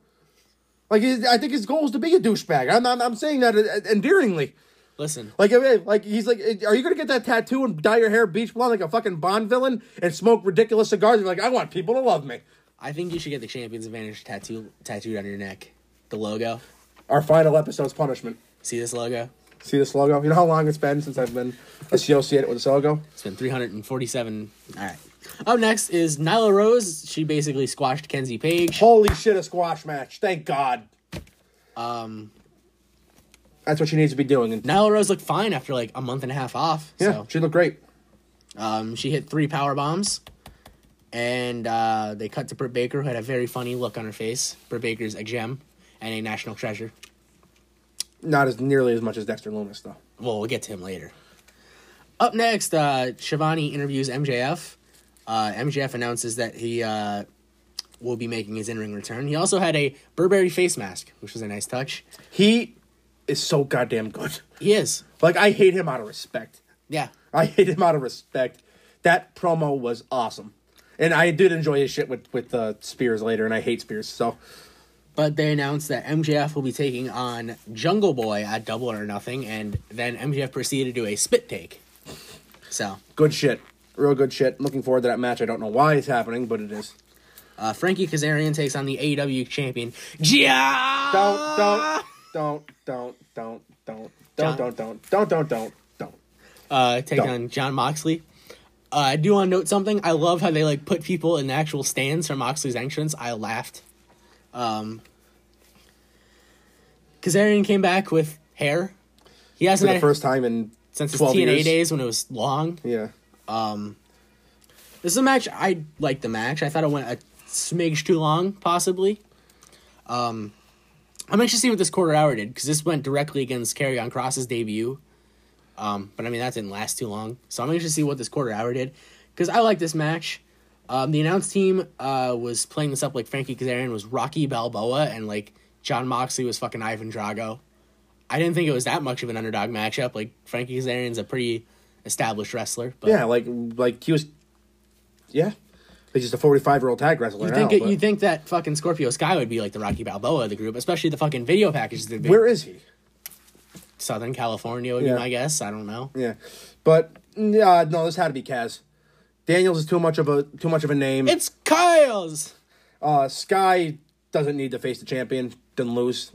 [SPEAKER 1] Like his, I think his goal is to be a douchebag. I'm, I'm I'm saying that uh, endearingly.
[SPEAKER 2] Listen,
[SPEAKER 1] Like, I mean, like he's like, are you gonna get that tattoo and dye your hair beach blonde like a fucking Bond villain and smoke ridiculous cigars? And be like, I want people to love me.
[SPEAKER 2] I think you should get the Champions Advantage tattoo tattooed on your neck. The logo.
[SPEAKER 1] Our final episode's punishment.
[SPEAKER 2] See this logo?
[SPEAKER 1] See this logo? You know how long it's been since I've been associated with this logo?
[SPEAKER 2] It's been 347. All right. Up next is Nyla Rose. She basically squashed Kenzie Page.
[SPEAKER 1] Holy shit, a squash match. Thank God.
[SPEAKER 2] Um,
[SPEAKER 1] That's what she needs to be doing. And
[SPEAKER 2] Nyla Rose looked fine after like a month and a half off.
[SPEAKER 1] yeah,
[SPEAKER 2] So
[SPEAKER 1] she looked great.
[SPEAKER 2] um, she hit three power bombs, and uh, they cut to Britt Baker, who had a very funny look on her face. Britt Baker's a gem and a national treasure.
[SPEAKER 1] Not as nearly as much as Dexter Loomis, though.
[SPEAKER 2] Well, we'll get to him later. Up next, uh, Shivani interviews MJF. Uh, MJF announces that he uh, will be making his in ring return. He also had a Burberry face mask, which was a nice touch.
[SPEAKER 1] He is so goddamn good.
[SPEAKER 2] He is.
[SPEAKER 1] Like, I hate him out of respect.
[SPEAKER 2] Yeah.
[SPEAKER 1] I hate him out of respect. That promo was awesome. And I did enjoy his shit with, with uh, Spears later, and I hate Spears, so.
[SPEAKER 2] But they announced that MJF will be taking on Jungle Boy at Double or Nothing, and then MJF proceeded to do a spit take. So,
[SPEAKER 1] Good shit. Real good shit. Looking forward to that match. I don't know why it's happening, but it is.
[SPEAKER 2] uh, Frankie Kazarian takes on the AEW champion, Gia!
[SPEAKER 1] Don't,
[SPEAKER 2] Ah!
[SPEAKER 1] don't, don't, don't, don't, don't, don't, don't, don't, don't, don't, don't, don't.
[SPEAKER 2] uh, take
[SPEAKER 1] Don't.
[SPEAKER 2] on John Moxley. Uh, I do want to note something. I love how they like put people in the actual stands for Moxley's entrance. I laughed. Um, Kazarian came back with hair. He
[SPEAKER 1] For
[SPEAKER 2] hasn't
[SPEAKER 1] the
[SPEAKER 2] had
[SPEAKER 1] first time in
[SPEAKER 2] since his
[SPEAKER 1] 12
[SPEAKER 2] TNA
[SPEAKER 1] years.
[SPEAKER 2] days when it was long.
[SPEAKER 1] Yeah.
[SPEAKER 2] This is a match I liked the match. I thought it went a smidge too long, possibly. Um, I'm anxious to see what this quarter hour did because this went directly against Carry on Cross's debut. Um, but I mean that didn't last too long, so I'm anxious to see what this quarter hour did because I like this match. Um, the announced team uh, was playing this up like Frankie Kazarian was Rocky Balboa and like John Moxley was fucking Ivan Drago. I didn't think it was that much of an underdog matchup. Like Frankie Kazarian's a pretty established wrestler, but
[SPEAKER 1] Yeah, like, like he was. Yeah. He's just a 45 year old tag wrestler.
[SPEAKER 2] You
[SPEAKER 1] now,
[SPEAKER 2] think it,
[SPEAKER 1] but-
[SPEAKER 2] you think that fucking Scorpio Sky would be like the Rocky Balboa of the group, especially the fucking video packages that
[SPEAKER 1] Where is he?
[SPEAKER 2] Southern California would
[SPEAKER 1] Yeah.
[SPEAKER 2] be my guess. I don't know.
[SPEAKER 1] Yeah. But, uh, no, this had to be Kaz. Daniels is too much of a too much of a name.
[SPEAKER 2] It's Kyle's.
[SPEAKER 1] Uh, Sky doesn't need to face the champion, then lose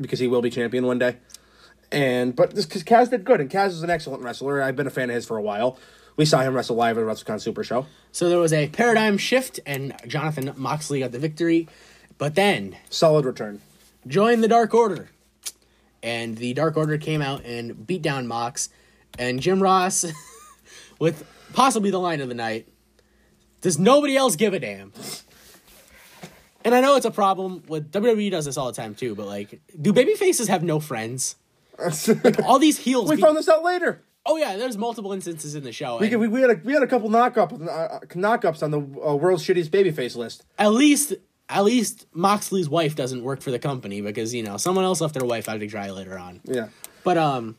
[SPEAKER 1] because he will be champion one day. And but this because Kaz did good, and Kaz is an excellent wrestler. I've been a fan of his for a while. We saw him wrestle live at WrestleCon Super Show.
[SPEAKER 2] So there was a paradigm shift, and Jonathan Moxley got the victory. But then
[SPEAKER 1] Solid return.
[SPEAKER 2] join the Dark Order, and the Dark Order came out and beat down Mox and Jim Ross with possibly the line of the night. Does nobody else give a damn? And I know it's a problem with WWE does this all the time too, but like, do baby faces have no friends? All these heels.
[SPEAKER 1] we
[SPEAKER 2] be-
[SPEAKER 1] found this out later.
[SPEAKER 2] oh yeah, there's multiple instances in the show.
[SPEAKER 1] We,
[SPEAKER 2] and
[SPEAKER 1] we, we had a we had a couple knockup uh, knockups on the uh, world's shittiest babyface list.
[SPEAKER 2] at least, at least Moxley's wife doesn't work for the company because you know someone else left their wife out to dry later on.
[SPEAKER 1] Yeah,
[SPEAKER 2] But um,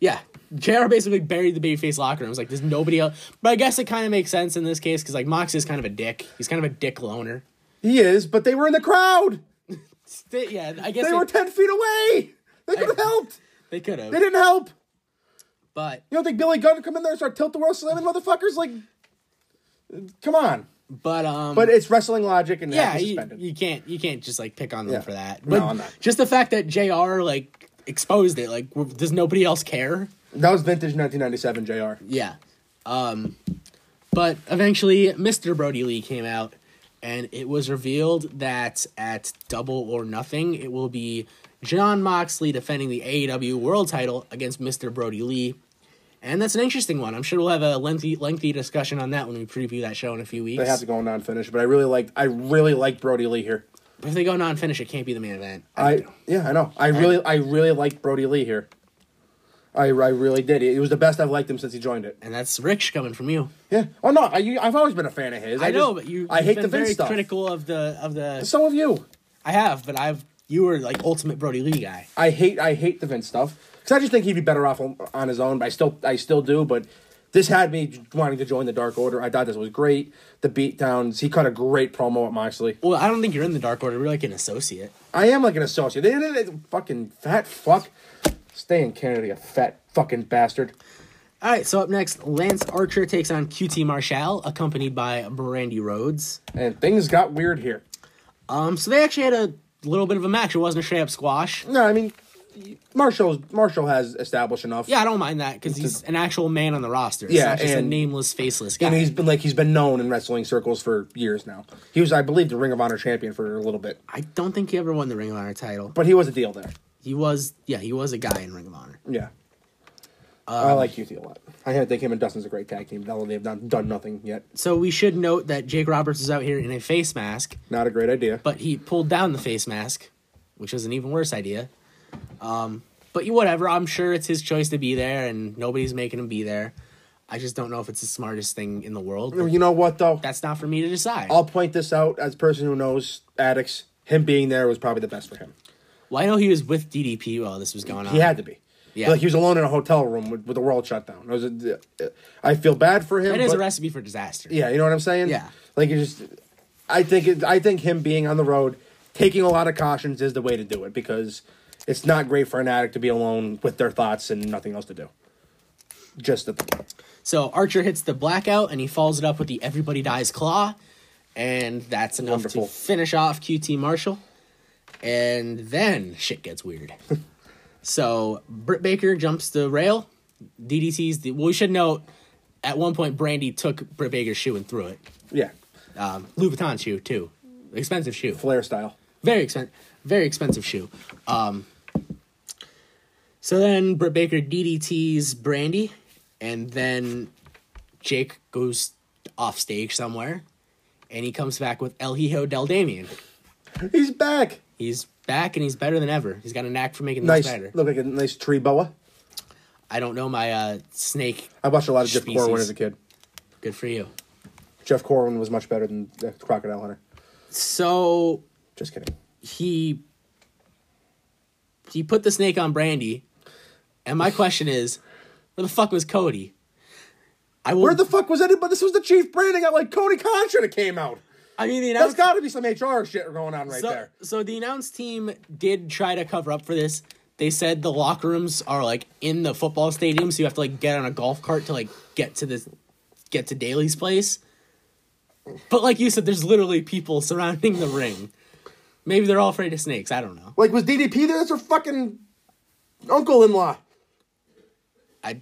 [SPEAKER 2] yeah, JR basically buried the babyface locker room. It was like, there's nobody else. But I guess it kind of makes sense in this case because like Mox is kind of a dick. He's kind of a dick loner.
[SPEAKER 1] he is, but they were in the crowd.
[SPEAKER 2] Sti- Yeah, I guess
[SPEAKER 1] They
[SPEAKER 2] they,
[SPEAKER 1] were ten feet away. They could have helped.
[SPEAKER 2] they could
[SPEAKER 1] They
[SPEAKER 2] have.
[SPEAKER 1] didn't help.
[SPEAKER 2] But
[SPEAKER 1] You don't think Billy Gunn would come in there and start tilt the world slamming motherfuckers? Like, come on.
[SPEAKER 2] but um,
[SPEAKER 1] But it's wrestling logic and yeah,
[SPEAKER 2] yeah,
[SPEAKER 1] to
[SPEAKER 2] you,
[SPEAKER 1] suspended.
[SPEAKER 2] you can't you can't just like pick on them
[SPEAKER 1] Yeah.
[SPEAKER 2] for that.
[SPEAKER 1] No,
[SPEAKER 2] But
[SPEAKER 1] I'm not.
[SPEAKER 2] just the fact that JR like exposed it, like w- does nobody else care?
[SPEAKER 1] that was vintage 1997 JR.
[SPEAKER 2] Yeah. Um, but eventually, Mr. Brody Lee came out, and it was revealed that at Double or Nothing, it will be John Moxley defending the AEW World Title against Mr. Brody Lee. And that's an interesting one. I'm sure we'll have a lengthy lengthy discussion on that when we preview that show in a few weeks.
[SPEAKER 1] They have to go non finish, but I really like I really like Brody Lee here.
[SPEAKER 2] But if they go non finish, it can't be the main event.
[SPEAKER 1] I yeah, I know. I really I really like Brody Lee here. I, I really did. It was the best I've liked him since he joined it.
[SPEAKER 2] and that's Rich coming from you.
[SPEAKER 1] Yeah. Oh no, I, you, I've always been a fan of his.
[SPEAKER 2] I, know,
[SPEAKER 1] just-
[SPEAKER 2] but you.
[SPEAKER 1] I
[SPEAKER 2] you've
[SPEAKER 1] hate
[SPEAKER 2] been
[SPEAKER 1] the Vince
[SPEAKER 2] very
[SPEAKER 1] stuff.
[SPEAKER 2] critical of the of the.
[SPEAKER 1] So have you.
[SPEAKER 2] I have, but I've you were like ultimate Brody Lee guy.
[SPEAKER 1] I hate I hate the Vince stuff because I just think he'd be better off on, on his own. But I still I still do. But This had me wanting to join the Dark Order. I thought this was great. The beatdowns. He cut a great promo at Moxley.
[SPEAKER 2] Well, I don't think you're in the Dark Order. You're like an associate.
[SPEAKER 1] I am like an associate. They, they, they- fucking fat fuck. Stay in Canada, you fat fucking bastard.
[SPEAKER 2] All right, so up next, Lance Archer takes on QT Marshall, accompanied by Brandy Rhodes.
[SPEAKER 1] And things got weird here.
[SPEAKER 2] Um, so they actually had a little bit of a match. It wasn't a straight up squash.
[SPEAKER 1] No, I mean, Marshall. Marshall has established enough.
[SPEAKER 2] Yeah, I don't mind that because he's an actual man on the roster. It's
[SPEAKER 1] Yeah,
[SPEAKER 2] not just a
[SPEAKER 1] and-
[SPEAKER 2] nameless, faceless guy.
[SPEAKER 1] And he's been like he's been known in wrestling circles for years now. He was, I believe, the Ring of Honor champion for a little bit,
[SPEAKER 2] I don't think he ever won the Ring of Honor title.
[SPEAKER 1] but he was a deal there.
[SPEAKER 2] He was, yeah, he was a guy in Ring of Honor.
[SPEAKER 1] Yeah, I like QT a lot. I had- think him and Dustin's a great tag team. Although they've not done nothing yet.
[SPEAKER 2] So we should note that Jake Roberts is out here in a face mask,
[SPEAKER 1] Not a great idea.
[SPEAKER 2] but he pulled down the face mask, which is an even worse idea. Um, but you whatever, I'm sure it's his choice to be there, and nobody's making him be there. I just don't know if it's the smartest thing in the world. but
[SPEAKER 1] you know what though?
[SPEAKER 2] That's not for me to decide.
[SPEAKER 1] I'll point this out as a person who knows addicts. Him being there was probably the best for him.
[SPEAKER 2] Well, I know he was with DDP while this was going on.
[SPEAKER 1] He had to be.
[SPEAKER 2] Yeah.
[SPEAKER 1] Like he was alone in a hotel room with, with the world shut down. It was a, I feel bad for him.
[SPEAKER 2] That is a
[SPEAKER 1] but-
[SPEAKER 2] recipe for disaster.
[SPEAKER 1] Yeah, you know what I'm saying?
[SPEAKER 2] Yeah.
[SPEAKER 1] Like you just I think it, I think him being on the road, taking a lot of cautions is the way to do it because it's not great for an addict to be alone with their thoughts and nothing else to do. Just the
[SPEAKER 2] So Archer hits the blackout and he follows it up with the everybody dies claw, and that's enough
[SPEAKER 1] Wonderful.
[SPEAKER 2] to finish off QT Marshall. And then shit gets weird. so Britt Baker jumps the rail, DDT's the. Well, we should note at one point Brandy took Britt Baker's shoe and threw it.
[SPEAKER 1] yeah,
[SPEAKER 2] Um, Louis Vuitton shoe too, expensive shoe
[SPEAKER 1] Flair style.
[SPEAKER 2] very expensive, very expensive shoe. Um, so then Britt Baker DDT's Brandy, and then Jake goes off stage somewhere, and he comes back with El Hijo del Damien.
[SPEAKER 1] He's back.
[SPEAKER 2] He's back and he's better than ever. He's got a knack for making
[SPEAKER 1] Nice.
[SPEAKER 2] things better.
[SPEAKER 1] Look like a nice tree boa.
[SPEAKER 2] I don't know my uh, snake.
[SPEAKER 1] I watched a lot of Jeff
[SPEAKER 2] Species.
[SPEAKER 1] Corwin as a kid.
[SPEAKER 2] Good for you.
[SPEAKER 1] Jeff Corwin was much better than the Crocodile Hunter.
[SPEAKER 2] So
[SPEAKER 1] Just kidding.
[SPEAKER 2] he he put the snake on Brandy, and my question is, where the fuck was Cody? I will
[SPEAKER 1] Where the fuck was anybody? This was the chief branding out like Cody Khan should have came out.
[SPEAKER 2] I mean, the
[SPEAKER 1] That's
[SPEAKER 2] announce-
[SPEAKER 1] got to be some HR shit going on right
[SPEAKER 2] so,
[SPEAKER 1] there.
[SPEAKER 2] so the announce team did try to cover up for this. They said the locker rooms are like in the football stadium, so you have to like get on a golf cart to like get to this, get to Daly's place. But like you said, there's literally people surrounding the ring. Maybe they're all afraid of snakes. I don't know.
[SPEAKER 1] Like, was DDP there? That's her fucking uncle-in-law.
[SPEAKER 2] I,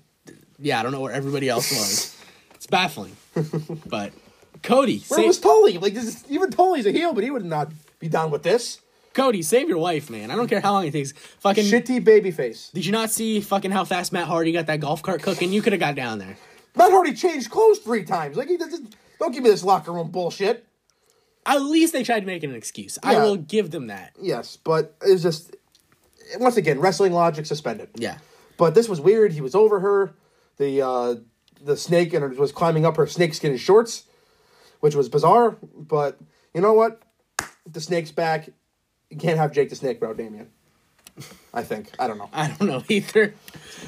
[SPEAKER 2] yeah, I don't know where everybody else was. it's baffling. But Cody,
[SPEAKER 1] Where
[SPEAKER 2] sa-
[SPEAKER 1] was Tully? Like, this is, even Tully's a heel, but he would not be down with this.
[SPEAKER 2] Cody, save your wife, man. I don't care how long it takes. Fucking
[SPEAKER 1] Shitty babyface.
[SPEAKER 2] Did you not see fucking how fast Matt Hardy got that golf cart cooking? You could have got down there.
[SPEAKER 1] Matt Hardy changed clothes three times. Like, he doesn't, don't give me this locker room bullshit.
[SPEAKER 2] At least they tried to make it an excuse. I
[SPEAKER 1] Yeah.
[SPEAKER 2] will give them that.
[SPEAKER 1] Yes, but it's just, once again, wrestling logic suspended.
[SPEAKER 2] Yeah.
[SPEAKER 1] But this was weird. He was over her. The uh, the snake and was climbing up her snakeskin shorts, which was bizarre. But you know what? The snake's back. You can't have Jake the Snake without Damien. I think. I don't know.
[SPEAKER 2] I don't know either.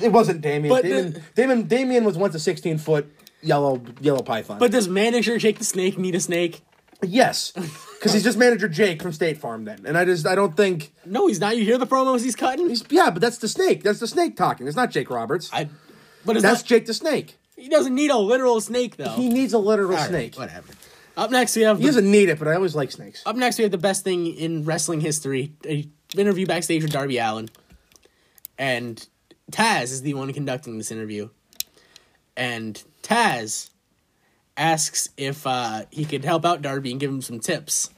[SPEAKER 1] It wasn't Damien.
[SPEAKER 2] But
[SPEAKER 1] Damien,
[SPEAKER 2] the-
[SPEAKER 1] Damien, Damien was once a sixteen foot yellow yellow python.
[SPEAKER 2] But does manager Jake the Snake need a snake?
[SPEAKER 1] yes, because he's just manager Jake from State Farm then, and I just I don't think.
[SPEAKER 2] No, he's not. You hear the promos he's cutting?
[SPEAKER 1] Yeah, but that's the snake. That's the snake talking. It's not Jake Roberts.
[SPEAKER 2] I, but it's
[SPEAKER 1] that's
[SPEAKER 2] not-
[SPEAKER 1] Jake the Snake.
[SPEAKER 2] he doesn't need a literal snake though.
[SPEAKER 1] He needs a literal
[SPEAKER 2] All right,
[SPEAKER 1] snake.
[SPEAKER 2] whatever. Up next we have
[SPEAKER 1] He
[SPEAKER 2] the,
[SPEAKER 1] doesn't need it, but I always like snakes.
[SPEAKER 2] up next we have the best thing in wrestling history. A interview backstage with Darby Allen, and Taz is the one conducting this interview, and Taz asks if uh, he could help out Darby and give him some tips,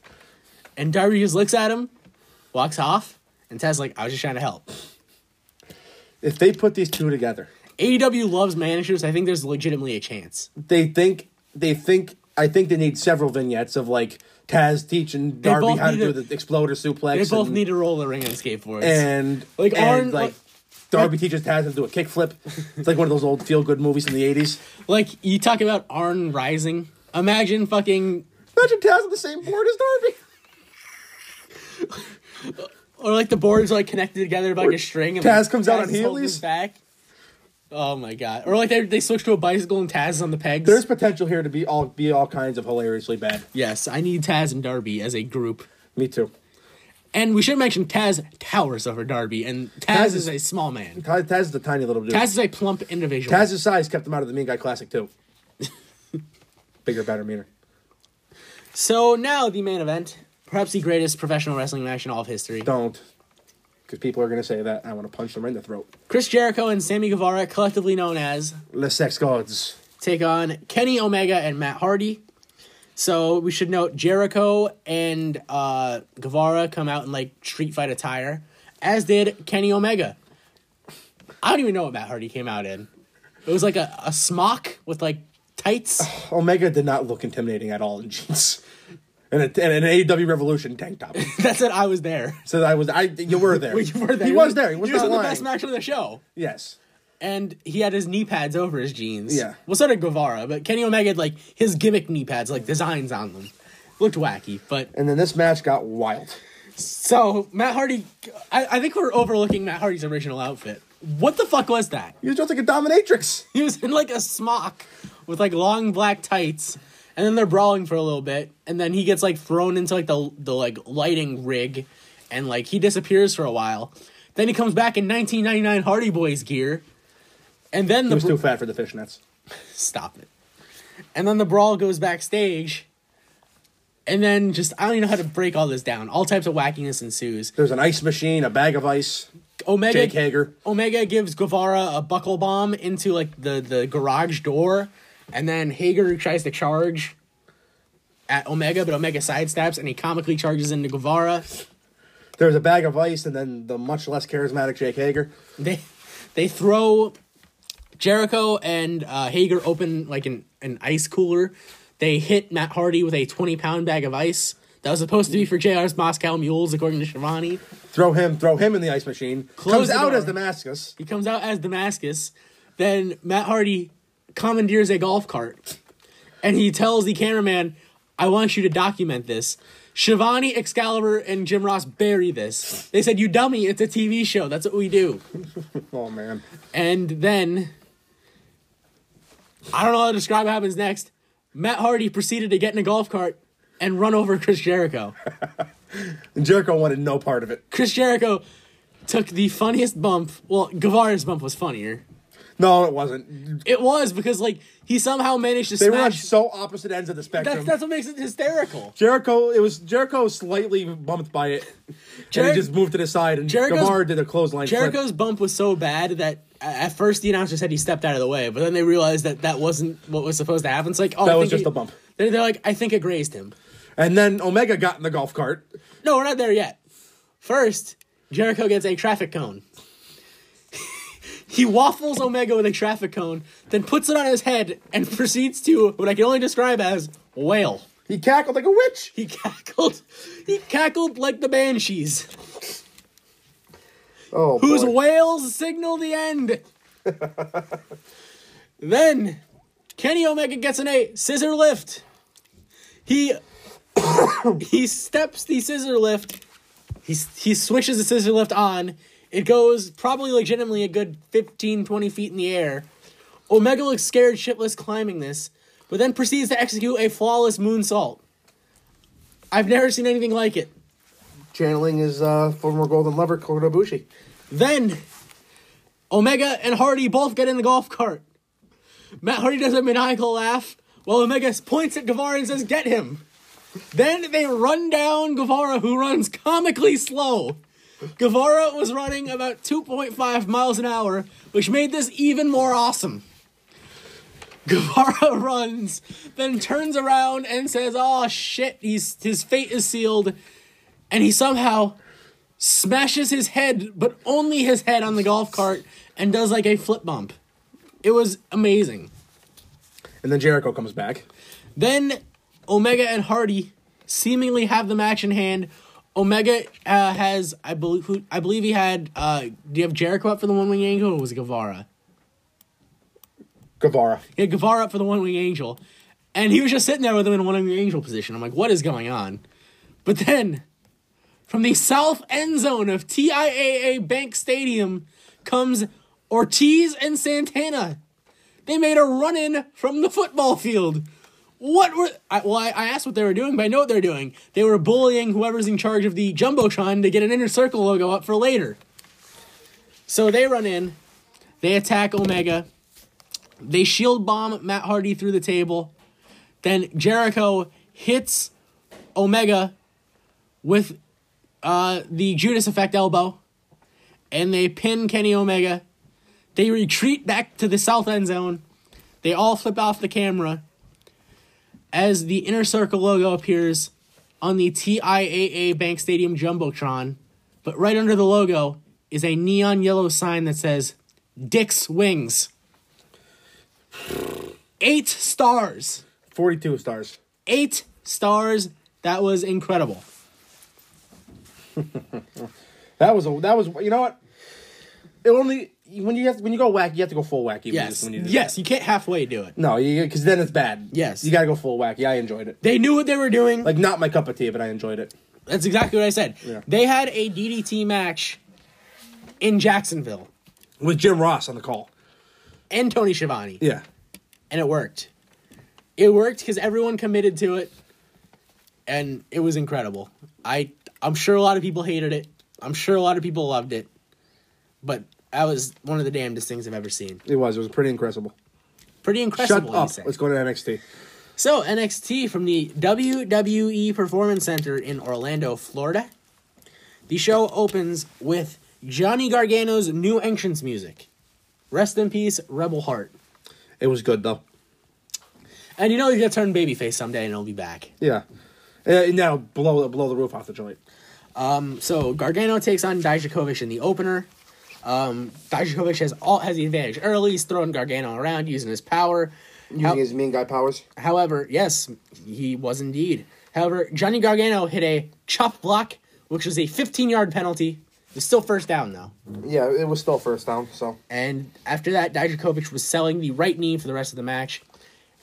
[SPEAKER 2] and Darby just looks at him, walks off, and Taz's like, "I was just trying to help."
[SPEAKER 1] If they put these two together,
[SPEAKER 2] AEW E loves managers. I think there's legitimately a chance.
[SPEAKER 1] they think they think I think they need several vignettes of like Taz teaching Darby
[SPEAKER 2] both
[SPEAKER 1] how to
[SPEAKER 2] need
[SPEAKER 1] do
[SPEAKER 2] a-
[SPEAKER 1] the exploder suplex.
[SPEAKER 2] They both
[SPEAKER 1] and,
[SPEAKER 2] need to roll the ring on skateboards.
[SPEAKER 1] and
[SPEAKER 2] Like,
[SPEAKER 1] like
[SPEAKER 2] Arn- uh,
[SPEAKER 1] and, like Darby teaches Taz how to do a kickflip. It's like one of those old feel good movies from the eighties.
[SPEAKER 2] like you talk about Arn rising. Imagine fucking
[SPEAKER 1] Imagine Taz on the same board as Darby.
[SPEAKER 2] Or like the boards are like connected together by like a string. And
[SPEAKER 1] Taz
[SPEAKER 2] like,
[SPEAKER 1] comes out on
[SPEAKER 2] is holding
[SPEAKER 1] Heelys?
[SPEAKER 2] his Back. Oh my god! Or like they they switched to a bicycle and Taz on the pegs.
[SPEAKER 1] There's potential here to be all be all kinds of hilariously bad.
[SPEAKER 2] yes, I need Taz and Darby as a group.
[SPEAKER 1] Me too.
[SPEAKER 2] And we should mention Taz towers over Darby, and Taz,
[SPEAKER 1] Taz
[SPEAKER 2] is,
[SPEAKER 1] is-
[SPEAKER 2] a small man.
[SPEAKER 1] Taz, Taz is the tiny little dude.
[SPEAKER 2] Taz is a plump individual.
[SPEAKER 1] Taz's size kept him out of the Mean Guy Classic too. Bigger, better, meaner.
[SPEAKER 2] so now the main event, perhaps the greatest professional wrestling match in all of history.
[SPEAKER 1] Don't, because people are gonna say that. and I want to punch them in the throat.
[SPEAKER 2] Chris Jericho and Sammy Guevara, collectively known as,
[SPEAKER 1] The sex gods.
[SPEAKER 2] take on Kenny Omega and Matt Hardy. So we should note Jericho and uh, Guevara come out in like street fight attire, as did Kenny Omega. I don't even know what Matt Hardy came out in. It was like a, a smock with like tights.
[SPEAKER 1] Omega did not look intimidating at all in jeans, and, a, and an AEW Revolution tank top.
[SPEAKER 2] That's it. I was there.
[SPEAKER 1] So I was, I you were there.
[SPEAKER 2] You were there.
[SPEAKER 1] He was there. He was
[SPEAKER 2] you
[SPEAKER 1] not
[SPEAKER 2] saw
[SPEAKER 1] lying.
[SPEAKER 2] the best match of the show.
[SPEAKER 1] Yes.
[SPEAKER 2] And he had his knee pads over his jeans.
[SPEAKER 1] Yeah.
[SPEAKER 2] Well, so did Guevara, but Kenny Omega had like his gimmick knee pads, like designs on them. Looked wacky, but
[SPEAKER 1] And then this match got wild.
[SPEAKER 2] so Matt Hardy, I, I think we're overlooking Matt Hardy's original outfit. What the fuck was that?
[SPEAKER 1] He was just like a dominatrix.
[SPEAKER 2] He was in like a smock with like long black tights, and then they're brawling for a little bit, and then he gets like thrown into like the the like lighting rig, and like he disappears for a while. Then he comes back in 1999 Hardy Boys gear, and then
[SPEAKER 1] He
[SPEAKER 2] the
[SPEAKER 1] was
[SPEAKER 2] br-
[SPEAKER 1] too fat for the fishnets.
[SPEAKER 2] stop it, and then the brawl goes backstage, and then just I don't even know how to break all this down. All types of wackiness ensues.
[SPEAKER 1] There's an ice machine, a bag of ice,
[SPEAKER 2] Omega
[SPEAKER 1] Jake Hager.
[SPEAKER 2] Omega gives Guevara a buckle bomb into like the the garage door, and then Hager tries to charge at Omega, but Omega sidesteps and he comically charges into Guevara.
[SPEAKER 1] There's a bag of ice, and then the much less charismatic Jake Hager.
[SPEAKER 2] They they throw Jericho and uh, Hager open like an an ice cooler. They hit Matt Hardy with a twenty pound bag of ice that was supposed to be for JR's Moscow Mules, according to Shivani.
[SPEAKER 1] Throw him, throw him in the ice machine.
[SPEAKER 2] Close
[SPEAKER 1] Comes
[SPEAKER 2] the
[SPEAKER 1] out
[SPEAKER 2] door.
[SPEAKER 1] as Damascus.
[SPEAKER 2] He comes out as Damascus. Then Matt Hardy commandeers a golf cart and he tells the cameraman, I want you to document this. Shivani, Excalibur, and Jim Ross bury this. They said, You dummy, it's a TV show. That's what we do.
[SPEAKER 1] Oh man,
[SPEAKER 2] And then, I don't know how to describe what happens next. Matt Hardy proceeded to get in a golf cart and run over Chris Jericho.
[SPEAKER 1] and Jericho wanted no part of it.
[SPEAKER 2] Chris Jericho took the funniest bump. Well, Guevara's bump was funnier.
[SPEAKER 1] No, it wasn't.
[SPEAKER 2] It was because like he somehow managed to
[SPEAKER 1] They were on
[SPEAKER 2] smash.
[SPEAKER 1] so opposite ends of the spectrum.
[SPEAKER 2] that's that's what makes it hysterical.
[SPEAKER 1] Jericho, it was Jericho slightly bumped by it, and
[SPEAKER 2] Jer-
[SPEAKER 1] he just moved to the side, and
[SPEAKER 2] Jericho's-
[SPEAKER 1] Guevara did a clothesline. flip.
[SPEAKER 2] Jericho's bump was so bad that a- at first the announcer said he stepped out of the way, but then they realized that that wasn't what was supposed to happen. It's like oh, I
[SPEAKER 1] That was
[SPEAKER 2] think
[SPEAKER 1] just
[SPEAKER 2] he-
[SPEAKER 1] a bump.
[SPEAKER 2] They're, they're like I think it grazed him.
[SPEAKER 1] and then Omega got in the golf cart.
[SPEAKER 2] No, we're not there yet. First, Jericho gets a traffic cone. he waffles Omega with a traffic cone, then puts it on his head and proceeds to what I can only describe as wail.
[SPEAKER 1] He cackled like a witch.
[SPEAKER 2] He cackled. He cackled like the banshees.
[SPEAKER 1] Oh,
[SPEAKER 2] whose
[SPEAKER 1] boy.
[SPEAKER 2] wails signal the end. then Kenny Omega gets an a scissor lift. He he steps the scissor lift. He he switches the scissor lift on. It goes probably legitimately a good 15, 20 feet in the air. Omega looks scared shitless climbing this, but then proceeds to execute a flawless moonsault. I've never seen anything like it.
[SPEAKER 1] channeling his uh, former golden lover Kota Ibushi.
[SPEAKER 2] Then Omega and Hardy both get in the golf cart. Matt Hardy does a maniacal laugh while Omega points at Guevara and says, Get him. Then they run down Guevara, who runs comically slow. Guevara was running about 2.5 miles an hour, which made this even more awesome. Guevara runs, then turns around and says, Oh shit, he's, his fate is sealed. And he somehow smashes his head, but only his head on the golf cart and does like a flip bump. It was amazing.
[SPEAKER 1] And then Jericho comes back.
[SPEAKER 2] Then Omega and Hardy seemingly have the match in hand. Omega uh, has, I believe, who, I believe he had. Uh, do you have Jericho up for the one wing angel, or was it Guevara?
[SPEAKER 1] Guevara.
[SPEAKER 2] He had Guevara up for the one wing angel, and he was just sitting there with him in one wing angel position. I'm like, what is going on? But then, from the south end zone of TIAA Bank Stadium comes Ortiz and Santana. They made a run in from the football field. What were I, well? I, I asked what they were doing, but I know what they're doing. They were bullying whoever's in charge of the jumbotron to get an inner circle logo up for later. So they run in, they attack Omega, they shield bomb Matt Hardy through the table, then Jericho hits Omega with uh, the Judas Effect elbow, and they pin Kenny Omega. They retreat back to the south end zone. They all flip off the camera as the Inner Circle logo appears on the TIAA Bank Stadium Jumbotron. But right under the logo is a neon yellow sign that says Dick's Wings. Eight stars.
[SPEAKER 1] 42 stars.
[SPEAKER 2] Eight stars. That was incredible.
[SPEAKER 1] That was a that was you know what? It only when you have when you go whack, you have to go full wacky.
[SPEAKER 2] Yes.
[SPEAKER 1] When you do that.
[SPEAKER 2] Yes, you can't halfway do it.
[SPEAKER 1] No, because then it's bad.
[SPEAKER 2] Yes.
[SPEAKER 1] You got to go full wacky. I enjoyed it.
[SPEAKER 2] They knew what they were doing.
[SPEAKER 1] Like not my cup of tea, but I enjoyed it.
[SPEAKER 2] That's exactly what I said.
[SPEAKER 1] Yeah.
[SPEAKER 2] They had a DDT match in Jacksonville
[SPEAKER 1] With Jim Ross on the call.
[SPEAKER 2] and Tony Schiavone,
[SPEAKER 1] Yeah.
[SPEAKER 2] and it worked. It worked because everyone committed to it, and it was incredible. I I'm sure a lot of people hated it. I'm sure a lot of people loved it, but that was one of the damnedest things I've ever seen.
[SPEAKER 1] It was. It was pretty incredible.
[SPEAKER 2] Pretty
[SPEAKER 1] Shut
[SPEAKER 2] incredible. you
[SPEAKER 1] up.
[SPEAKER 2] say.
[SPEAKER 1] Let's go to NXT.
[SPEAKER 2] So NXT from the WWE Performance Center in Orlando, Florida. The show opens with Johnny Gargano's new entrance music. Rest in peace, Rebel Heart.
[SPEAKER 1] It was good though.
[SPEAKER 2] And you know he's gonna turn babyface someday and he'll be back.
[SPEAKER 1] Yeah. Uh, now blow blow the roof off the joint.
[SPEAKER 2] So Gargano takes on Dijakovic in the opener. Um, Dijakovic has all has the advantage early. He's throwing Gargano around, using his power. How-
[SPEAKER 1] mean guy powers.
[SPEAKER 2] However, yes, he was indeed. However, Johnny Gargano hit a chop block, which was a 15 yard penalty. It's still first down, though.
[SPEAKER 1] Yeah, it was still first down. So
[SPEAKER 2] And after that, Dijakovic was selling the right knee for the rest of the match.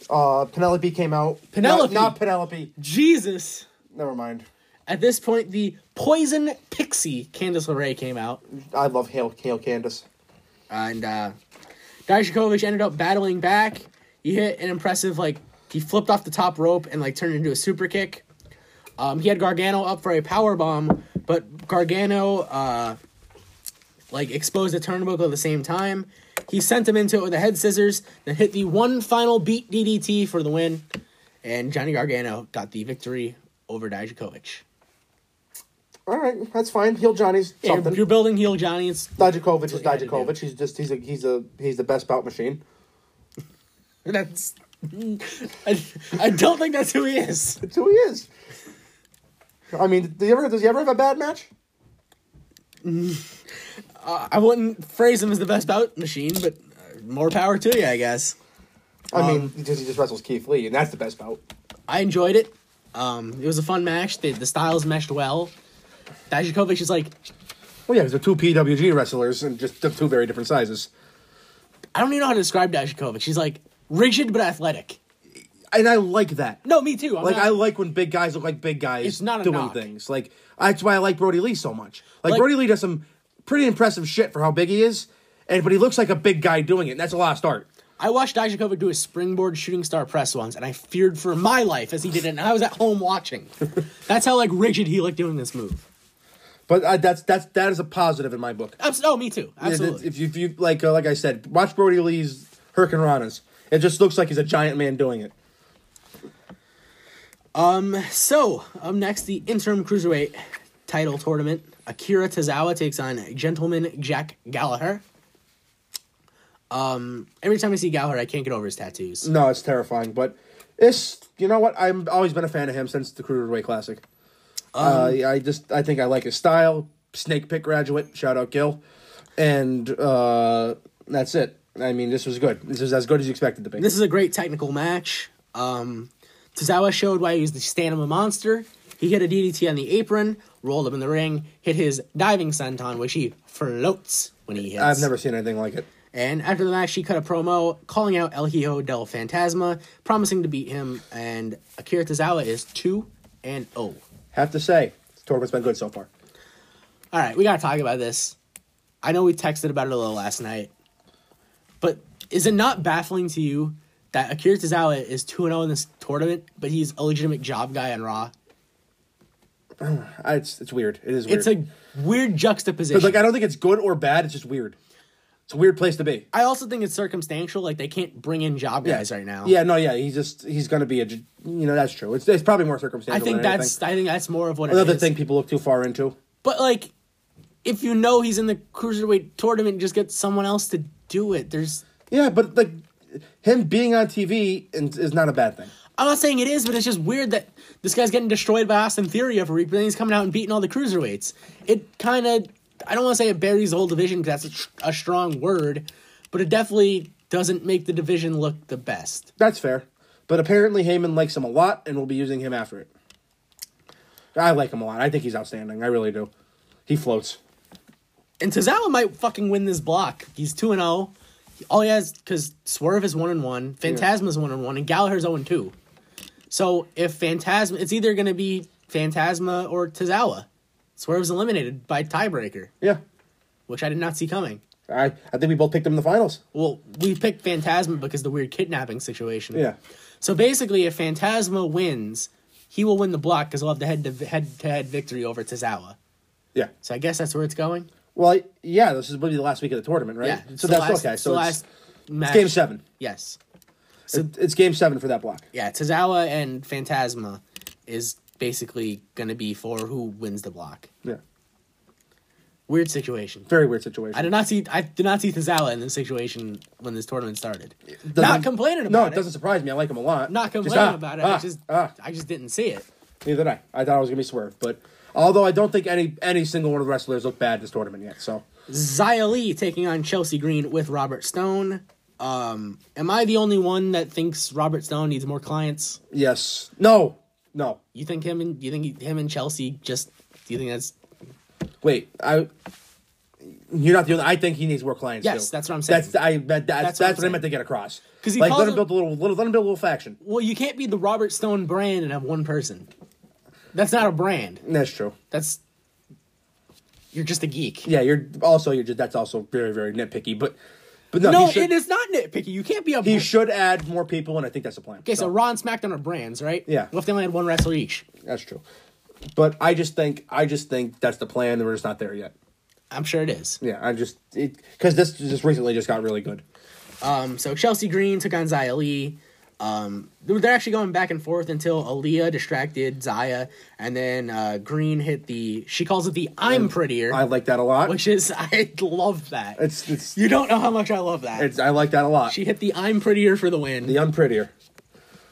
[SPEAKER 1] uh, Penelope came out.
[SPEAKER 2] Penelope?
[SPEAKER 1] not, not Penelope.
[SPEAKER 2] Jesus!
[SPEAKER 1] Never mind.
[SPEAKER 2] At this point, the poison pixie Candice LeRae came out,
[SPEAKER 1] I love Hale Hale Candace.
[SPEAKER 2] and uh, Dijakovic ended up battling back. He hit an impressive, like, he flipped off the top rope and, like, turned it into a super kick. Um, he had Gargano up for a power bomb, but Gargano uh, like exposed the turnbuckle at the same time. He sent him into it with a head scissors, then hit the one final beat DDT for the win, and Johnny Gargano got the victory over Dijakovic.
[SPEAKER 1] All right, that's fine. Heel Johnny's
[SPEAKER 2] Yeah,
[SPEAKER 1] something.
[SPEAKER 2] You're building heel Johnny. It's
[SPEAKER 1] Dijakovic is
[SPEAKER 2] gotta do.
[SPEAKER 1] Dijakovic. He's just he's a he's a he's the best bout machine.
[SPEAKER 2] that's. I, I don't think that's who he is.
[SPEAKER 1] That's who he is. I mean, do you ever does he ever have a bad match?
[SPEAKER 2] I wouldn't phrase him as the best bout machine, but uh, more power to you, I guess.
[SPEAKER 1] I mean, he just, he just wrestles Keith Lee, and that's the best bout.
[SPEAKER 2] I enjoyed it. Um, it was a fun match. The, the styles meshed well. Dijakovic is like,
[SPEAKER 1] Well, yeah, because they're two PWG wrestlers and just they're two very different sizes.
[SPEAKER 2] I don't even know how to describe Dijakovic. She's like rigid but athletic.
[SPEAKER 1] And I like that.
[SPEAKER 2] No, me too. I'm
[SPEAKER 1] Like
[SPEAKER 2] not-
[SPEAKER 1] I like when big guys look like big guys
[SPEAKER 2] It's not a
[SPEAKER 1] doing
[SPEAKER 2] knock.
[SPEAKER 1] things. Like that's why I like Brody Lee so much. Like,
[SPEAKER 2] Like-
[SPEAKER 1] Brody Lee does some pretty impressive shit for how big he is, and but he looks like a big guy doing it. And that's a lost art.
[SPEAKER 2] I watched Dijakovic do a springboard shooting star press once, and I feared for my life as he did it. And I was at home watching. That's how like rigid he looked doing this move.
[SPEAKER 1] But uh, that's that's that is a positive in my book.
[SPEAKER 2] Abs- oh, me too.
[SPEAKER 1] If-
[SPEAKER 2] Absolutely.
[SPEAKER 1] If you, if you like uh, like I said, watch Brody Lee's Hurricanranas. It just looks like he's a giant man doing it.
[SPEAKER 2] So, up next, the interim cruiserweight title tournament. Akira Tozawa takes on Gentleman Jack Gallagher. Um, every time I see Gallagher, I can't get over his tattoos.
[SPEAKER 1] No, it's terrifying. But it's you know what? I've always been a fan of him since the Cruiserweight Classic. uh,
[SPEAKER 2] Um,
[SPEAKER 1] yeah, I just I think I like his style. Snake Pit graduate, shout out Gil, and uh, that's it. I mean, this was good. This is as good as you expected to be.
[SPEAKER 2] This is a great technical match. Um, Tozawa showed why he was the stand of a monster. He hit a DDT on the apron, rolled him in the ring, hit his diving senton, which he floats when he hits.
[SPEAKER 1] I've never seen anything like it.
[SPEAKER 2] And after the match, she cut a promo calling out El Hijo del Fantasma, promising to beat him. And Akira Tozawa is 2 and oh. 0. All
[SPEAKER 1] Have to say, this tournament's been good so far.
[SPEAKER 2] right, we got to talk about this. I know we texted about it a little last night. But is it not baffling to you that Akira Tozawa is 2 0 in this tournament, but he's a legitimate job guy on Raw?
[SPEAKER 1] I, it's it's weird. It is weird.
[SPEAKER 2] It's a weird juxtaposition.
[SPEAKER 1] But, like I don't think it's good or bad. It's just weird. It's a weird place to be.
[SPEAKER 2] I also think it's circumstantial. Like they can't bring in job guys right now.
[SPEAKER 1] Yeah, no, yeah. He's just he's gonna be a j- you know that's true. It's it's probably more
[SPEAKER 2] I
[SPEAKER 1] circumstantial.
[SPEAKER 2] think
[SPEAKER 1] than
[SPEAKER 2] that's
[SPEAKER 1] anything.
[SPEAKER 2] I think that's more of what
[SPEAKER 1] another
[SPEAKER 2] it is.
[SPEAKER 1] thing people look too far into.
[SPEAKER 2] But like, if you know he's in the cruiserweight tournament, just get someone else to do it. There's
[SPEAKER 1] Yeah, but like him being on TV and- is not a bad thing.
[SPEAKER 2] I'm not saying it is, but it's just weird that this guy's getting destroyed by Austin Theory every week, but then he's coming out and beating all the cruiserweights. It kind of, I don't want to say it buries the whole division because that's a, tr- a strong word, but it definitely doesn't make the division look the best.
[SPEAKER 1] That's fair. But apparently Heyman likes him a lot and will be using him after it. I like him a lot. I think he's outstanding. I really do. He floats.
[SPEAKER 2] And Tozawa might fucking win this block. He's 2 and 0. All he has, because Swerve is 1 and 1, Phantasma's 1 and 1, and Gallagher's 0 and 2. So if Phantasma, it's either going to be Phantasma or Tozawa. Swerve's eliminated by tiebreaker,
[SPEAKER 1] Yeah.
[SPEAKER 2] which I did not see coming.
[SPEAKER 1] I, I think we both picked him in the finals.
[SPEAKER 2] Well, we picked Phantasma because of the weird kidnapping situation.
[SPEAKER 1] Yeah.
[SPEAKER 2] So basically, if Phantasma wins, he will win the block because he'll have the head to head to head victory over Tozawa.
[SPEAKER 1] Yeah.
[SPEAKER 2] So I guess that's where it's going.
[SPEAKER 1] Well, yeah, this is going be the last week of the tournament, right?
[SPEAKER 2] Yeah. it's
[SPEAKER 1] So
[SPEAKER 2] the
[SPEAKER 1] that's
[SPEAKER 2] last-
[SPEAKER 1] okay.
[SPEAKER 2] it's
[SPEAKER 1] So
[SPEAKER 2] the
[SPEAKER 1] it's,
[SPEAKER 2] last match.
[SPEAKER 1] it's game seven.
[SPEAKER 2] Yes.
[SPEAKER 1] It- it's game seven for that block.
[SPEAKER 2] Yeah, Tozawa and Phantasma is basically going to be for who wins the block.
[SPEAKER 1] Yeah.
[SPEAKER 2] Weird situation.
[SPEAKER 1] Very weird situation.
[SPEAKER 2] I did not see I did not see Tozawa in this situation when this tournament started.
[SPEAKER 1] Doesn't-
[SPEAKER 2] not complaining about
[SPEAKER 1] No,
[SPEAKER 2] it.
[SPEAKER 1] it doesn't surprise me. I like him a lot. Just,
[SPEAKER 2] Not complaining
[SPEAKER 1] ah,
[SPEAKER 2] about it.
[SPEAKER 1] ah,
[SPEAKER 2] I just
[SPEAKER 1] ah.
[SPEAKER 2] I just didn't see it.
[SPEAKER 1] Neither did I. I thought I was gonna be swerved, but although I don't think any any single one of the wrestlers look bad this tournament yet, so
[SPEAKER 2] Xia Li taking on Chelsea Green with Robert Stone. Um, am I the only one that thinks Robert Stone needs more clients?
[SPEAKER 1] yes, no, no.
[SPEAKER 2] You think him and you think he- him and Chelsea just? Do you think that's
[SPEAKER 1] Wait, I. You're not the only. I think he needs more clients.
[SPEAKER 2] Yes,
[SPEAKER 1] too.
[SPEAKER 2] that's what I'm saying.
[SPEAKER 1] That's I. That, that's that's,
[SPEAKER 2] That's what I'm
[SPEAKER 1] what, I meant to
[SPEAKER 2] saying.
[SPEAKER 1] get across.
[SPEAKER 2] 'Cause he
[SPEAKER 1] like
[SPEAKER 2] calls
[SPEAKER 1] let him
[SPEAKER 2] him-
[SPEAKER 1] build a little, little. Let him build a little faction.
[SPEAKER 2] well? You can't be the Robert Stone brand and have one person. That's not a brand.
[SPEAKER 1] That's true.
[SPEAKER 2] That's you're just a geek.
[SPEAKER 1] Yeah, you're also you're just that's also very very nitpicky, but but no,
[SPEAKER 2] No,
[SPEAKER 1] he should,
[SPEAKER 2] it is not nitpicky. You can't be a.
[SPEAKER 1] He
[SPEAKER 2] brand.
[SPEAKER 1] should add more people, and I think that's the plan.
[SPEAKER 2] okay, so Raw and SmackDown are brands, right?
[SPEAKER 1] Yeah.
[SPEAKER 2] Well, if they only had one wrestler each,
[SPEAKER 1] that's true. But I just think I just think that's the plan. and We're just not there yet.
[SPEAKER 2] I'm sure it is.
[SPEAKER 1] Yeah, I just because this just recently just got really good.
[SPEAKER 2] Um, so Chelsea Green took on Zaya Lee. Um, they were- they're actually going back and forth until Aaliyah distracted Zaya, and then uh, Green hit the. She calls it the "I'm prettier,"
[SPEAKER 1] I like that a lot.
[SPEAKER 2] which is I love that.
[SPEAKER 1] It's it's,
[SPEAKER 2] you don't know how much I love that.
[SPEAKER 1] it's I like that a lot.
[SPEAKER 2] she hit the "I'm prettier" for the win.
[SPEAKER 1] the unprettier,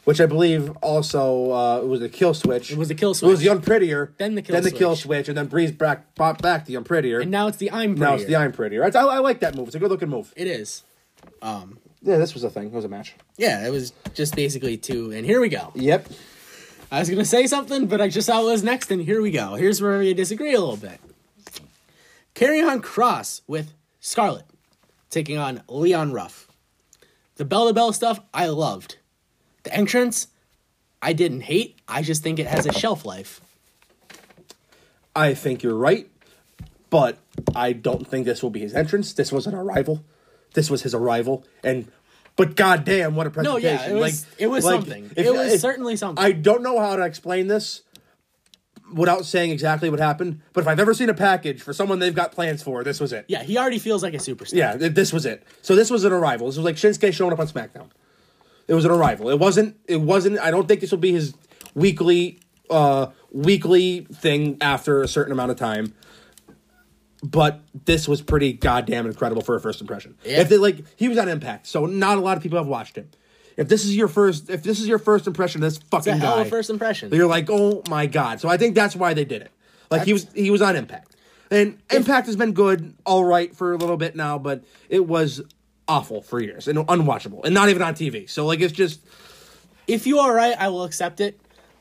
[SPEAKER 1] which I believe also uh, it was a kill switch. It
[SPEAKER 2] was a kill
[SPEAKER 1] It was the
[SPEAKER 2] switch.
[SPEAKER 1] unprettier.
[SPEAKER 2] Then the kill
[SPEAKER 1] then the kill
[SPEAKER 2] switch.
[SPEAKER 1] switch, and then Breeze back popped back the unprettier.
[SPEAKER 2] and now it's the "I'm prettier."
[SPEAKER 1] now it's the unprettier. It's, I, I like that move. It's a good looking move.
[SPEAKER 2] It is.
[SPEAKER 1] Yeah, this was a thing. It was a match.
[SPEAKER 2] Yeah, it was just basically two. And here we go.
[SPEAKER 1] Yep.
[SPEAKER 2] I was gonna say something, but I just saw what was next, and here we go. Here's where we disagree a little bit. Carry on Cross with Scarlett taking on Leon Ruff. The bell to bell stuff I loved. The entrance I didn't hate. I just think it has a shelf life.
[SPEAKER 1] I think you're right, but I don't think this will be his entrance. This was an arrival. This was his arrival, and but goddamn, what a
[SPEAKER 2] No,
[SPEAKER 1] presentation!
[SPEAKER 2] yeah, it was
[SPEAKER 1] like
[SPEAKER 2] it was
[SPEAKER 1] like,
[SPEAKER 2] something.
[SPEAKER 1] if-
[SPEAKER 2] it was
[SPEAKER 1] if-
[SPEAKER 2] certainly something.
[SPEAKER 1] I don't know how to explain this without saying exactly what happened, but if I've ever seen a package for someone they've got plans for, this was it.
[SPEAKER 2] yeah, he already feels like a superstar.
[SPEAKER 1] Yeah, th- this was it. So this was an arrival. This was like Shinsuke showing up on SmackDown. It was an arrival. It wasn't. It wasn't. I don't think this will be his weekly, uh, weekly thing after a certain amount of time. But this was pretty goddamn incredible for a first impression.
[SPEAKER 2] Yeah.
[SPEAKER 1] If they like, he was on Impact, so not a lot of people have watched him. If this is your first, if this is your first impression of this fucking
[SPEAKER 2] It's a hell
[SPEAKER 1] guy,
[SPEAKER 2] of a first impression.
[SPEAKER 1] you're like, oh my god. So I think that's why they did it. Like he was he was on Impact, and Impact has been good, all right for a little bit now, but it was awful for years and unwatchable, and not even on TV. So like it's just
[SPEAKER 2] if you are right, I will accept it.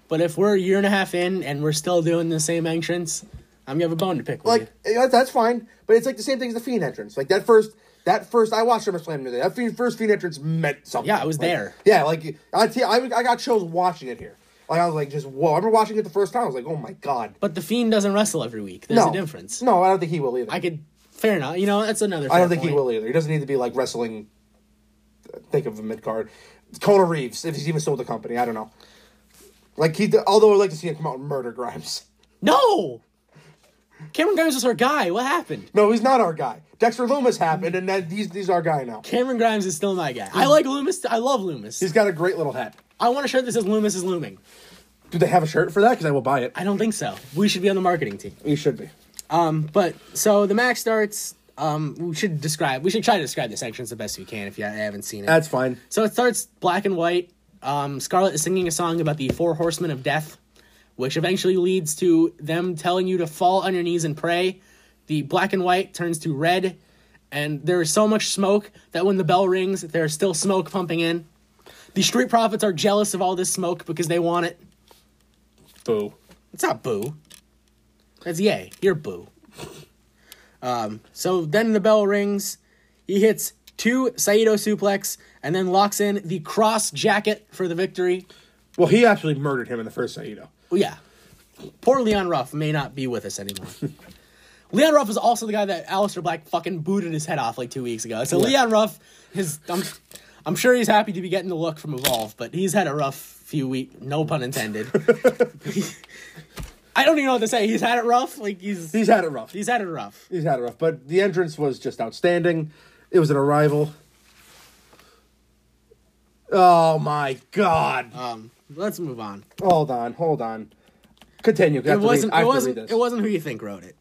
[SPEAKER 2] But if we're a year and a half in and we're still doing the same entrance, I'm gonna have a bone to pick with you.
[SPEAKER 1] like yeah, that's fine, but it's like the same thing as the Fiend entrance. Like that first. That first, I watched SummerSlam today. That Fiend, first Fiend entrance meant something.
[SPEAKER 2] Yeah, I was
[SPEAKER 1] Like,
[SPEAKER 2] there.
[SPEAKER 1] Yeah, like I, t- I, I got chills watching it here. Like I was like, just whoa! I remember watching it the first time. I was like, oh my god.
[SPEAKER 2] But the Fiend doesn't wrestle every week. There's
[SPEAKER 1] no
[SPEAKER 2] a difference.
[SPEAKER 1] No, I don't think he will either.
[SPEAKER 2] I could fair enough. You know, that's another.
[SPEAKER 1] I don't
[SPEAKER 2] fair
[SPEAKER 1] think he
[SPEAKER 2] point.
[SPEAKER 1] will either. He doesn't need to be like wrestling think of a mid card. Kona Reeves, if he's even still with the company, I don't know. Like he, although I'd like to see him come out and murder Grimes.
[SPEAKER 2] No! Cameron Grimes was our guy. What happened?
[SPEAKER 1] No, he's not our guy. Dexter Loomis happened, and then he's he's our guy now.
[SPEAKER 2] Cameron Grimes is still my guy. I like Loomis. I love Loomis.
[SPEAKER 1] He's got a great little hat.
[SPEAKER 2] I want a shirt that says Loomis is looming.
[SPEAKER 1] Do they have a shirt for that? Because I will buy it.
[SPEAKER 2] I don't think so. We should be on the marketing team.
[SPEAKER 1] You should be.
[SPEAKER 2] Um, but so the match starts. Um, we should describe. We should try to describe the sections the best we can if you haven't seen it.
[SPEAKER 1] That's fine.
[SPEAKER 2] So it starts black and white. Um, Scarlet is singing a song about the four horsemen of death, which eventually leads to them telling you to fall on your knees and pray. The black and white turns to red, and there is so much smoke that when the bell rings, there is still smoke pumping in. The street prophets are jealous of all this smoke because they want it.
[SPEAKER 1] Boo.
[SPEAKER 2] It's not boo. That's yay. You're boo. Um, so then the bell rings. He hits two Saito suplex and then locks in the cross jacket for the victory.
[SPEAKER 1] Well, he actually murdered him in the first Aido.
[SPEAKER 2] Well, yeah. Poor Leon Ruff may not be with us anymore. Leon Ruff is also the guy that Aleister Black fucking booted his head off like two weeks ago. So Leon Ruff is I'm I'm sure he's happy to be getting the look from Evolve, but he's had a rough few weeks. No pun intended. I don't even know what to say. He's had it rough. Like he's
[SPEAKER 1] He's had it rough.
[SPEAKER 2] he's had it rough.
[SPEAKER 1] He's had it rough. But the entrance was just outstanding. It was an arrival. Oh my god.
[SPEAKER 2] Um, let's move on.
[SPEAKER 1] hold on, hold on. Continue.
[SPEAKER 2] It wasn't. It wasn't. It wasn't who you think wrote it.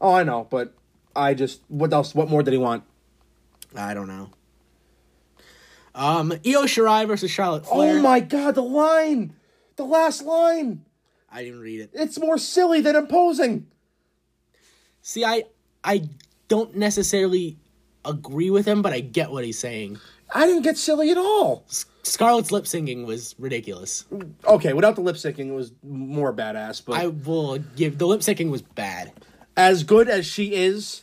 [SPEAKER 1] Oh, I know, but I just what else? What more did he want?
[SPEAKER 2] I don't know. Um, Io Shirai versus Charlotte Flair.
[SPEAKER 1] Oh my god, the line, the last line.
[SPEAKER 2] I didn't read it.
[SPEAKER 1] It's more silly than imposing.
[SPEAKER 2] See, I I don't necessarily agree with him, but I get what he's saying.
[SPEAKER 1] I didn't get silly at all.
[SPEAKER 2] Scarlett's lip singing was ridiculous.
[SPEAKER 1] Okay, without the lip syncing, it was more badass. But
[SPEAKER 2] I will give the lip syncing was bad.
[SPEAKER 1] as good as she is,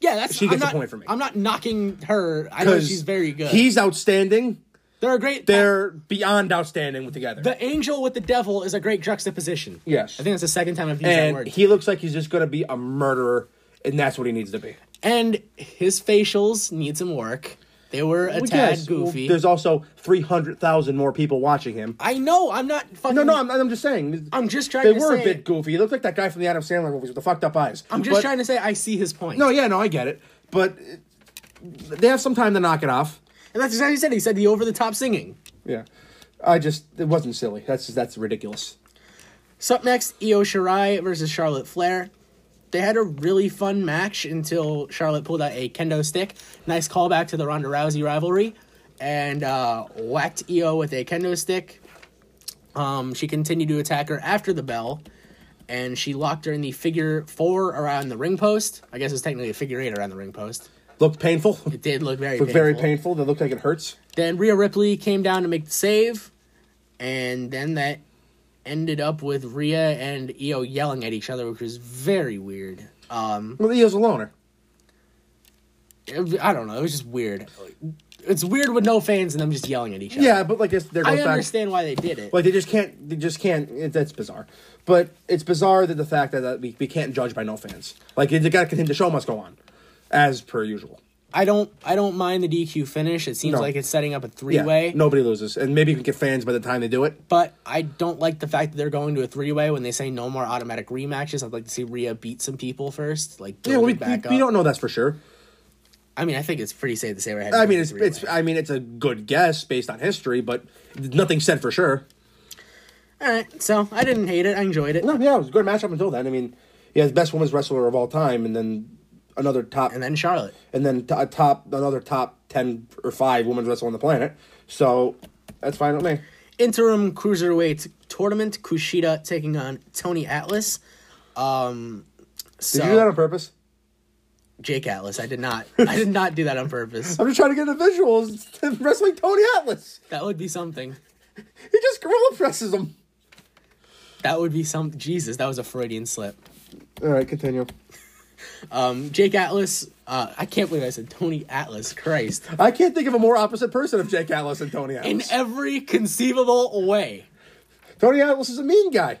[SPEAKER 2] Yeah, that's
[SPEAKER 1] She
[SPEAKER 2] I'm
[SPEAKER 1] gets a
[SPEAKER 2] not,
[SPEAKER 1] point for me.
[SPEAKER 2] I'm not knocking her. I know
[SPEAKER 1] 'cause
[SPEAKER 2] she's very good.
[SPEAKER 1] He's outstanding.
[SPEAKER 2] they're a great.
[SPEAKER 1] They're beyond outstanding with together.
[SPEAKER 2] the angel with the devil is a great juxtaposition.
[SPEAKER 1] Yes.
[SPEAKER 2] I think that's the second time I've used that
[SPEAKER 1] and
[SPEAKER 2] word.
[SPEAKER 1] he looks like he's just gonna be a murderer, and that's what he needs to be.
[SPEAKER 2] and his facials need some work. They were a tad
[SPEAKER 1] Yes, well,
[SPEAKER 2] goofy.
[SPEAKER 1] there's also three hundred thousand more people watching him.
[SPEAKER 2] I know. I'm not fucking.
[SPEAKER 1] No, no, I'm, I'm just saying.
[SPEAKER 2] I'm just trying
[SPEAKER 1] They
[SPEAKER 2] to
[SPEAKER 1] were
[SPEAKER 2] say-
[SPEAKER 1] a bit goofy. He looked like that guy from the Adam Sandler movies with the fucked up eyes.
[SPEAKER 2] I'm just trying to say I see his point.
[SPEAKER 1] No, yeah, no, I get it, but uh, they have some time to knock it off.
[SPEAKER 2] and that's exactly what he said. He said the over the top singing.
[SPEAKER 1] Yeah, I just it wasn't silly. That's that's ridiculous.
[SPEAKER 2] So up next, Io Shirai versus Charlotte Flair. They had a really fun match until Charlotte pulled out a kendo stick. Nice callback to the Ronda Rousey rivalry, and uh, whacked Io with a kendo stick. Um, she continued to attack her after the bell, and she locked her in the figure four around the ring post. I guess it's technically a figure eight around the ring post.
[SPEAKER 1] Looked painful.
[SPEAKER 2] It did look very
[SPEAKER 1] Looked very painful. They looked like it hurts.
[SPEAKER 2] Then Rhea Ripley came down to make the save, and then that ended up with Rhea and Io yelling at each other, which was very weird. Um,
[SPEAKER 1] Well, he was a loner.
[SPEAKER 2] it- I don't know, it was just weird. It's weird with no fans and them just yelling at each other.
[SPEAKER 1] Yeah, but like it's, there
[SPEAKER 2] I
[SPEAKER 1] goes back.
[SPEAKER 2] understand why they did it.
[SPEAKER 1] Like they just can't. They just can't. It, that's bizarre. But it's bizarre that the fact that, that we, we can't judge by no fans. Like you got to continue. The show must go on, as per usual.
[SPEAKER 2] I don't, I don't mind the DQ finish. It seems
[SPEAKER 1] No.
[SPEAKER 2] like it's setting up a
[SPEAKER 1] Yeah,
[SPEAKER 2] three-way,
[SPEAKER 1] nobody loses, and maybe you can get fans by the time they do it.
[SPEAKER 2] but I don't like the fact that they're going to a three-way when they say no more automatic rematches. I'd like to see Rhea beat some people first, like build
[SPEAKER 1] Yeah, we,
[SPEAKER 2] it back
[SPEAKER 1] we,
[SPEAKER 2] up.
[SPEAKER 1] we don't know that's for sure.
[SPEAKER 2] I mean, I think it's pretty safe to say we're heading.
[SPEAKER 1] I
[SPEAKER 2] to
[SPEAKER 1] mean,
[SPEAKER 2] a
[SPEAKER 1] it's
[SPEAKER 2] three-way.
[SPEAKER 1] it's. I mean, it's a good guess based on history, but nothing said for sure.
[SPEAKER 2] All right, so I didn't hate it. I enjoyed it.
[SPEAKER 1] No, yeah, it was a good match up until then. I mean, he has best women's wrestler of all time, and then another top,
[SPEAKER 2] And then Charlotte.
[SPEAKER 1] and then t- a top another top ten or five women's wrestler on the planet. So that's fine with me.
[SPEAKER 2] Interim cruiserweight tournament. Kushida taking on Tony Atlas. Um, so
[SPEAKER 1] Did you do that on purpose?
[SPEAKER 2] Jake Atlas. I did not. I did not do that on purpose.
[SPEAKER 1] I'm just trying to get the visuals. Wrestling Tony Atlas.
[SPEAKER 2] That would be something.
[SPEAKER 1] He just gorilla presses him.
[SPEAKER 2] That would be some. Jesus, that was a Freudian slip.
[SPEAKER 1] All right, continue.
[SPEAKER 2] Um, Jake Atlas. Uh, I can't believe I said Tony Atlas. Christ.
[SPEAKER 1] I can't think of a more opposite person of Jake Atlas and Tony Atlas.
[SPEAKER 2] In every conceivable way.
[SPEAKER 1] Tony Atlas is a mean guy.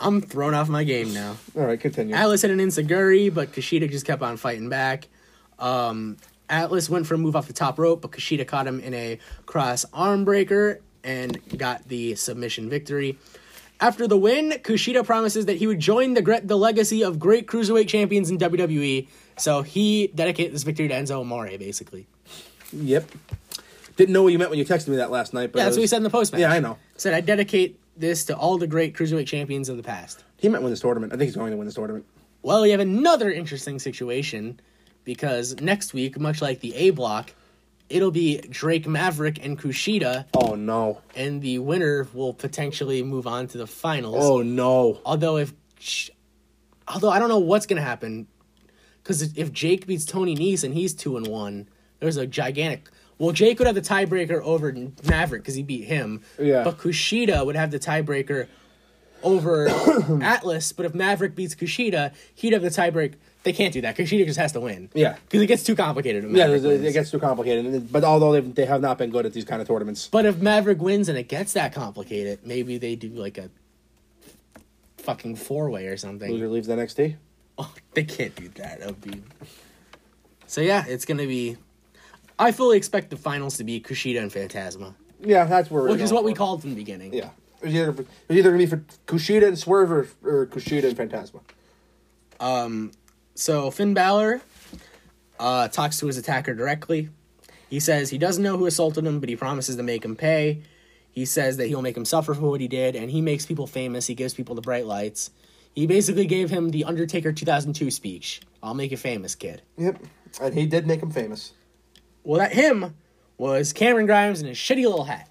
[SPEAKER 2] I'm thrown off my game now.
[SPEAKER 1] All right, continue.
[SPEAKER 2] Atlas had an insiguri, but Kushida just kept on fighting back. Um, Atlas went for a move off the top rope, but Kushida caught him in a cross arm breaker and got the submission victory. After the win, Kushida promises that he would join the gre- the legacy of great cruiserweight champions in WWE. So he dedicated this victory to Enzo Amore, basically.
[SPEAKER 1] Yep. Didn't know what you meant when you texted me that last night. But it
[SPEAKER 2] Yeah, that's what he
[SPEAKER 1] was-
[SPEAKER 2] said in the post match.
[SPEAKER 1] Yeah, I know.
[SPEAKER 2] Said I dedicate this to all the great cruiserweight champions of the past.
[SPEAKER 1] He meant win this tournament. I think he's going to win this tournament.
[SPEAKER 2] Well, we have another interesting situation because next week, much like the A block, it'll be Drake Maverick and Kushida,
[SPEAKER 1] Oh no!
[SPEAKER 2] and the winner will potentially move on to the finals.
[SPEAKER 1] Oh no!
[SPEAKER 2] Although if, although I don't know what's gonna happen, because if Jake beats Tony Nese and he's two and one, there's a gigantic. Well, Jake would have the tiebreaker over Maverick because he beat him.
[SPEAKER 1] Yeah.
[SPEAKER 2] But Kushida would have the tiebreaker over Atlas. But if Maverick beats Kushida, he'd have the tiebreak. They can't do that. Kushida just has to win.
[SPEAKER 1] Yeah.
[SPEAKER 2] Because it gets too complicated. if
[SPEAKER 1] Yeah,
[SPEAKER 2] Maverick
[SPEAKER 1] it, it
[SPEAKER 2] wins.
[SPEAKER 1] gets too complicated. And- But although they they have not been good at these kind of tournaments,
[SPEAKER 2] But if Maverick wins and it gets that complicated, maybe they do like a fucking four way or something.
[SPEAKER 1] loser leaves NXT.
[SPEAKER 2] Oh, they can't do that. That would be. So yeah, it's gonna be. I fully expect the finals to be Kushida and Phantasma,
[SPEAKER 1] Yeah, that's where. we're
[SPEAKER 2] which is
[SPEAKER 1] going
[SPEAKER 2] what we
[SPEAKER 1] for.
[SPEAKER 2] called from the beginning.
[SPEAKER 1] Yeah, it was either, it was either gonna be for Kushida and Swerve or, or Kushida and Phantasma.
[SPEAKER 2] So Finn Balor uh, talks to his attacker directly. He says he doesn't know who assaulted him, but he promises to make him pay. He says that he'll make him suffer for what he did, and he makes people famous. He gives people the bright lights. He basically gave him the Undertaker 2002 speech. I'll make you famous, kid.
[SPEAKER 1] Yep, and he did make him famous.
[SPEAKER 2] Well, that him was Cameron Grimes in his shitty little hat.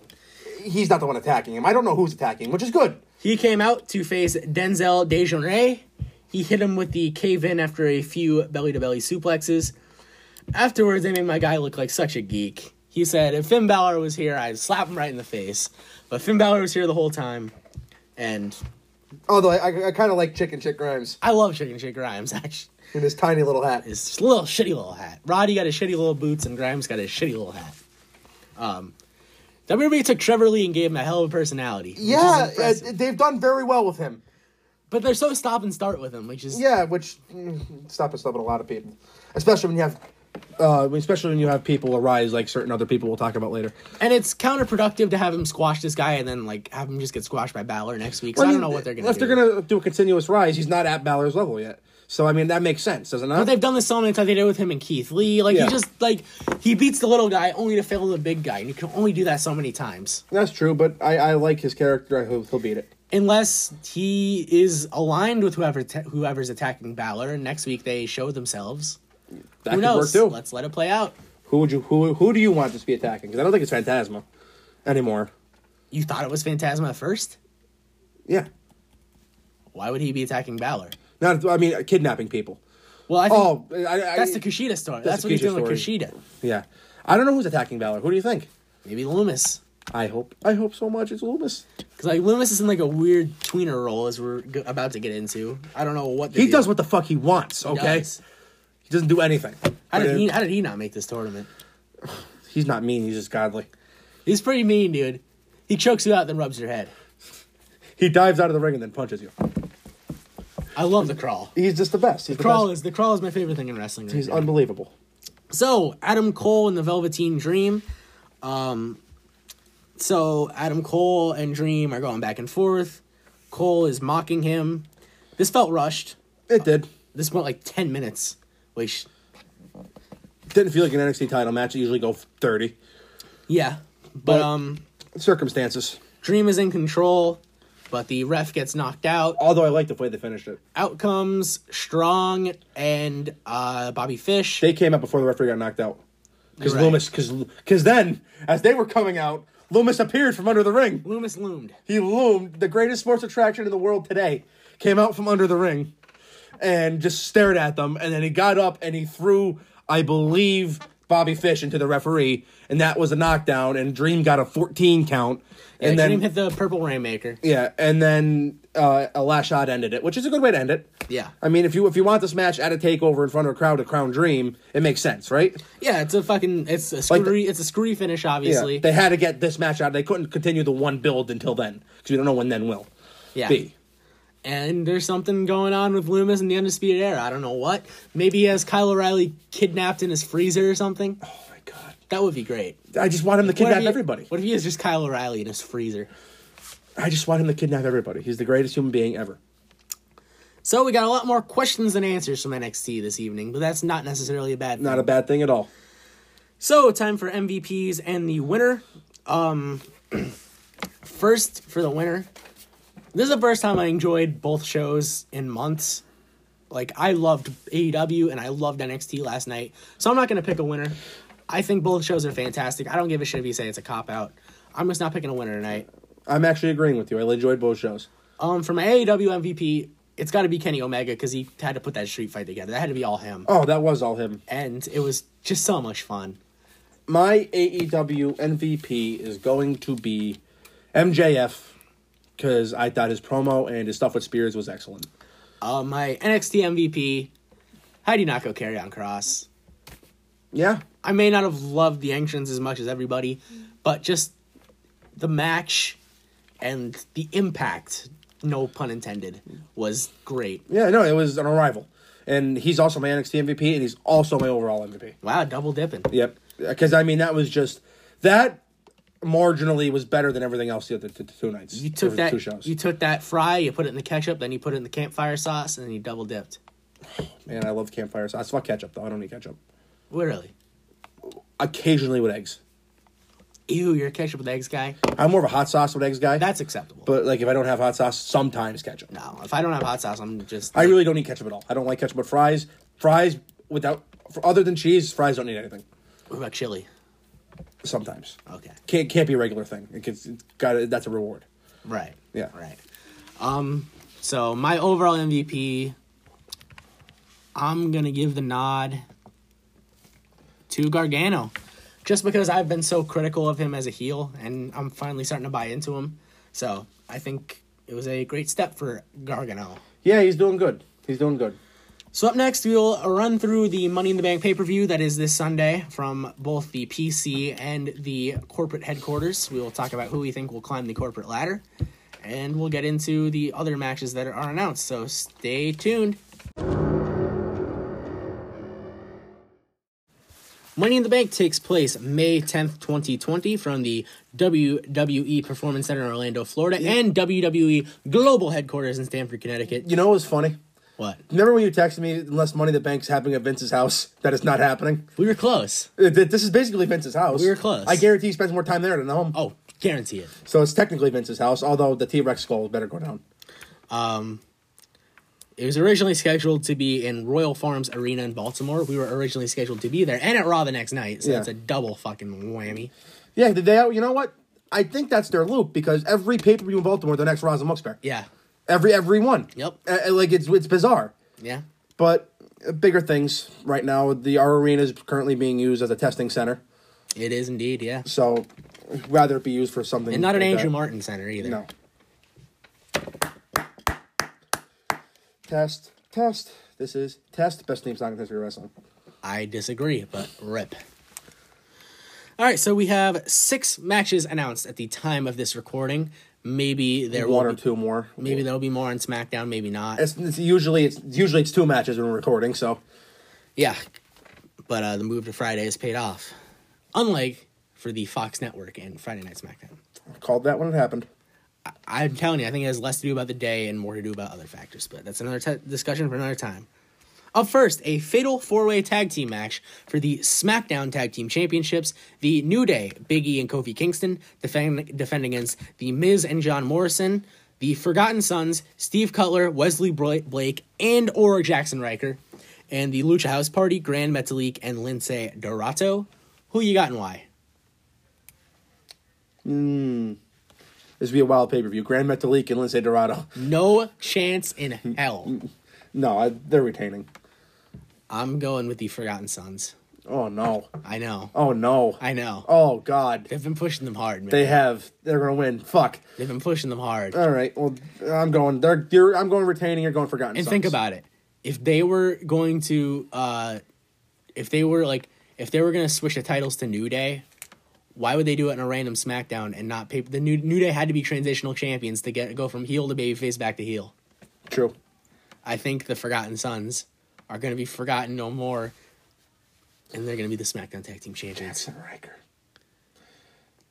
[SPEAKER 1] He's not the one attacking him. I don't know who's attacking, which is good.
[SPEAKER 2] He came out to face Denzel Dejournay. He hit him with the cave in after a few belly to belly suplexes. Afterwards, they made my guy look like such a geek. He said, if Finn Balor was here, I'd slap him right in the face. But Finn Balor was here the whole time. And
[SPEAKER 1] Although I, I, I kind of like Chicken Chick Grimes
[SPEAKER 2] I love Chicken Shit Grimes, actually.
[SPEAKER 1] in his tiny little hat.
[SPEAKER 2] His little shitty little hat. Roddy got his shitty little boots, and Grimes got his shitty little hat. Um, WWE took Trevor Lee and gave him a hell of a personality. which is
[SPEAKER 1] Yeah, uh,
[SPEAKER 2] impressive.
[SPEAKER 1] they've done very well with him.
[SPEAKER 2] but they're so stop and start with him, which is
[SPEAKER 1] Yeah, which mm, stop us up with a lot of people, especially when you have, uh, especially when you have people arise like certain other people we'll talk about later.
[SPEAKER 2] And it's counterproductive to have him squash this guy and then like have him just get squashed by Balor next week. So I don't know what they're gonna
[SPEAKER 1] If
[SPEAKER 2] do.
[SPEAKER 1] they're gonna do a continuous rise, he's not at Balor's level yet. So I mean, that makes sense, doesn't it?
[SPEAKER 2] but they've done this so many times. They did it with him and Keith Lee. Like
[SPEAKER 1] Yeah.
[SPEAKER 2] he just like he beats the little guy only to fail the big guy, and you can only do that so many times
[SPEAKER 1] That's true, but I, I like his character. I hope he'll beat it.
[SPEAKER 2] unless he is aligned with whoever ta- whoever's attacking Balor. And next week they show themselves.
[SPEAKER 1] That
[SPEAKER 2] Who
[SPEAKER 1] could
[SPEAKER 2] knows?
[SPEAKER 1] work too.
[SPEAKER 2] Let's let it play out.
[SPEAKER 1] Who would you who who do you want to be attacking? Because I don't think it's Phantasma anymore.
[SPEAKER 2] You thought it was Phantasma at first.
[SPEAKER 1] Yeah,
[SPEAKER 2] Why would he be attacking Balor?
[SPEAKER 1] not I mean kidnapping people.
[SPEAKER 2] Well, I think
[SPEAKER 1] Oh, I, I,
[SPEAKER 2] that's the Kushida story. That's,
[SPEAKER 1] the
[SPEAKER 2] what he's
[SPEAKER 1] Kushida
[SPEAKER 2] doing with
[SPEAKER 1] story.
[SPEAKER 2] Kushida.
[SPEAKER 1] yeah. I don't know who's attacking Balor. Who do you think?
[SPEAKER 2] Maybe Loomis.
[SPEAKER 1] I hope I hope so much it's Loomis.
[SPEAKER 2] Because like Loomis is in like a weird tweener role as we're go- about to get into. I don't know what the
[SPEAKER 1] He
[SPEAKER 2] deal-
[SPEAKER 1] does what the fuck he wants.
[SPEAKER 2] he
[SPEAKER 1] Okay,
[SPEAKER 2] does.
[SPEAKER 1] he doesn't do anything.
[SPEAKER 2] How did he? How did he not make this tournament?
[SPEAKER 1] He's not mean. He's just godly.
[SPEAKER 2] He's pretty mean, dude. He chokes you out, then rubs your head.
[SPEAKER 1] He dives out of the ring and then punches you.
[SPEAKER 2] I love the crawl.
[SPEAKER 1] He's just the best. He's the
[SPEAKER 2] Crawl
[SPEAKER 1] best.
[SPEAKER 2] is the crawl is my favorite thing in wrestling. Right
[SPEAKER 1] He's
[SPEAKER 2] now.
[SPEAKER 1] unbelievable.
[SPEAKER 2] So Adam Cole and the Velveteen Dream. Um, so Adam Cole and Dream are going back and forth. Cole is mocking him. This felt rushed.
[SPEAKER 1] It did.
[SPEAKER 2] This went like ten minutes, which
[SPEAKER 1] Didn't feel like an NXT title match. It usually go thirty.
[SPEAKER 2] yeah, but
[SPEAKER 1] But-
[SPEAKER 2] um.
[SPEAKER 1] Circumstances.
[SPEAKER 2] Dream is in control, but the ref gets knocked out.
[SPEAKER 1] Although I like the way they finished it.
[SPEAKER 2] Out comes Strong and uh, Bobby Fish.
[SPEAKER 1] They came out before the referee got knocked out. Because
[SPEAKER 2] You're right.
[SPEAKER 1] Loomis, because because then as they were coming out, Loomis appeared from under the ring.
[SPEAKER 2] Loomis loomed.
[SPEAKER 1] He loomed, the greatest sports attraction in the world today, came out from under the ring and just stared at them. And then he got up and he threw, I believe, Bobby Fish into the referee. And that was a knockdown. And Dream got a 14 count. And
[SPEAKER 2] And
[SPEAKER 1] then,
[SPEAKER 2] Dream hit the purple Rainmaker.
[SPEAKER 1] yeah, and then uh, a last shot ended it, which is a good way to end it.
[SPEAKER 2] Yeah.
[SPEAKER 1] I mean, if you if you want this match at a takeover in front of a crowd to crown Dream, it makes sense, right?
[SPEAKER 2] Yeah, it's a fucking it's a screwy
[SPEAKER 1] the-
[SPEAKER 2] it's a screwy finish, obviously.
[SPEAKER 1] They had to get this match out. They couldn't continue the one build until then because we don't know when then will
[SPEAKER 2] Yeah.
[SPEAKER 1] be.
[SPEAKER 2] And there's something going on with Loomis and the Undisputed Era. I don't know what. Maybe he has Kyle O'Reilly kidnapped in his freezer or something.
[SPEAKER 1] Oh my god!
[SPEAKER 2] That would be great.
[SPEAKER 1] I just want him to
[SPEAKER 2] What if
[SPEAKER 1] kidnap
[SPEAKER 2] he-
[SPEAKER 1] everybody.
[SPEAKER 2] What if he is just Kyle O'Reilly in his freezer?
[SPEAKER 1] I just want him to kidnap everybody. He's the greatest human being ever.
[SPEAKER 2] So we got a lot more questions than answers from NXT this evening, but that's not necessarily a bad thing.
[SPEAKER 1] Not a bad thing at all.
[SPEAKER 2] So time for MVPs and the winner. Um, first for the winner. This is the first time I enjoyed both shows in months. Like I loved AEW and I loved NXT last night, so I'm not gonna pick a winner. I think both shows are fantastic. I don't give a shit if you say it's a cop out. I'm just not picking a winner tonight.
[SPEAKER 1] I'm actually agreeing with you. I enjoyed both shows.
[SPEAKER 2] Um, for my AEW MVP, it's got to be Kenny Omega because he had to put that street fight together. That had to be all him,
[SPEAKER 1] Oh, that was all him.
[SPEAKER 2] and it was just so much fun.
[SPEAKER 1] My E AEW MVP is going to be MJF because I thought his promo and his stuff with Spears was excellent.
[SPEAKER 2] Uh, my NXT MVP, how do you not go carry on cross?
[SPEAKER 1] Yeah,
[SPEAKER 2] I may not have loved the entrance as much as everybody, but just the match and the impact, no pun intended, was great.
[SPEAKER 1] yeah, no, it was an arrival, and he's also my NXT MVP, and he's also my overall MVP.
[SPEAKER 2] Wow, double dipping.
[SPEAKER 1] Yep, because I mean that was just that marginally was better than everything else the other t- t- two nights.
[SPEAKER 2] You took
[SPEAKER 1] or
[SPEAKER 2] that
[SPEAKER 1] two shows.
[SPEAKER 2] you took that fry, you put it in the ketchup, then you put it in the campfire sauce, and then you double dipped.
[SPEAKER 1] Man, I love campfire sauce. Fuck ketchup though. I don't need ketchup.
[SPEAKER 2] Really?
[SPEAKER 1] Occasionally with eggs.
[SPEAKER 2] Ew, you're a ketchup with eggs guy.
[SPEAKER 1] I'm more of a hot sauce with eggs guy.
[SPEAKER 2] That's acceptable.
[SPEAKER 1] but like if I don't have hot sauce, sometimes ketchup.
[SPEAKER 2] no, if I don't have hot sauce, I'm just
[SPEAKER 1] I really don't need ketchup at all. I don't like ketchup with fries. Fries without for, other than cheese, fries don't need anything.
[SPEAKER 2] what about chili?
[SPEAKER 1] Sometimes
[SPEAKER 2] Okay.
[SPEAKER 1] can't can't be a regular thing. It gets, it's got that's a reward.
[SPEAKER 2] Right.
[SPEAKER 1] Yeah.
[SPEAKER 2] Right. Um. So my overall MVP, I'm gonna give the nod to Gargano, just because I've been so critical of him as a heel, and I'm finally starting to buy into him. So I think it was a great step for Gargano.
[SPEAKER 1] Yeah, he's doing good. He's doing good.
[SPEAKER 2] So up next, we'll run through the Money in the Bank pay per view that is this Sunday from both the PC and the corporate headquarters. We will talk about who we think will climb the corporate ladder, and we'll get into the other matches that are announced. So stay tuned. Money in the Bank takes place May 10th, 2020, from the WWE Performance Center in Orlando, Florida, and WWE Global Headquarters in Stamford, Connecticut.
[SPEAKER 1] You know what's funny?
[SPEAKER 2] What?
[SPEAKER 1] Remember when you texted me unless Money in the Bank's happening at Vince's house? That is not happening. Uh,
[SPEAKER 2] We were close.
[SPEAKER 1] Th- th- This is basically Vince's house.
[SPEAKER 2] We were close.
[SPEAKER 1] I guarantee he spends more time there than at home.
[SPEAKER 2] Oh, guarantee it.
[SPEAKER 1] So it's technically Vince's house, although the T Rex skull better go down.
[SPEAKER 2] It was originally scheduled to be in Royal Farms Arena in Baltimore. We were originally scheduled to be there and at Raw the next night, so
[SPEAKER 1] Yeah.
[SPEAKER 2] it's a double fucking whammy.
[SPEAKER 1] Yeah, they, you know what? I think that's their loop because every pay per view in Baltimore, the next Raw is in Wilkes-Barre.
[SPEAKER 2] Yeah.
[SPEAKER 1] Every every one.
[SPEAKER 2] Yep.
[SPEAKER 1] Uh, uh, like it's it's bizarre,
[SPEAKER 2] Yeah.
[SPEAKER 1] but uh, bigger things right now. The our arena is currently being used as a testing center,
[SPEAKER 2] It is indeed, yeah.
[SPEAKER 1] so rather it be used for something.
[SPEAKER 2] And not an
[SPEAKER 1] like
[SPEAKER 2] Andrew
[SPEAKER 1] that.
[SPEAKER 2] Martin Center either.
[SPEAKER 1] No. Test test. This is test best theme song in the history of wrestling.
[SPEAKER 2] I disagree, but rip. All right, so we have six matches announced at the time of this recording. Maybe there
[SPEAKER 1] One
[SPEAKER 2] will
[SPEAKER 1] or
[SPEAKER 2] be,
[SPEAKER 1] two more.
[SPEAKER 2] maybe there will be more on SmackDown, maybe not.
[SPEAKER 1] It's, it's usually it's usually it's two matches when we're recording. So
[SPEAKER 2] Yeah, but uh, the move to Friday has paid off. Unlike for the Fox Network and Friday Night SmackDown.
[SPEAKER 1] called that when it happened.
[SPEAKER 2] I'm telling you, I think it has less to do about the day and more to do about other factors. But that's another t- discussion for another time. Up first, a fatal four-way tag team match for the SmackDown Tag Team Championships. The New Day, Big E and Kofi Kingston, defend, defend against The Miz and John Morrison. The Forgotten Sons, Steve Cutler, Wesley Bla- Blake, and or Jackson Riker. And the Lucha House Party, Grand Metalik and Lince Dorato. Who you got and why?
[SPEAKER 1] This would be a wild pay per view. Grand Metalik and Lindsay Dorado.
[SPEAKER 2] No chance in hell.
[SPEAKER 1] No, I, they're retaining.
[SPEAKER 2] I'm going with the Forgotten Sons.
[SPEAKER 1] Oh no.
[SPEAKER 2] I know.
[SPEAKER 1] Oh no.
[SPEAKER 2] I know.
[SPEAKER 1] Oh god.
[SPEAKER 2] They've been pushing them hard, man.
[SPEAKER 1] They Oh.
[SPEAKER 2] They
[SPEAKER 1] have. They're gonna win. Fuck.
[SPEAKER 2] have been pushing them hard.
[SPEAKER 1] All right. Well, I'm going. They're. You're, I'm going retaining. You're going forgotten.
[SPEAKER 2] and
[SPEAKER 1] Sons.
[SPEAKER 2] think about it. If they were going to, uh, if they were like, if they were going to switch the titles to New Day, why would they do it in a random SmackDown and not pay? The New New Day had to be transitional champions to get go from heel to babyface back to heel.
[SPEAKER 1] True.
[SPEAKER 2] I think the Forgotten Sons are going to be forgotten no more, and they're going to be the SmackDown Tag Team Champions.
[SPEAKER 1] Jackson Riker.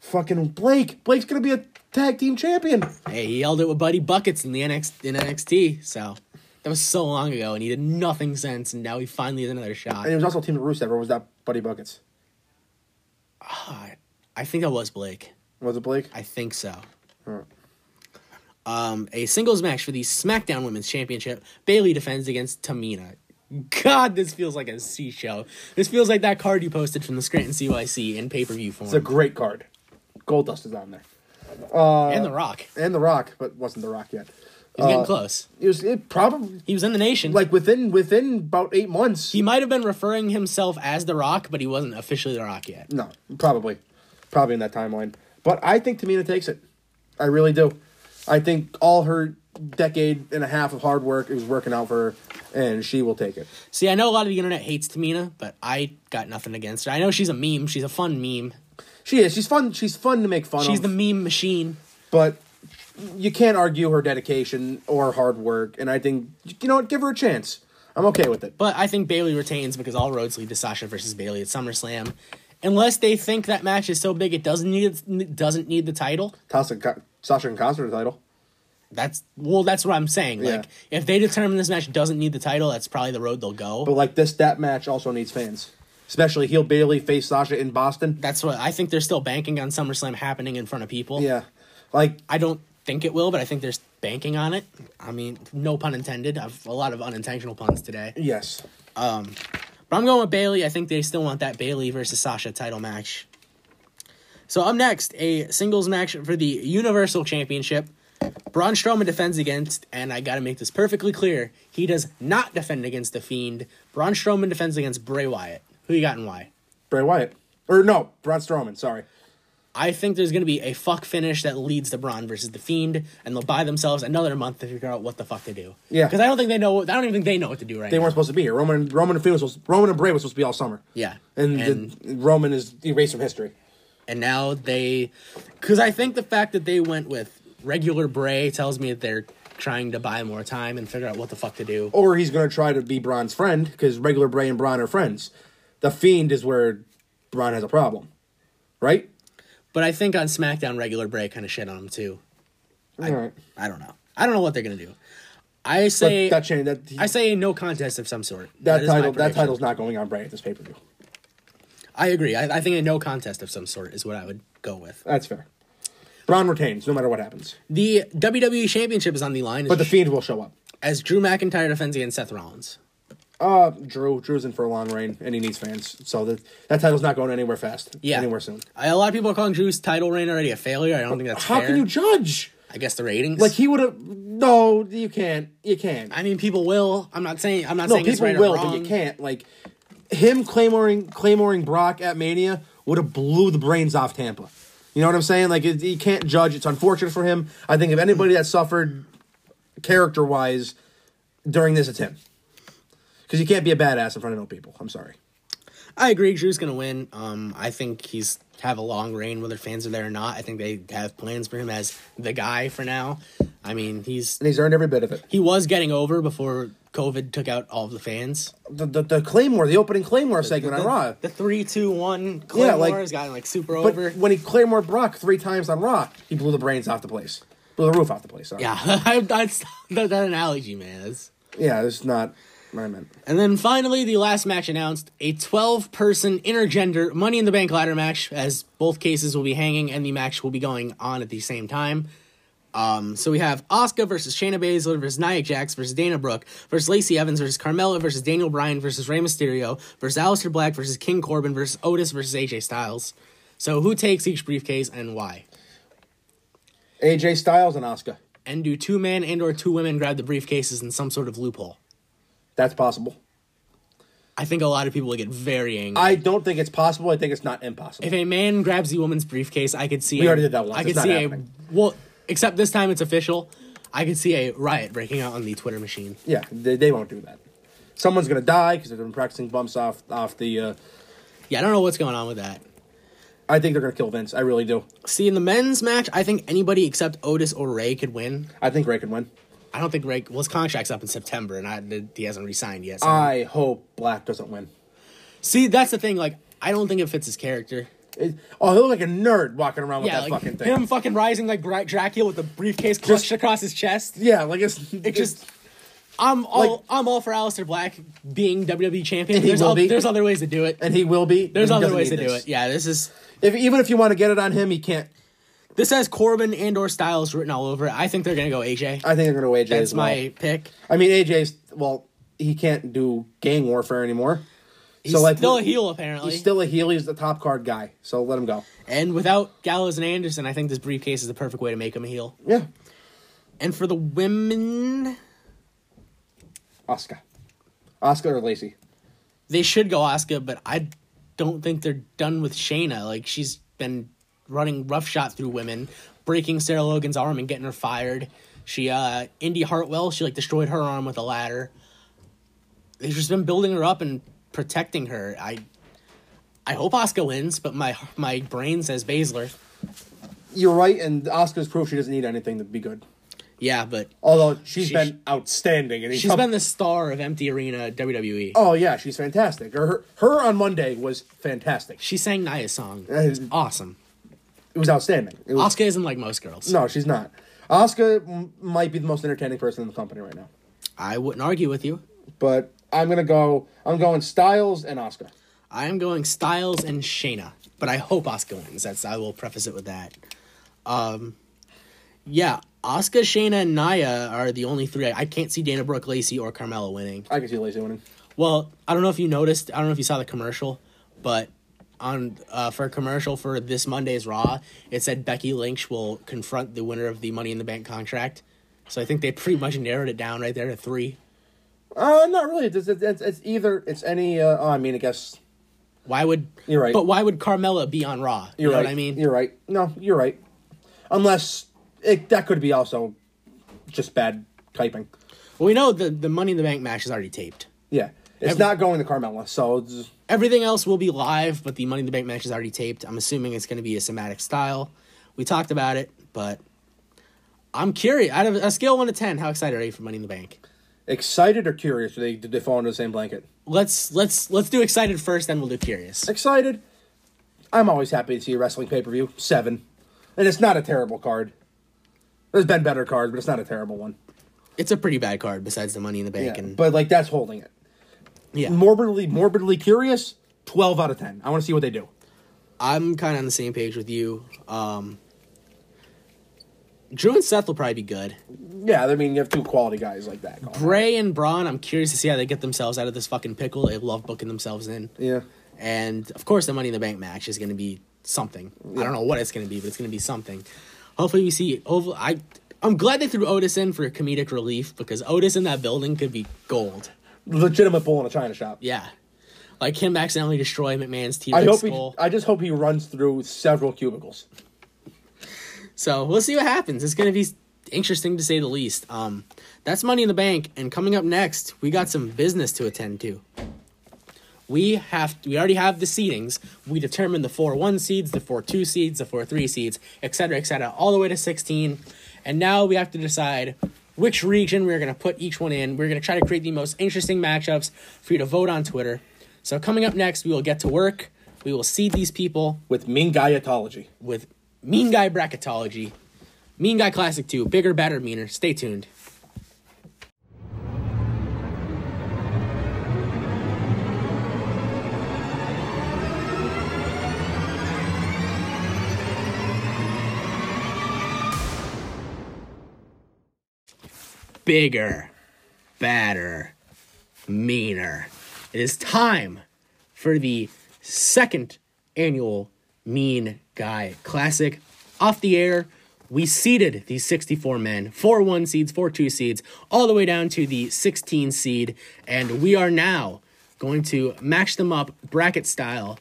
[SPEAKER 1] Fucking Blake. Blake's gonna be a tag team champion.
[SPEAKER 2] Hey, he yelled it with Buddy Buckets in the NXT, in NXT. So that was so long ago, and he did nothing since, and now he finally has another shot.
[SPEAKER 1] And it was also Team Roost ever was that Buddy Buckets.
[SPEAKER 2] God, I think that was Blake.
[SPEAKER 1] Was it Blake?
[SPEAKER 2] I think so. Um, a singles match for the SmackDown Women's Championship. Bailey defends against Tamina. God, this feels like a C show. This feels like that card you posted from the Scranton CYC in pay per view form.
[SPEAKER 1] It's a great card. Gold Dust is on there.
[SPEAKER 2] and The Rock.
[SPEAKER 1] And The Rock, but wasn't The Rock yet.
[SPEAKER 2] He's getting close.
[SPEAKER 1] It was it probably
[SPEAKER 2] He was in the nation.
[SPEAKER 1] Uh, like within within about eight months.
[SPEAKER 2] he might have been referring himself as The Rock, but he wasn't officially The Rock yet.
[SPEAKER 1] No, probably, probably in that timeline. But I think Tamina takes it. I really do. I think all her decade and a half of hard work is working out for her, and she will take it.
[SPEAKER 2] See, I know a lot of the internet hates Tamina, but I got nothing against her. I know she's a meme. She's a fun meme.
[SPEAKER 1] She is. She's fun. She's fun to make fun
[SPEAKER 2] She's
[SPEAKER 1] of.
[SPEAKER 2] the meme machine.
[SPEAKER 1] but you can't argue her dedication or hard work. And I think you know what? Give her a chance. I'm okay with it.
[SPEAKER 2] But I think Bailey retains because all roads lead to Sasha versus Bailey at SummerSlam, unless they think that match is so big it doesn't need doesn't need the title.
[SPEAKER 1] Toss and Co- Sasha and Cosner the title.
[SPEAKER 2] That's well, that's what I'm saying.
[SPEAKER 1] Yeah.
[SPEAKER 2] Like if they determine this match doesn't need the title, that's probably the road they'll go.
[SPEAKER 1] But like this, that match also needs fans, especially heel Bailey face Sasha in Boston.
[SPEAKER 2] that's what I think. They're still banking on SummerSlam happening in front of people.
[SPEAKER 1] Yeah, like
[SPEAKER 2] I don't think it will, but I think they're banking on it. I mean, no pun intended. I've a lot of unintentional puns today.
[SPEAKER 1] yes,
[SPEAKER 2] But I'm going with Bailey. I think they still want that Bailey versus Sasha title match. So up next, a singles match for the Universal Championship. Braun Strowman defends against, and I gotta make this perfectly clear, he does not defend against the Fiend. Braun Strowman defends against Bray Wyatt. Who you got and why?
[SPEAKER 1] Bray Wyatt or no Braun Strowman. Sorry.
[SPEAKER 2] I think there's gonna be a fuck finish that leads to Braun versus the Fiend, and they'll buy themselves another month to figure out what the fuck to do.
[SPEAKER 1] Yeah.
[SPEAKER 2] because I don't think they know. I don't even think they know what to do right
[SPEAKER 1] They
[SPEAKER 2] now.
[SPEAKER 1] weren't supposed to be here. Roman, Roman and Finn was supposed, Roman and Bray was supposed to be all summer.
[SPEAKER 2] Yeah,
[SPEAKER 1] and,
[SPEAKER 2] and
[SPEAKER 1] the, Roman is erased from history.
[SPEAKER 2] and now they because i think the fact that they went with regular bray tells me that they're trying to buy more time and figure out what the fuck to do
[SPEAKER 1] Or he's gonna try to be Braun's friend because regular Bray and Braun are friends. The Fiend is where Braun has a problem, right?
[SPEAKER 2] but i think on smackdown regular bray kind of shit on them too
[SPEAKER 1] All right.
[SPEAKER 2] i don't know i don't know what they're gonna do i
[SPEAKER 1] But
[SPEAKER 2] say
[SPEAKER 1] that change that
[SPEAKER 2] i say a no contest of some sort
[SPEAKER 1] that
[SPEAKER 2] is my
[SPEAKER 1] title that
[SPEAKER 2] prediction.
[SPEAKER 1] title's not going on Bray at this pay per view.
[SPEAKER 2] i agree I, I think a no contest of some sort is what i would go with
[SPEAKER 1] That's fair. Braun retains no matter what happens,
[SPEAKER 2] the wwe championship is on the line
[SPEAKER 1] but the
[SPEAKER 2] as,
[SPEAKER 1] Fiend will show up.
[SPEAKER 2] as drew mcintyre defends against seth rollins
[SPEAKER 1] Uh, Drew, Drew's in for a long reign, and he needs fans, so that that title's not going anywhere fast.
[SPEAKER 2] yeah
[SPEAKER 1] anywhere soon.
[SPEAKER 2] I, a lot of people are calling drew's title reign already a failure i don't think that's
[SPEAKER 1] How
[SPEAKER 2] fair.
[SPEAKER 1] can you judge?
[SPEAKER 2] I guess the ratings.
[SPEAKER 1] Like he would have. No, you can't. You can't.
[SPEAKER 2] I mean, people will. I'm not saying. I'm not
[SPEAKER 1] no,
[SPEAKER 2] saying it's
[SPEAKER 1] people
[SPEAKER 2] right
[SPEAKER 1] will,
[SPEAKER 2] or wrong.
[SPEAKER 1] but you can't. Like him claymoring claymoring Brock at Mania would have blew the brains off Tampa. You know what I'm saying? Like it, you can't judge. It's unfortunate for him. I think if anybody that suffered character wise during this, it's him. Because you can't be a badass in front of no people. I'm sorry.
[SPEAKER 2] I agree. Drew's gonna win. Um, I think he's have a long reign, whether fans are there or not. I think they have plans for him as the guy for now. I mean, he's
[SPEAKER 1] And he's earned every bit of it.
[SPEAKER 2] he was getting over before COVID took out all of the fans.
[SPEAKER 1] The the, the Claymore, the opening Claymore segment
[SPEAKER 2] the,
[SPEAKER 1] on Raw.
[SPEAKER 2] the three, two, one. Claymore
[SPEAKER 1] Yeah, like-
[SPEAKER 2] has gotten like super
[SPEAKER 1] But
[SPEAKER 2] over.
[SPEAKER 1] when he Claymore Brock three times on Raw, he blew the brains off the place. Blew the roof off the place. sorry.
[SPEAKER 2] yeah, I, that's that, that analogy, man. That's-
[SPEAKER 1] Yeah, it's not what I meant.
[SPEAKER 2] And then finally, the last match announced a 12 person intergender Money in the Bank ladder match, as both cases will be hanging and the match will be going on at the same time. Um, so we have Asuka versus Shayna Baszler versus Nia Jax versus Dana Brooke versus Lacey Evans versus Carmella versus Daniel Bryan versus Rey Mysterio versus Aleister Black versus King Corbin versus Otis versus AJ Styles. So who takes each briefcase and why?
[SPEAKER 1] AJ Styles and Oscar.
[SPEAKER 2] And do two men and or two women grab the briefcases in some sort of loophole?
[SPEAKER 1] That's possible.
[SPEAKER 2] I think a lot of people would get very angry.
[SPEAKER 1] I don't think it's possible. I think it's not impossible.
[SPEAKER 2] if a man grabs the woman's briefcase, I could see.
[SPEAKER 1] We already did that once.
[SPEAKER 2] I could
[SPEAKER 1] It's not
[SPEAKER 2] see
[SPEAKER 1] happening.
[SPEAKER 2] a well, except this time it's official. I could see a riot breaking out on the Twitter machine.
[SPEAKER 1] yeah, they, they won't do that. Someone's gonna die because they've been practicing bumps off off the. Uh,
[SPEAKER 2] Yeah, I don't know what's going on with that.
[SPEAKER 1] I think they're gonna kill Vince. I really do.
[SPEAKER 2] See, in the men's match, I think anybody except Otis or Ray could win.
[SPEAKER 1] I think Ray can win.
[SPEAKER 2] I don't think Ray. Well, his contract's up in September, and I, he hasn't re-signed yet. So.
[SPEAKER 1] I hope Black doesn't win.
[SPEAKER 2] See, that's the thing. Like, I don't think it fits his character.
[SPEAKER 1] It- oh, he looked like a nerd walking around with
[SPEAKER 2] Yeah,
[SPEAKER 1] that
[SPEAKER 2] like
[SPEAKER 1] fucking thing.
[SPEAKER 2] him fucking rising like Dra- Dracula with the briefcase crushed
[SPEAKER 1] Just-
[SPEAKER 2] across his chest.
[SPEAKER 1] Yeah, like it's
[SPEAKER 2] It just, I'm all
[SPEAKER 1] Like-
[SPEAKER 2] I'm all for Aleister Black being WWE champion.
[SPEAKER 1] And he
[SPEAKER 2] There's
[SPEAKER 1] will
[SPEAKER 2] all,
[SPEAKER 1] be.
[SPEAKER 2] there's other ways to do it.
[SPEAKER 1] and he will be.
[SPEAKER 2] There's
[SPEAKER 1] but he
[SPEAKER 2] other
[SPEAKER 1] doesn't
[SPEAKER 2] ways to
[SPEAKER 1] need
[SPEAKER 2] do
[SPEAKER 1] this.
[SPEAKER 2] it. Yeah, this is
[SPEAKER 1] If even if you want to get it on him, he can't.
[SPEAKER 2] this has Corbin and or Styles written all over it. I think they're gonna go AJ.
[SPEAKER 1] I think they're going to wage AJ
[SPEAKER 2] That's
[SPEAKER 1] as well.
[SPEAKER 2] my pick.
[SPEAKER 1] I mean, AJ's well, he can't do gang warfare anymore.
[SPEAKER 2] He's
[SPEAKER 1] so like
[SPEAKER 2] still a
[SPEAKER 1] we-
[SPEAKER 2] heel apparently.
[SPEAKER 1] He's still a heel. He's the top card guy. So let him go.
[SPEAKER 2] and without Gallows and Anderson, I think this briefcase is the perfect way to make him a heel.
[SPEAKER 1] Yeah,
[SPEAKER 2] And for the women,
[SPEAKER 1] Oscar, Oscar or Lacey.
[SPEAKER 2] they should go Asuka, but I don't think they're done with Shayna. Like she's been running roughshod through women, breaking Sarah Logan's arm and getting her fired. She uh Indy Hartwell, she like destroyed her arm with a ladder. They've just been building her up and protecting her. I I hope Asuka wins, but my my brain says Baszler.
[SPEAKER 1] You're right, and Oscar's proof she doesn't need anything to be good.
[SPEAKER 2] Yeah, but
[SPEAKER 1] Although she's
[SPEAKER 2] She-
[SPEAKER 1] been outstanding, and he's
[SPEAKER 2] she's been the star of Empty Arena E. WWE.
[SPEAKER 1] Oh yeah, she's fantastic. Her her, her on Monday was fantastic.
[SPEAKER 2] She sang Nia's song.
[SPEAKER 1] is-
[SPEAKER 2] It's awesome.
[SPEAKER 1] It was outstanding. It was,
[SPEAKER 2] Asuka isn't like most girls.
[SPEAKER 1] no, she's not. Oscar m- might be the most entertaining person in the company right now.
[SPEAKER 2] I wouldn't argue with you.
[SPEAKER 1] But I'm gonna go. I'm going Styles and Oscar.
[SPEAKER 2] I am going Styles and Shayna, but I hope Oscar wins. That's I will preface it with that. Um, yeah, Oscar, Shayna, and Naya are the only three. I, I can't see Dana Brooke, Lacey, or Carmella winning.
[SPEAKER 1] I can see Lacey winning.
[SPEAKER 2] Well, I don't know if you noticed. I don't know if you saw the commercial, but on uh, for a commercial for this Monday's Raw, it said Becky Lynch will confront the winner of the Money in the Bank contract. So I think they pretty much narrowed it down right there to three.
[SPEAKER 1] Uh, not really. It's, it's, it's, it's either it's any. Uh, oh, I mean, I guess
[SPEAKER 2] Why would
[SPEAKER 1] You're right.
[SPEAKER 2] But why would Carmella be on Raw? You
[SPEAKER 1] you're
[SPEAKER 2] know
[SPEAKER 1] right.
[SPEAKER 2] what I mean?
[SPEAKER 1] you're right. No, you're right. Unless it, that could be also just bad typing.
[SPEAKER 2] Well, we know the the Money in the Bank match is already taped.
[SPEAKER 1] Yeah, it's not going to Carmella, so it's,
[SPEAKER 2] Everything else will be live, but the Money in the Bank match is already taped. I'm assuming it's going to be a somatic style. We talked about it, but I'm curious. Out of a scale of one to ten, how excited are you for Money in the Bank?
[SPEAKER 1] excited or curious. They did they fall into the same blanket?
[SPEAKER 2] Let's let's let's do excited first, then we'll do curious.
[SPEAKER 1] Excited. I'm always happy to see a wrestling pay per view seven, and it's not a terrible card. There's been better cards, but it's not a terrible one.
[SPEAKER 2] It's a pretty bad card besides the Money in the Bank,
[SPEAKER 1] Yeah,
[SPEAKER 2] and
[SPEAKER 1] but like that's holding it.
[SPEAKER 2] yeah,
[SPEAKER 1] Morbidly, morbidly curious. Twelve out of ten. I want to see what they do.
[SPEAKER 2] I'm kind of on the same page with you. Um, Drew and Seth will probably be good.
[SPEAKER 1] Yeah, I mean you have two quality guys like that. going.
[SPEAKER 2] Bray and Braun, I'm curious to see how they get themselves out of this fucking pickle. They love booking themselves in.
[SPEAKER 1] Yeah.
[SPEAKER 2] And of course, the Money in the Bank match is going to be something. I don't know what it's going to be, but it's going to be something. Hopefully, we see. Over, I, I'm glad they threw Otis in for comedic relief because Otis in that building could be gold.
[SPEAKER 1] Legitimate bull in a china shop.
[SPEAKER 2] Yeah, like him accidentally destroying McMahon's T
[SPEAKER 1] I
[SPEAKER 2] Rex
[SPEAKER 1] hope he,
[SPEAKER 2] skull.
[SPEAKER 1] I just hope he runs through several cubicles.
[SPEAKER 2] so we'll see what happens. It's going to be interesting to say the least. Um, that's Money in the Bank, and coming up next, we got some business to attend to. we have we already have the seedings. We determine the four one seeds, the four two seeds, the four three seeds, et cetera, et cetera, all the way to sixteen. And now we have to decide which region we're gonna put each one in. We're gonna try to create the most interesting matchups for you to vote on Twitter. So coming up next, we will get to work. We will seed these people
[SPEAKER 1] With mean guyatology.
[SPEAKER 2] with Mean Guy Bracketology, Mean Guy Classic 2, Bigger, Better, Meaner. Stay tuned. Bigger, better, meaner. It is time for the second annual Mean Guy Classic. Off the air, we seeded these 64 men, 4 1 seeds, 4 2 seeds, all the way down to the 16 seed. And we are now going to match them up bracket style.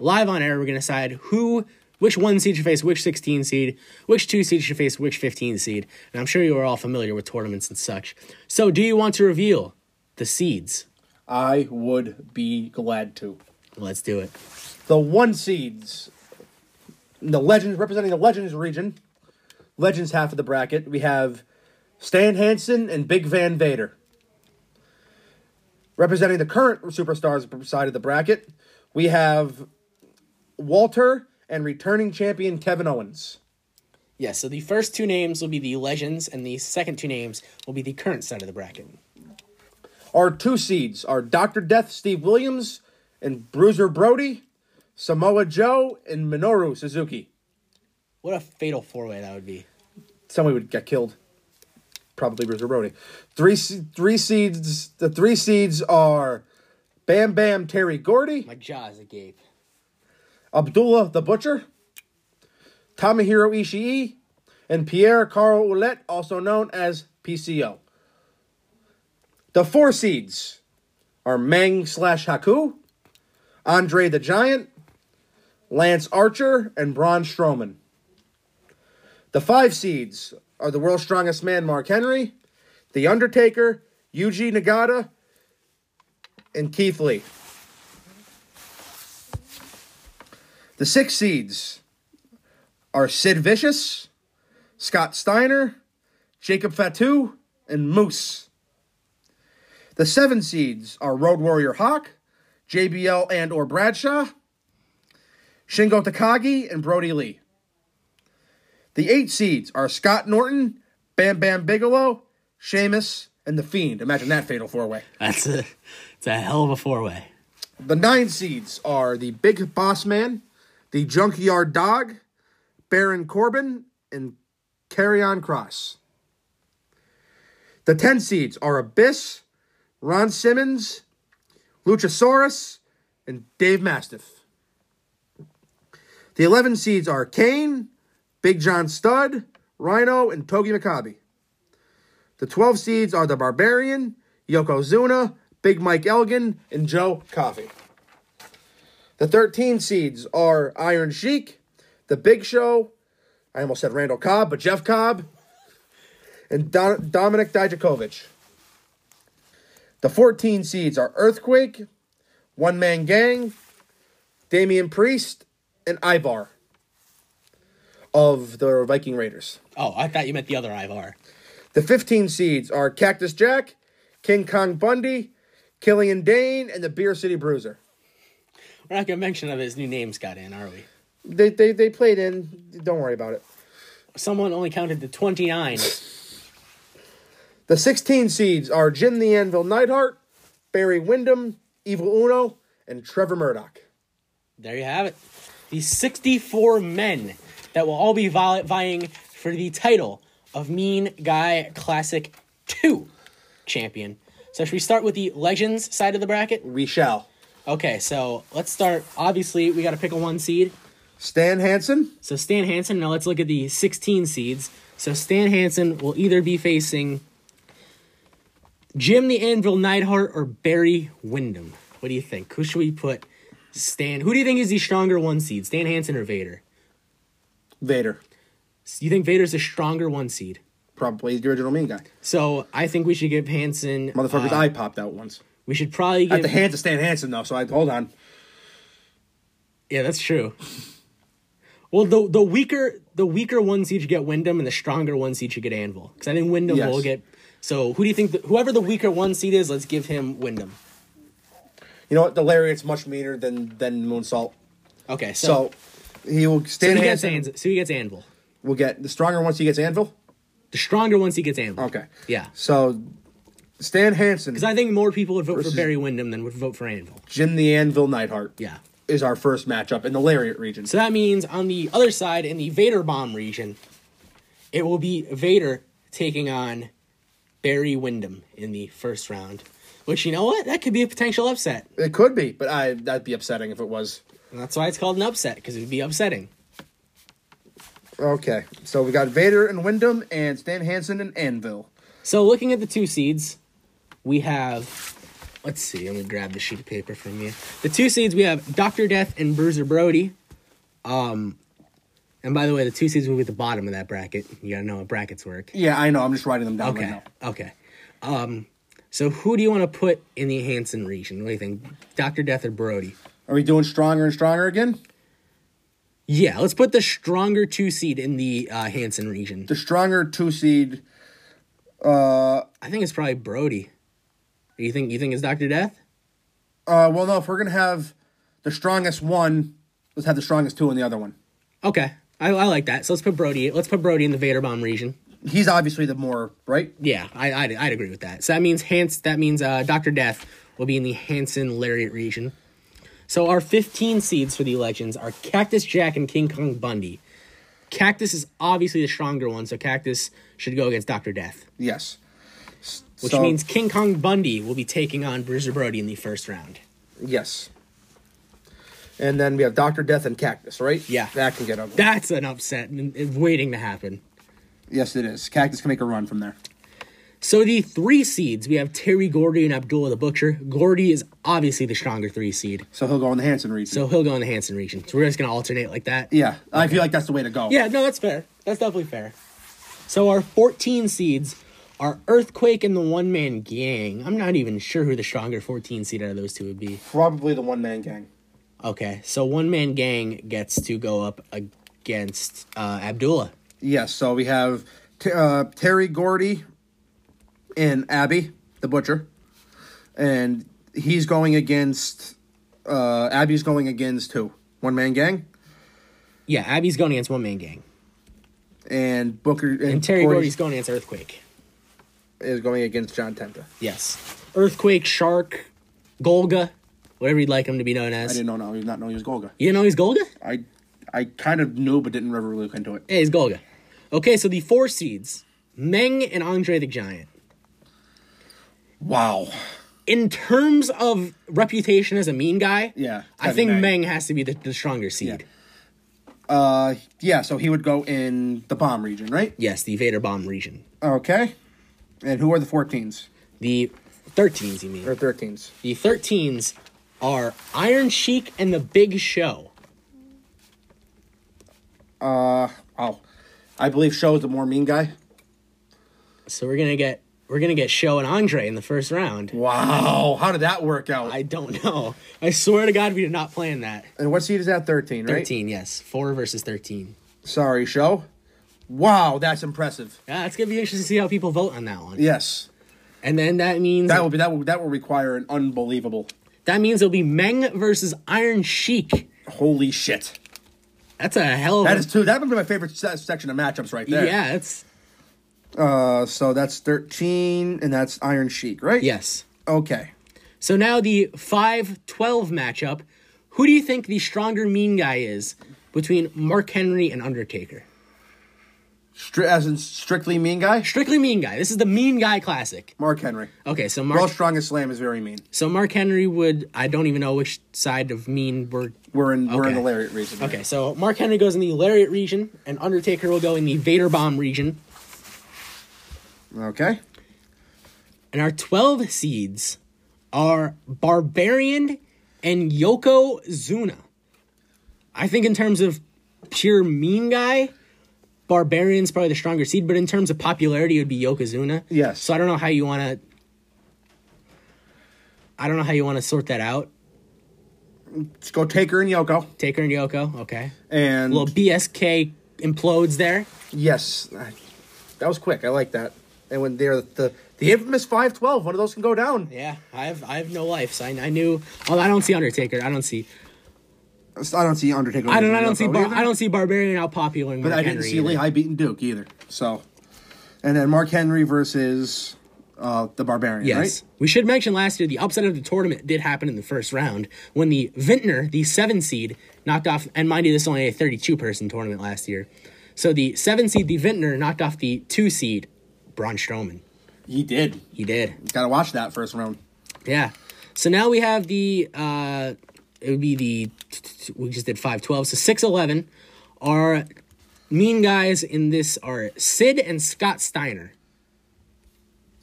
[SPEAKER 2] Live on air, we're going to decide who, which 1 seed should face which 16 seed, which 2 seed should face which 15 seed. And I'm sure you are all familiar with tournaments and such. So, do you want to reveal the seeds?
[SPEAKER 1] I would be glad to.
[SPEAKER 2] Let's do it.
[SPEAKER 1] The one seeds. The legends representing the legends region. Legends half of the bracket. We have Stan Hansen and Big Van Vader. Representing the current superstars side of the bracket, we have Walter and returning champion Kevin Owens.
[SPEAKER 2] Yeah, so the first two names will be the legends, and the second two names will be the current side of the bracket.
[SPEAKER 1] Our two seeds are Dr. Death Steve Williams and Bruiser Brody, Samoa Joe, and Minoru Suzuki.
[SPEAKER 2] What a fatal four way that would be.
[SPEAKER 1] somebody would get killed. Probably Bruiser Brody. Three se- three seeds. The three seeds are Bam Bam Terry Gordy,
[SPEAKER 2] My jaw is agape.
[SPEAKER 1] Abdullah the Butcher, Tomohiro Ishii, and Pierre Carl Ouellette, also known as PCO. The four seeds are Mang slash Haku, Andre the Giant, Lance Archer, and Braun Strowman. The five seeds are the world's strongest man, Mark Henry, The Undertaker, Yuji Nagata, and Keith Lee. The six seeds are Sid Vicious, Scott Steiner, Jacob Fatu, and Moose. The seven seeds are Road Warrior Hawk, JBL and or Bradshaw, Shingo Takagi, and Brody Lee. The eight seeds are Scott Norton, Bam Bam Bigelow, Sheamus, and The Fiend. Imagine that fatal four way.
[SPEAKER 2] That's a, it's a hell of a four way.
[SPEAKER 1] The nine seeds are the Big Boss Man, the Junkyard Dog, Baron Corbin, and Carrion Cross. The ten seeds are Abyss, Ron Simmons, Luchasaurus, and Dave Mastiff. The eleven seeds are Kane, Big John Studd, Rhino, and Togi Makabe. The twelve seeds are the Barbarian, Yokozuna, Big Mike Elgin, and Joe Coffey. The 13 seeds are Iron Sheik, The Big Show, I almost said Randall Cobb, but Jeff Cobb, and Don- Dominic Dijakovic. The 14 seeds are Earthquake, One Man Gang, Damian Priest, and Ivar of the Viking Raiders.
[SPEAKER 2] Oh, I thought you meant the other Ivar.
[SPEAKER 1] The 15 seeds are Cactus Jack, King Kong Bundy, Killian Dane, and the Beer City Bruiser.
[SPEAKER 2] We're not going to mention how his new names got in, are we?
[SPEAKER 1] They, they, they played in. Don't worry about it.
[SPEAKER 2] Someone only counted the 29.
[SPEAKER 1] The 16 seeds are Jim the Anvil Neidhart, Barry Windham, Evil Uno, and Trevor Murdoch.
[SPEAKER 2] there you have it. The 64 men that will all be vi- vying for the title of Mean Guy Classic 2 champion. So, should we start with the Legends side of the bracket?
[SPEAKER 1] We shall.
[SPEAKER 2] Okay, so let's start. Obviously, we got to pick a one seed.
[SPEAKER 1] Stan Hansen,
[SPEAKER 2] So Stan Hansen. Now let's look at the 16 seeds. So Stan Hansen will either be facing Jim the Anvil Neidhart or Barry Windham. What do you think? Who should we put? Stan. Who do you think is the stronger one seed? Stan Hansen or Vader?
[SPEAKER 1] Vader.
[SPEAKER 2] You think Vader's the stronger one seed?
[SPEAKER 1] Probably the original mean guy.
[SPEAKER 2] So I think we should give Hansen.
[SPEAKER 1] Motherfucker's
[SPEAKER 2] uh,
[SPEAKER 1] eye popped out once.
[SPEAKER 2] we should probably
[SPEAKER 1] At
[SPEAKER 2] give.
[SPEAKER 1] the hands of Stan Hansen, though, so I hold on.
[SPEAKER 2] yeah, that's true. Well, the the weaker the weaker one seed should get Wyndham, and the stronger one seed should get Anvil. Because I think Wyndham
[SPEAKER 1] Yes.
[SPEAKER 2] will get. So who do you think? The, whoever the weaker one seed is, let's give him Wyndham.
[SPEAKER 1] You know what? The lariat's much meaner than than Moonsault.
[SPEAKER 2] Okay, so,
[SPEAKER 1] So he will. Stan
[SPEAKER 2] who gets
[SPEAKER 1] Hansen
[SPEAKER 2] Anvil, so he gets Anvil.
[SPEAKER 1] will get the stronger once he gets Anvil.
[SPEAKER 2] The stronger one seed gets Anvil.
[SPEAKER 1] Okay.
[SPEAKER 2] Yeah.
[SPEAKER 1] So Stan Hansen,
[SPEAKER 2] Because I think more people would vote for Barry Wyndham than would vote for Anvil.
[SPEAKER 1] Jim the Anvil Neidhart.
[SPEAKER 2] Yeah.
[SPEAKER 1] Is our first matchup in the lariat region.
[SPEAKER 2] So that means on the other side in the Vader bomb region, it will be Vader taking on Barry Wyndham in the first round. Which you know what? That could be a potential upset.
[SPEAKER 1] It could be, but I that'd be upsetting if it was.
[SPEAKER 2] And that's why it's called an upset, because it would be upsetting.
[SPEAKER 1] Okay, so we got Vader and Wyndham and Stan Hansen and Anvil.
[SPEAKER 2] So looking at the two seeds, we have let's see, I'm gonna grab the sheet of paper from you. The two seeds we have Doctor Death and Bruiser Brody. Um and by the way, the two seeds will be at the bottom of that bracket. You gotta know how brackets work.
[SPEAKER 1] Yeah, I know. I'm just writing them down
[SPEAKER 2] Okay.
[SPEAKER 1] right now.
[SPEAKER 2] Okay. Um, so who do you want to put in the Hanson region? What do you think, Doctor Death or Brody?
[SPEAKER 1] Are we doing stronger and stronger again?
[SPEAKER 2] Yeah, let's put the stronger two seed in the uh, Hanson region.
[SPEAKER 1] The stronger two seed.
[SPEAKER 2] I think it's probably Brody. You think you think it's Doctor Death?
[SPEAKER 1] Uh, well, no, if we're gonna have the strongest one, let's have the strongest two in the other one.
[SPEAKER 2] Okay, I, I like that. So let's put Brody. Let's put Brody in the Vader bomb region.
[SPEAKER 1] He's obviously the more right.
[SPEAKER 2] Yeah, I I'd, I'd agree with that. So that means Hans. That means uh, Doctor Death will be in the Hanson Lariat region. So our 15 seeds for the legends are Cactus Jack and King Kong Bundy. Cactus is obviously the stronger one, so Cactus should go against Doctor Death,
[SPEAKER 1] Yes.
[SPEAKER 2] which
[SPEAKER 1] So-
[SPEAKER 2] means King Kong Bundy will be taking on Bruiser Brody in the first round.
[SPEAKER 1] Yes. And then we have Doctor Death and Cactus, right?
[SPEAKER 2] Yeah.
[SPEAKER 1] That can get ugly.
[SPEAKER 2] That's an upset n- n- waiting to happen.
[SPEAKER 1] yes, it is. Cactus can make a run from there.
[SPEAKER 2] So the three seeds we have Terry Gordy and Abdullah the Butcher. Gordy is obviously the stronger three seed,
[SPEAKER 1] So he'll go on the Hanson region.
[SPEAKER 2] so he'll go in the Hanson region. So we're just gonna alternate like that.
[SPEAKER 1] yeah, I feel like that's the way to go.
[SPEAKER 2] Yeah, no, that's fair. That's definitely fair. So our 14 seeds are Earthquake and the One Man Gang. I'm not even sure who the stronger 14 seed out of those two would be.
[SPEAKER 1] Probably the one man gang.
[SPEAKER 2] Okay, so One Man Gang gets to go up against uh, Abdullah.
[SPEAKER 1] Yes. So we have T- uh, Terry Gordy and Abby the Butcher, and he's going against uh, Abby's going against who? One man gang
[SPEAKER 2] Yeah, Abby's going against One Man Gang,
[SPEAKER 1] and Booker and,
[SPEAKER 2] and Terry
[SPEAKER 1] Gordy
[SPEAKER 2] Gordy's going against Earthquake.
[SPEAKER 1] is going against John Tenta.
[SPEAKER 2] Yes, Earthquake, Shark, Golga, whatever you'd like him to be known
[SPEAKER 1] I
[SPEAKER 2] as.
[SPEAKER 1] didn't know. No, he's not know he was Golga.
[SPEAKER 2] You know he's Golga.
[SPEAKER 1] I I kind of knew, but didn't ever look into it.
[SPEAKER 2] Yeah, he's Golga. Okay, so the four seeds, Meng and Andre the Giant.
[SPEAKER 1] Wow.
[SPEAKER 2] in terms of reputation as a mean guy,
[SPEAKER 1] Yeah,
[SPEAKER 2] I think
[SPEAKER 1] Meng.
[SPEAKER 2] Meng has to be the, the stronger seed.
[SPEAKER 1] Yeah. Uh, yeah. So he would go in the bomb region, right?
[SPEAKER 2] Yes, the Vader bomb region,
[SPEAKER 1] Okay. And who are the 14s
[SPEAKER 2] the Thirteens. You
[SPEAKER 1] or
[SPEAKER 2] mean
[SPEAKER 1] 13s?
[SPEAKER 2] the Thirteens are Iron Sheik and the Big Show.
[SPEAKER 1] Oh, I believe Show is the more mean guy.
[SPEAKER 2] So we're gonna get we're gonna get Show and Andre in the first round.
[SPEAKER 1] Wow, how did that work out?
[SPEAKER 2] I don't know. I swear to God, we did not plan that.
[SPEAKER 1] and what seed is that? 13, right?
[SPEAKER 2] Thirteen, yes, four versus thirteen.
[SPEAKER 1] Sorry, Show. Wow, that's impressive.
[SPEAKER 2] Yeah, it's gonna be interesting to see how people vote on that one.
[SPEAKER 1] Yes.
[SPEAKER 2] And then that means
[SPEAKER 1] That will be that will that will require an unbelievable.
[SPEAKER 2] that means it'll be Meng versus Iron Sheik.
[SPEAKER 1] Holy shit.
[SPEAKER 2] That's a hell of a
[SPEAKER 1] That is two. That would be my favorite se- section of matchups right there.
[SPEAKER 2] yeah. It's
[SPEAKER 1] Uh, so that's 13 and that's Iron Sheik, right?
[SPEAKER 2] yes.
[SPEAKER 1] Okay.
[SPEAKER 2] So now the 5 12 matchup. Who do you think the stronger mean guy is between Mark Henry and Undertaker?
[SPEAKER 1] Stri- as in strictly mean guy?
[SPEAKER 2] Strictly mean guy. This is the mean guy classic.
[SPEAKER 1] Mark Henry.
[SPEAKER 2] Okay, so
[SPEAKER 1] World's
[SPEAKER 2] Mark
[SPEAKER 1] strongest slam is very mean.
[SPEAKER 2] so Mark Henry would I don't even know which side of mean we're
[SPEAKER 1] We're in we're in
[SPEAKER 2] Okay.
[SPEAKER 1] the lariat region. right?
[SPEAKER 2] Okay, so Mark Henry goes in the Lariat region and Undertaker will go in the Vader Bomb region.
[SPEAKER 1] Okay.
[SPEAKER 2] And our 12 seeds are Barbarian and Yoko Zuna. I think in terms of pure mean guy, Barbarian's probably the stronger seed, but in terms of popularity, it would be Yokozuna.
[SPEAKER 1] Yes.
[SPEAKER 2] So I don't know how you want to. I don't know how you want to sort that out.
[SPEAKER 1] Let's go Taker and Yoko.
[SPEAKER 2] Taker and Yoko, okay.
[SPEAKER 1] And
[SPEAKER 2] Little BSK implodes there.
[SPEAKER 1] Yes, I- that was quick. I like that. And when they're the the infamous five twelve, one of those can go down.
[SPEAKER 2] Yeah, I have I have no life. So I, I knew. Although I don't see Undertaker. I don't see.
[SPEAKER 1] I don't see Undertaker.
[SPEAKER 2] I don't. I don't
[SPEAKER 1] Yoko
[SPEAKER 2] see. Bar,
[SPEAKER 1] either,
[SPEAKER 2] I don't see Barbarian out popular.
[SPEAKER 1] But I didn't see Lehigh beating Duke either. So, and then Mark Henry versus uh, the Barbarian.
[SPEAKER 2] Yes.
[SPEAKER 1] Right?
[SPEAKER 2] We should mention last year the upset of the tournament did happen in the first round when the Vintner, the seven seed, knocked off, and mind you, this is only a 32 person tournament last year. So the seven seed, the Vintner, knocked off the two seed, Braun Strowman.
[SPEAKER 1] He did.
[SPEAKER 2] He did.
[SPEAKER 1] Got to watch that first round.
[SPEAKER 2] Yeah. So now we have the, uh, it would be the, we just did 5 12. So 6 11 are mean guys in this are Sid and Scott Steiner.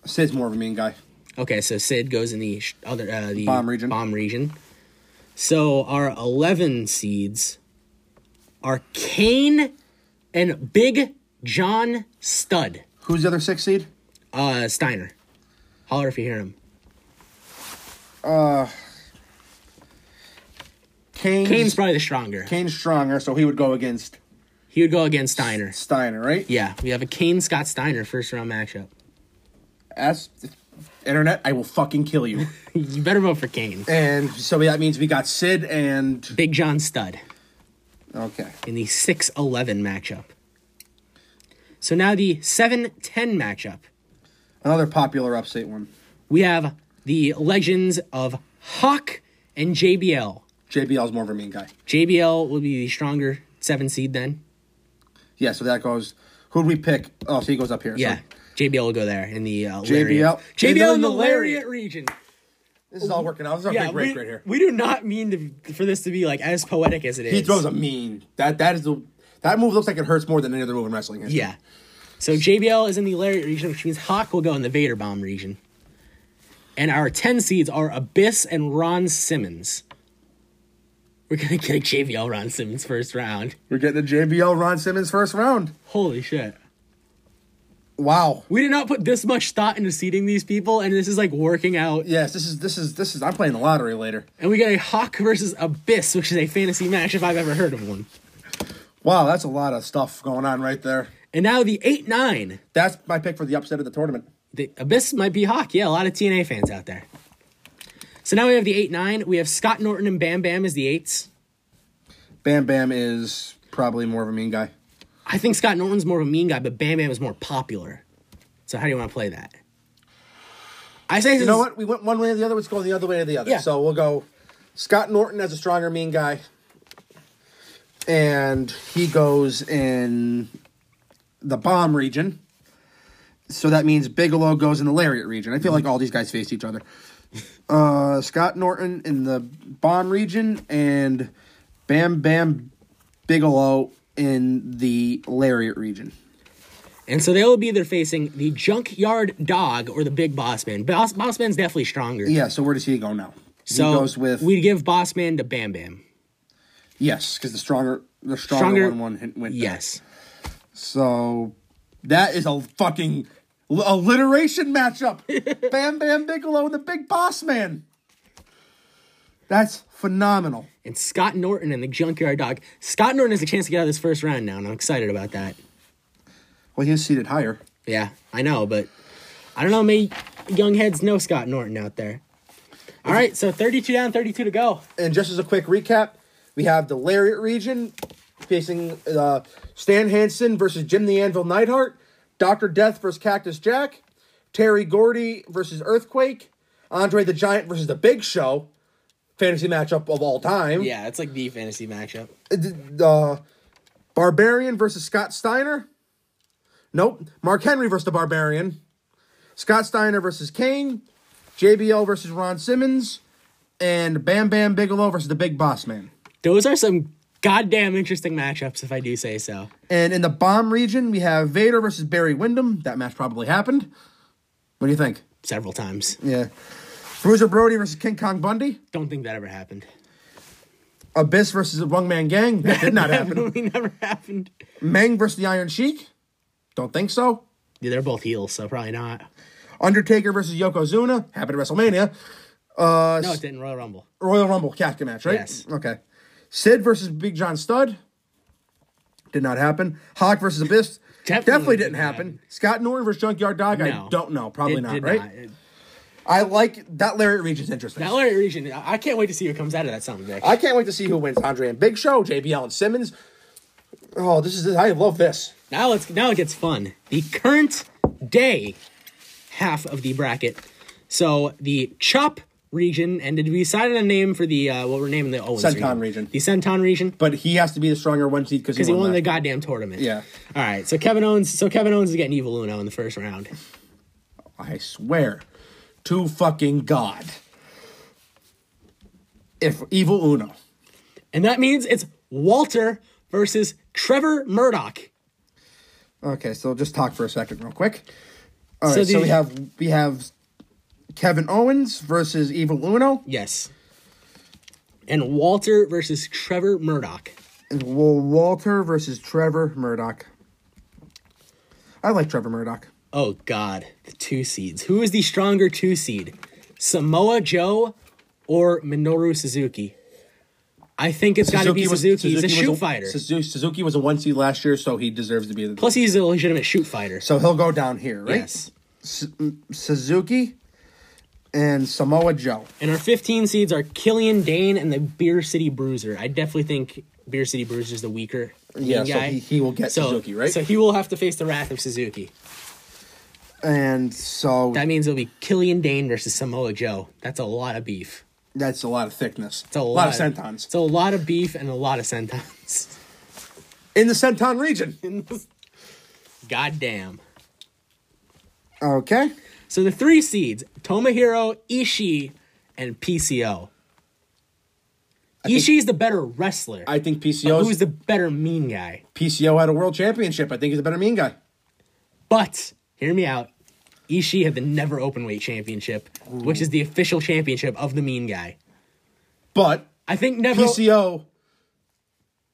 [SPEAKER 1] Sid's more of a mean guy.
[SPEAKER 2] Okay, so Sid goes in the sh- other uh, the
[SPEAKER 1] Bomb region.
[SPEAKER 2] Bomb region. So our eleven seeds are Kane and Big John Stud
[SPEAKER 1] Who's the other six seed?
[SPEAKER 2] uh, Steiner. Holler if you hear him.
[SPEAKER 1] Kane.
[SPEAKER 2] Kane's probably the stronger.
[SPEAKER 1] Kane's stronger, so he would go against
[SPEAKER 2] He would go against Steiner.
[SPEAKER 1] Steiner, right?
[SPEAKER 2] Yeah, we have a Kane Scott Steiner first round matchup.
[SPEAKER 1] ass internet, I will fucking kill you.
[SPEAKER 2] You better vote for Kane.
[SPEAKER 1] and so that means we got Sid and
[SPEAKER 2] Big John Stud
[SPEAKER 1] okay.
[SPEAKER 2] in the 6 11 matchup. So now the 7 10 matchup.
[SPEAKER 1] Another popular upstate one.
[SPEAKER 2] We have the legends of Hawk and JBL.
[SPEAKER 1] JBL's more of a mean guy.
[SPEAKER 2] JBL will be the stronger 7 seed then.
[SPEAKER 1] Yeah, so that goes. Who'd we pick? Oh, so he goes up here. so-
[SPEAKER 2] Yeah. JBL will go there in the uh,
[SPEAKER 1] JBL.
[SPEAKER 2] lariat.
[SPEAKER 1] He's
[SPEAKER 2] JBL
[SPEAKER 1] on
[SPEAKER 2] in the
[SPEAKER 1] the lariat.
[SPEAKER 2] lariat region.
[SPEAKER 1] this is all working out. This is our big break
[SPEAKER 2] we,
[SPEAKER 1] right here.
[SPEAKER 2] we do not mean to, for this to be like as poetic as it is.
[SPEAKER 1] He throws a mean. That that is the that move looks like it hurts more than any other move in wrestling. History.
[SPEAKER 2] Yeah. So JBL is in the lariat region, which means Hawk will go in the Vader Bomb region. And our 10 seeds are Abyss and Ron Simmons. We're going to get a JBL Ron Simmons first round.
[SPEAKER 1] we're getting a JBL Ron Simmons first round.
[SPEAKER 2] Holy shit.
[SPEAKER 1] Wow.
[SPEAKER 2] We did not put this much thought into seeding these people, and this is like working out.
[SPEAKER 1] Yes, this is this is this is. I'm playing the lottery later.
[SPEAKER 2] And we got a Hawk versus Abyss, which is a fantasy match if I've ever heard of one.
[SPEAKER 1] Wow, that's a lot of stuff going on right there.
[SPEAKER 2] And now the 8 9.
[SPEAKER 1] That's my pick for the upset of the tournament.
[SPEAKER 2] The Abyss might be Hawk. Yeah, a lot of TNA fans out there. So now we have the 8 9. We have Scott Norton and Bam Bam as the 8s.
[SPEAKER 1] Bam Bam is probably more of a mean guy.
[SPEAKER 2] I think Scott Norton's more of a mean guy, but Bam Bam is more popular. So how do you want to play that? I say
[SPEAKER 1] You know what? We went one way or the other. Let's go the other way or the other.
[SPEAKER 2] Yeah.
[SPEAKER 1] So we'll go Scott Norton as a stronger mean guy. And he goes in the bomb region. So that means Bigelow goes in the lariat region. I feel like all these guys face each other. Uh, Scott Norton in the bomb region and Bam Bam Bigelow in the lariat region.
[SPEAKER 2] And so they will be either facing the Junkyard Dog or the Big Boss Man. Boss, Boss Man's definitely stronger.
[SPEAKER 1] Yeah, so where does he go now?
[SPEAKER 2] so
[SPEAKER 1] he goes with
[SPEAKER 2] we'd give Boss Man to Bam Bam.
[SPEAKER 1] Yes, because the stronger the stronger,
[SPEAKER 2] Stronger-
[SPEAKER 1] one won, went. back.
[SPEAKER 2] Yes.
[SPEAKER 1] So that is a fucking l- alliteration matchup. Bam Bam Bigelow and the Big Boss Man. That's phenomenal.
[SPEAKER 2] And Scott Norton and the Junkyard Dog. Scott Norton has a chance to get out of this first round now, and I'm excited about that.
[SPEAKER 1] Well, he was seated higher.
[SPEAKER 2] Yeah, I know, but I don't know. Maybe young heads know Scott Norton out there. All right, so 32 down, 32 to go.
[SPEAKER 1] And just as a quick recap, we have the Lariat region facing uh, Stan Hansen versus Jim the Anvil Neidhart, Dr. Death versus Cactus Jack, Terry Gordy versus Earthquake, Andre the Giant versus The Big Show, fantasy matchup of all time.
[SPEAKER 2] Yeah, it's like the fantasy matchup.
[SPEAKER 1] uh, Barbarian versus Scott Steiner. Nope. Mark Henry versus the Barbarian. Scott Steiner versus Kane. JBL versus Ron Simmons. And Bam Bam Bigelow versus the Big Boss Man.
[SPEAKER 2] Those are some goddamn interesting matchups, if I do say so.
[SPEAKER 1] And in the bomb region, we have Vader versus Barry Windham. That match probably happened. What do you think?
[SPEAKER 2] Several times.
[SPEAKER 1] Yeah. Bruiser Brody versus King Kong Bundy.
[SPEAKER 2] Don't think that ever happened.
[SPEAKER 1] Abyss versus the One Man Gang. That did not happen.
[SPEAKER 2] Really never happened.
[SPEAKER 1] Meng versus the Iron Sheik. Don't think so.
[SPEAKER 2] Yeah, they're both heels, so probably not.
[SPEAKER 1] Undertaker versus Yokozuna happened at WrestleMania. Uh,
[SPEAKER 2] No, it didn't. Royal Rumble.
[SPEAKER 1] Royal Rumble casket match, right?
[SPEAKER 2] Yes.
[SPEAKER 1] Okay. Sid versus Big John Studd did not happen. Hawk versus Abyss definitely,
[SPEAKER 2] Definitely
[SPEAKER 1] didn't
[SPEAKER 2] didn't
[SPEAKER 1] happen.
[SPEAKER 2] happen.
[SPEAKER 1] Scott Norton versus Junkyard Dog, I
[SPEAKER 2] No.
[SPEAKER 1] don't know. Probably
[SPEAKER 2] It
[SPEAKER 1] not,
[SPEAKER 2] did
[SPEAKER 1] right?
[SPEAKER 2] It-
[SPEAKER 1] I like that Larry Region's interesting.
[SPEAKER 2] Now, Larry Region, I I can't wait to see who comes out of that something, Vic.
[SPEAKER 1] I can't wait to see who wins. Andre and Big Show, JBL and Simmons. Oh, this is I love this.
[SPEAKER 2] Now it's now it gets fun. The current day half of the bracket. So the chop region, and did we decide on a name for the uh, what we're naming the Owens
[SPEAKER 1] Centon region.
[SPEAKER 2] The Centon region.
[SPEAKER 1] But he has to be the stronger one seed because
[SPEAKER 2] because he won
[SPEAKER 1] that.
[SPEAKER 2] the goddamn tournament.
[SPEAKER 1] Yeah.
[SPEAKER 2] All right. So Kevin Owens. So Kevin Owens is getting Evil Uno in the first round.
[SPEAKER 1] I swear to fucking God. If Evil Uno.
[SPEAKER 2] And that means it's Walter versus Trevor Murdoch.
[SPEAKER 1] Okay, so just talk for a second, real quick. All right,
[SPEAKER 2] So
[SPEAKER 1] so,
[SPEAKER 2] the-
[SPEAKER 1] we have we have Kevin Owens versus Evil Uno,
[SPEAKER 2] Yes. And Walter versus Trevor Murdoch.
[SPEAKER 1] and Wal- Walter versus Trevor Murdoch. I like Trevor Murdoch.
[SPEAKER 2] Oh God, the two seeds. Who is the stronger two seed, Samoa Joe or Minoru Suzuki? I think it's got to be Suzuki. He's a shoot
[SPEAKER 1] was
[SPEAKER 2] fighter.
[SPEAKER 1] Suzu- Suzuki was a one seed last year, so he deserves to be the
[SPEAKER 2] Plus, he's a legitimate shoot fighter.
[SPEAKER 1] So he'll go down here, right?
[SPEAKER 2] Yes.
[SPEAKER 1] Su- Suzuki, and Samoa Joe.
[SPEAKER 2] And our 15 seeds are Killian Dane and the Beer City Bruiser. I definitely think Beer City Bruiser is the weaker
[SPEAKER 1] Yeah,
[SPEAKER 2] main
[SPEAKER 1] so
[SPEAKER 2] guy.
[SPEAKER 1] he- he will get
[SPEAKER 2] So-
[SPEAKER 1] Suzuki, right?
[SPEAKER 2] So he will have to face the wrath of Suzuki.
[SPEAKER 1] And so
[SPEAKER 2] That means it'll be Killian Dane versus Samoa Joe. That's a lot of beef.
[SPEAKER 1] that's a lot of thickness.
[SPEAKER 2] It's a,
[SPEAKER 1] lot, of sentons.
[SPEAKER 2] It's a lot of beef and a lot of sentons.
[SPEAKER 1] In the senton region.
[SPEAKER 2] Goddamn.
[SPEAKER 1] Okay.
[SPEAKER 2] So the three seeds, Tomohiro, Ishii, and PCO. Ishii's the better wrestler.
[SPEAKER 1] I think
[SPEAKER 2] but who's
[SPEAKER 1] PCO's,
[SPEAKER 2] the better mean guy?
[SPEAKER 1] PCO had a world championship. I think he's a better mean guy.
[SPEAKER 2] But hear me out. Ishii had the never openweight championship, which is the official championship of the mean guy.
[SPEAKER 1] But
[SPEAKER 2] I think never
[SPEAKER 1] PCO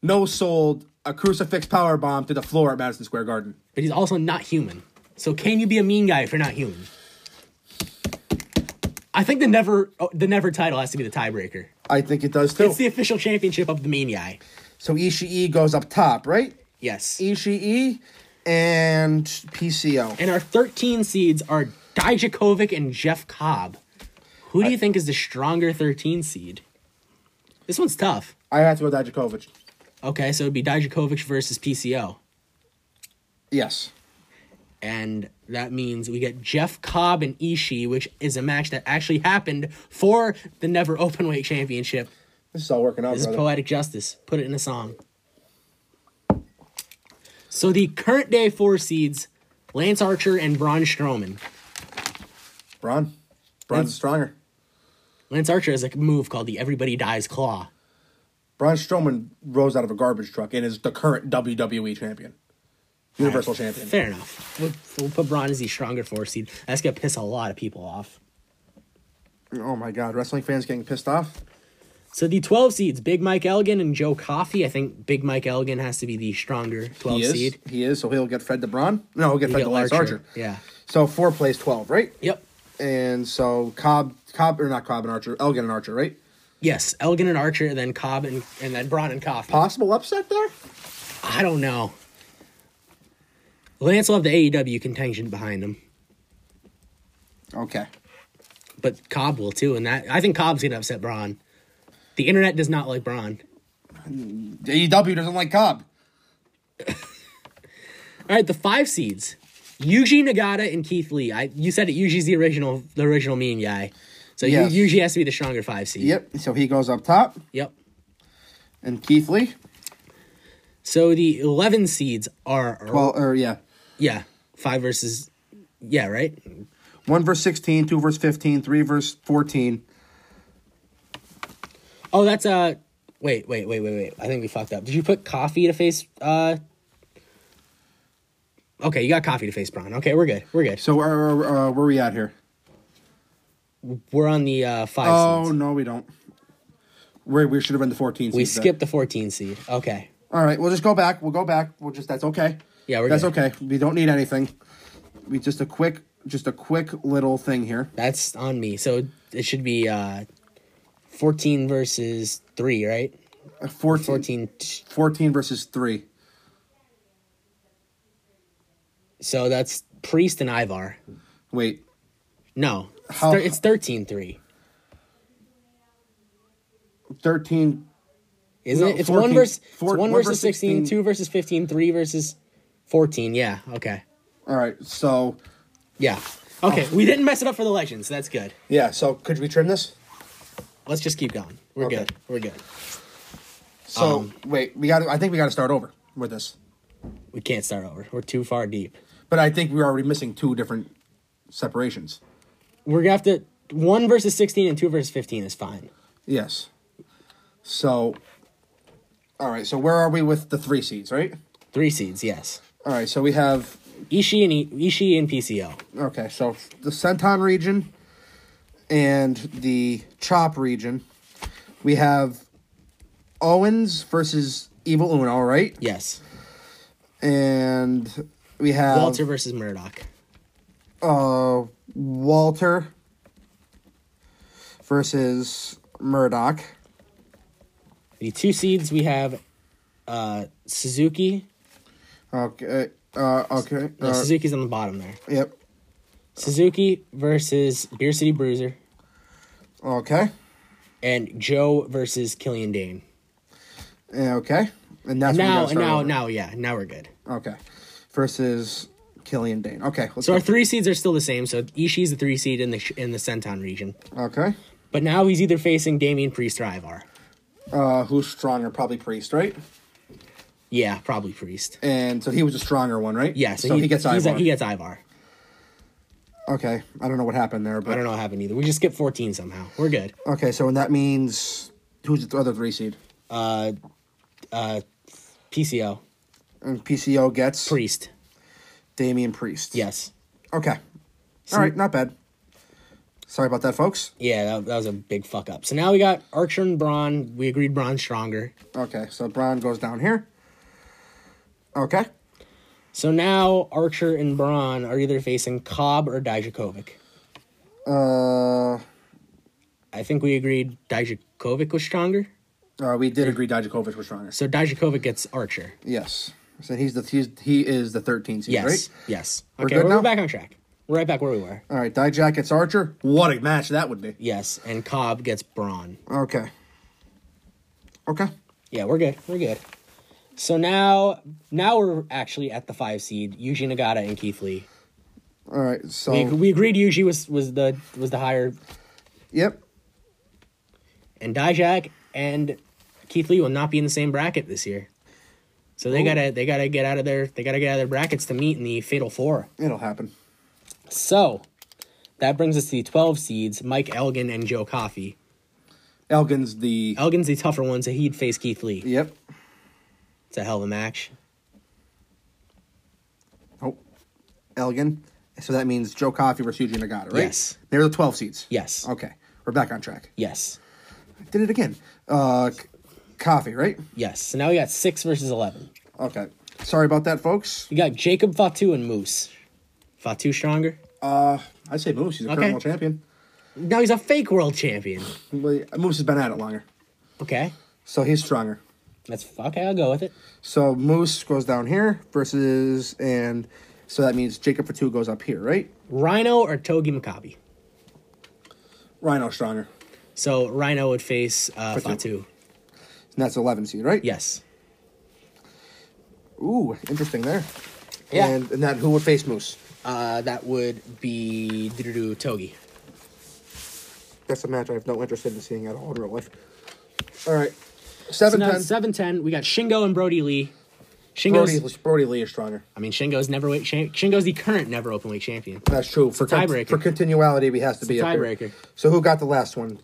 [SPEAKER 1] no sold a crucifix power bomb to the floor at Madison Square Garden.
[SPEAKER 2] but he's also not human. So can you be a mean guy if you're not human? I think the never oh, the never title has to be the tiebreaker.
[SPEAKER 1] I think it does too.
[SPEAKER 2] It's the official championship of the mean guy.
[SPEAKER 1] so Ishii goes up top, right?
[SPEAKER 2] Yes.
[SPEAKER 1] Ishii E and PCO.
[SPEAKER 2] And our 13 seeds are Dijakovic and Jeff Cobb. Who do you think is the stronger 13 seed? This one's tough.
[SPEAKER 1] I have to go with Dijakovic.
[SPEAKER 2] Okay, so it'd be Dijakovic versus PCO.
[SPEAKER 1] Yes.
[SPEAKER 2] And that means we get Jeff Cobb and Ishii, which is a match that actually happened for the Never Openweight Championship.
[SPEAKER 1] This is all working out,
[SPEAKER 2] This is
[SPEAKER 1] brother.
[SPEAKER 2] poetic justice. Put it in a song. So the current day four seeds, Lance Archer and Braun Strowman.
[SPEAKER 1] Braun. Braun's stronger.
[SPEAKER 2] Lance Archer has a move called the Everybody Dies Claw.
[SPEAKER 1] Braun Strowman rose out of a garbage truck and is the current WWE champion. Universal champion.
[SPEAKER 2] Fair enough. We'll, we'll put Braun as the stronger four seed. That's gonna piss a lot of people off.
[SPEAKER 1] Oh my god, wrestling fans getting pissed off.
[SPEAKER 2] So the 12 seeds, Big Mike Elgin and Joe Coffey. I think Big Mike Elgin has to be the stronger 12
[SPEAKER 1] He is.
[SPEAKER 2] seed.
[SPEAKER 1] He is, so he'll get fed to Braun. No, he'll get fed
[SPEAKER 2] get
[SPEAKER 1] to Lance Archer.
[SPEAKER 2] Archer, yeah.
[SPEAKER 1] So four plays twelve, right?
[SPEAKER 2] Yep.
[SPEAKER 1] And so Cobb Cobb or not Cobb and Archer, Elgin and Archer, right?
[SPEAKER 2] Yes, Elgin and Archer, and then Cobb and, and then Braun and Coffey.
[SPEAKER 1] Possible upset there?
[SPEAKER 2] I don't know. Lance will have the AEW contention behind him,
[SPEAKER 1] Okay.
[SPEAKER 2] but Cobb will too. And that I think Cobb's gonna upset Braun. The internet does not like Braun.
[SPEAKER 1] AEW E doesn't like Cobb.
[SPEAKER 2] All right, the five seeds. Yuji Nagata and Keith Lee. I you said it. Yuji's the original, the original mean guy. So
[SPEAKER 1] Yes.
[SPEAKER 2] Yu Yuji has to be the stronger five seed.
[SPEAKER 1] Yep. So he goes up top.
[SPEAKER 2] Yep.
[SPEAKER 1] And Keith Lee.
[SPEAKER 2] So the eleven seeds are, are-
[SPEAKER 1] Well or yeah.
[SPEAKER 2] yeah five versus yeah right
[SPEAKER 1] One verse 16, two verse 15, three verse 14.
[SPEAKER 2] oh that's uh wait wait wait wait wait I think we fucked up. Did you put coffee to face uh? Okay, you got coffee to face Braun. Okay, we're good. We're good.
[SPEAKER 1] So uh, uh, where are we at here?
[SPEAKER 2] We're on the uh, five
[SPEAKER 1] Oh
[SPEAKER 2] seeds.
[SPEAKER 1] no, we don't. We're, we should have been the 14.
[SPEAKER 2] We
[SPEAKER 1] seed then.
[SPEAKER 2] skipped the fourteen seed. Okay.
[SPEAKER 1] All right, we'll just go back. We'll go back. We'll just that's okay.
[SPEAKER 2] Yeah, we're
[SPEAKER 1] that's
[SPEAKER 2] good.
[SPEAKER 1] okay. We don't need anything. We just a quick, just a quick little thing here.
[SPEAKER 2] That's on me. So it should be uh, 14 versus 3, right?
[SPEAKER 1] A 14, 14.
[SPEAKER 2] 14. t-
[SPEAKER 1] 14 versus three.
[SPEAKER 2] So that's Priest and Ivar.
[SPEAKER 1] Wait,
[SPEAKER 2] No. It's,
[SPEAKER 1] How-
[SPEAKER 2] thir- it's 13 3.
[SPEAKER 1] 13.
[SPEAKER 2] Isn't
[SPEAKER 1] No,
[SPEAKER 2] it? It's
[SPEAKER 1] 14
[SPEAKER 2] one versus
[SPEAKER 1] four-
[SPEAKER 2] it's
[SPEAKER 1] one
[SPEAKER 2] one, versus
[SPEAKER 1] versus
[SPEAKER 2] 16,
[SPEAKER 1] 16.
[SPEAKER 2] two versus 15, three versus 14. Yeah. Okay.
[SPEAKER 1] All right, so
[SPEAKER 2] Yeah. Okay. We didn't mess it up for the legends. That's good.
[SPEAKER 1] yeah, so could we trim this?
[SPEAKER 2] Let's just keep going. We're
[SPEAKER 1] Okay.
[SPEAKER 2] good. We're good.
[SPEAKER 1] So
[SPEAKER 2] Um,
[SPEAKER 1] wait, we got. to I think we got to start over with this.
[SPEAKER 2] We can't start over. We're too far deep.
[SPEAKER 1] But I think we're already missing two different separations.
[SPEAKER 2] We're going to have to. One versus 16 and two versus 15 is fine.
[SPEAKER 1] Yes. So. All right, so where are we with the three seeds, right?
[SPEAKER 2] Three seeds, yes.
[SPEAKER 1] All right, so we have
[SPEAKER 2] Ishii and, I- Ishii and PCO.
[SPEAKER 1] Okay, so the Senton region and the Chop region, we have Owens versus Evil Uno, right?
[SPEAKER 2] Yes.
[SPEAKER 1] And we have
[SPEAKER 2] Walter versus Murdoch.
[SPEAKER 1] uh, Walter versus Murdoch.
[SPEAKER 2] The two seeds we have uh, Suzuki.
[SPEAKER 1] Okay, uh, okay,
[SPEAKER 2] No,
[SPEAKER 1] uh,
[SPEAKER 2] Suzuki's on the bottom there.
[SPEAKER 1] yep.
[SPEAKER 2] Suzuki versus Beer City Bruiser,
[SPEAKER 1] Okay.
[SPEAKER 2] and Joe versus Killian Dane.
[SPEAKER 1] Yeah, Eh, okay. And that's when we
[SPEAKER 2] Now,
[SPEAKER 1] gotta start
[SPEAKER 2] now,
[SPEAKER 1] over.
[SPEAKER 2] now, yeah, now we're good.
[SPEAKER 1] Okay. Versus Killian Dane. Okay. Let's
[SPEAKER 2] So our
[SPEAKER 1] go.
[SPEAKER 2] three seeds are still the same. So Ishii's the three seed in the in the Senton region,
[SPEAKER 1] okay.
[SPEAKER 2] but now he's either facing Damien Priest or Ivar.
[SPEAKER 1] Uh, who's stronger? Probably Priest, right?
[SPEAKER 2] Yeah, probably Priest.
[SPEAKER 1] And so he was a stronger one, right?
[SPEAKER 2] Yeah, so,
[SPEAKER 1] So he, gets
[SPEAKER 2] he's-
[SPEAKER 1] Ivar.
[SPEAKER 2] He gets Ivar.
[SPEAKER 1] okay. I don't know what happened there, but
[SPEAKER 2] I don't know what happened either. We just skipped 14 somehow. We're good.
[SPEAKER 1] Okay, so and that means who's the other three seed?
[SPEAKER 2] PCO.
[SPEAKER 1] And PCO gets
[SPEAKER 2] Priest.
[SPEAKER 1] Damian Priest.
[SPEAKER 2] Yes.
[SPEAKER 1] Okay. All right, not bad. Sorry about that, folks.
[SPEAKER 2] Yeah, that, that was a big fuck up. So now we got Archer and Braun. We agreed Braun's stronger.
[SPEAKER 1] Okay, so Braun goes down here. Okay.
[SPEAKER 2] So now Archer and Braun are either facing Cobb or Dijakovic.
[SPEAKER 1] Uh,
[SPEAKER 2] I think we agreed Dijakovic was stronger.
[SPEAKER 1] uh we did agree Dijakovic was stronger.
[SPEAKER 2] So Dijakovic gets Archer.
[SPEAKER 1] Yes. So he's the he's, he is the 13 seed,
[SPEAKER 2] Yes.
[SPEAKER 1] right?
[SPEAKER 2] Yes.
[SPEAKER 1] We're
[SPEAKER 2] okay,
[SPEAKER 1] good
[SPEAKER 2] we're,
[SPEAKER 1] now?
[SPEAKER 2] back on track. We're right back where we were.
[SPEAKER 1] All right, Dijak gets Archer. What a match that would be.
[SPEAKER 2] Yes. And Cobb gets Braun.
[SPEAKER 1] Okay. Okay.
[SPEAKER 2] Yeah, we're good. We're good. So now now we're actually at the five seed, Yuji Nagata and Keith Lee.
[SPEAKER 1] All right. So
[SPEAKER 2] We, we agreed Yuji was was the was the higher
[SPEAKER 1] yep.
[SPEAKER 2] and Dijak and Keith Lee will not be in the same bracket this year. So they gotta they gotta get out of their they gotta get out of their brackets to meet in the Fatal Four.
[SPEAKER 1] It'll happen.
[SPEAKER 2] So that brings us to the twelve seeds, Mike Elgin and Joe Coffey.
[SPEAKER 1] Elgin's the
[SPEAKER 2] Elgin's the tougher one, so he'd face Keith Lee.
[SPEAKER 1] yep.
[SPEAKER 2] It's a hell of a match.
[SPEAKER 1] Oh, Elgin. So that means Joe Coffey versus Yuji Nagata, right?
[SPEAKER 2] Yes.
[SPEAKER 1] They're the 12 seeds.
[SPEAKER 2] Yes.
[SPEAKER 1] Okay. We're back on track.
[SPEAKER 2] Yes.
[SPEAKER 1] Did it again. Uh, C- Coffey, right?
[SPEAKER 2] Yes. So now we got six versus eleven.
[SPEAKER 1] Okay. Sorry about that, folks.
[SPEAKER 2] We got Jacob Fatu and Moose. Fatu stronger?
[SPEAKER 1] I say Moose. He's a
[SPEAKER 2] Okay.
[SPEAKER 1] current world champion.
[SPEAKER 2] Now he's a fake world champion.
[SPEAKER 1] Well, Moose has been at it longer,
[SPEAKER 2] Okay.
[SPEAKER 1] so he's stronger.
[SPEAKER 2] That's okay, I'll go with it.
[SPEAKER 1] So Moose goes down here versus, and so that means Jacob Fatu goes up here, right?
[SPEAKER 2] Rhino or Togi Maccabi?
[SPEAKER 1] Rhino stronger.
[SPEAKER 2] So Rhino would face uh,
[SPEAKER 1] Fatu.
[SPEAKER 2] Fatu.
[SPEAKER 1] And that's 11 seed, right?
[SPEAKER 2] Yes.
[SPEAKER 1] Ooh, interesting there.
[SPEAKER 2] Yeah.
[SPEAKER 1] And, and that who would face Moose?
[SPEAKER 2] Uh, that would be doo-doo-doo Togi.
[SPEAKER 1] That's a match I have no interest in seeing at all in real life. All right. Seven
[SPEAKER 2] So now
[SPEAKER 1] ten.
[SPEAKER 2] seven ten. We got Shingo and Brody Lee. Shingo's.
[SPEAKER 4] Brody, Brody Lee is stronger.
[SPEAKER 2] I mean, Shingo's never weight. Cha- Shingo's the current never open weight champion.
[SPEAKER 1] That's true. For con-
[SPEAKER 2] Tiebreaker.
[SPEAKER 1] for continuality, we has to be
[SPEAKER 2] a
[SPEAKER 1] up here.
[SPEAKER 2] tiebreaker.
[SPEAKER 1] So who got the last one?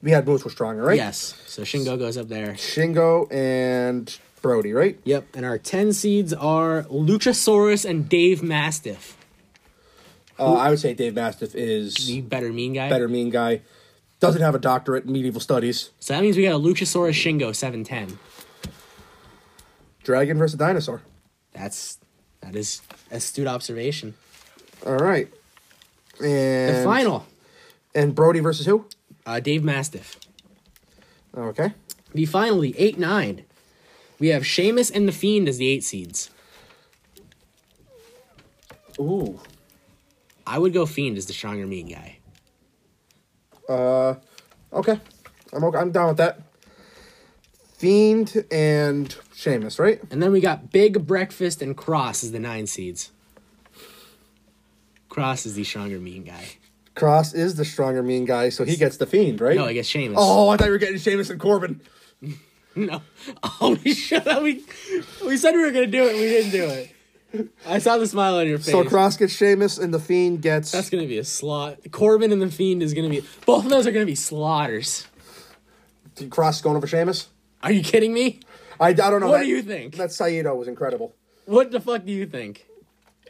[SPEAKER 1] We had Moose was stronger, right?
[SPEAKER 2] Yes. So Shingo goes up there.
[SPEAKER 1] Shingo and Brody, right?
[SPEAKER 2] Yep. And our ten seeds are Luchasaurus and Dave Mastiff.
[SPEAKER 4] Uh, I would say Dave Mastiff is
[SPEAKER 2] The better mean guy.
[SPEAKER 4] better mean guy. Doesn't have a doctorate in medieval studies.
[SPEAKER 2] So that means we got a Luchasaurus Shingo seven ten.
[SPEAKER 1] Dragon versus dinosaur.
[SPEAKER 2] That's that is astute observation.
[SPEAKER 1] All right. And
[SPEAKER 2] The final,
[SPEAKER 1] And Brody versus who?
[SPEAKER 2] uh, Dave Mastiff.
[SPEAKER 1] Okay.
[SPEAKER 2] The final, the eight nine. We have Sheamus and the Fiend as the eight seeds.
[SPEAKER 4] Ooh.
[SPEAKER 2] I would go Fiend as the stronger mean guy.
[SPEAKER 1] Okay. I'm okay. I'm down with that. Fiend and Sheamus, right?
[SPEAKER 2] And then we got Big Breakfast and Cross as the nine seeds. Cross is the stronger mean guy.
[SPEAKER 1] Cross is the stronger mean guy, so he gets the fiend, right?
[SPEAKER 2] No, I guess Sheamus.
[SPEAKER 1] Oh, I thought you were getting Sheamus and Corbin.
[SPEAKER 2] no. Oh, we shut up. We, we said we were gonna do it. and We didn't do it. I saw the smile on your face.
[SPEAKER 1] So Cross gets Sheamus and the fiend gets
[SPEAKER 2] That's gonna be a slot. Corbin and the Fiend is gonna be. Both of those are gonna be slaughters.
[SPEAKER 1] Cross going over Sheamus.
[SPEAKER 2] Are you kidding me?
[SPEAKER 1] I, I don't know.
[SPEAKER 2] What
[SPEAKER 1] that-
[SPEAKER 2] do you think?
[SPEAKER 1] That Saito was incredible.
[SPEAKER 2] What the fuck do you think?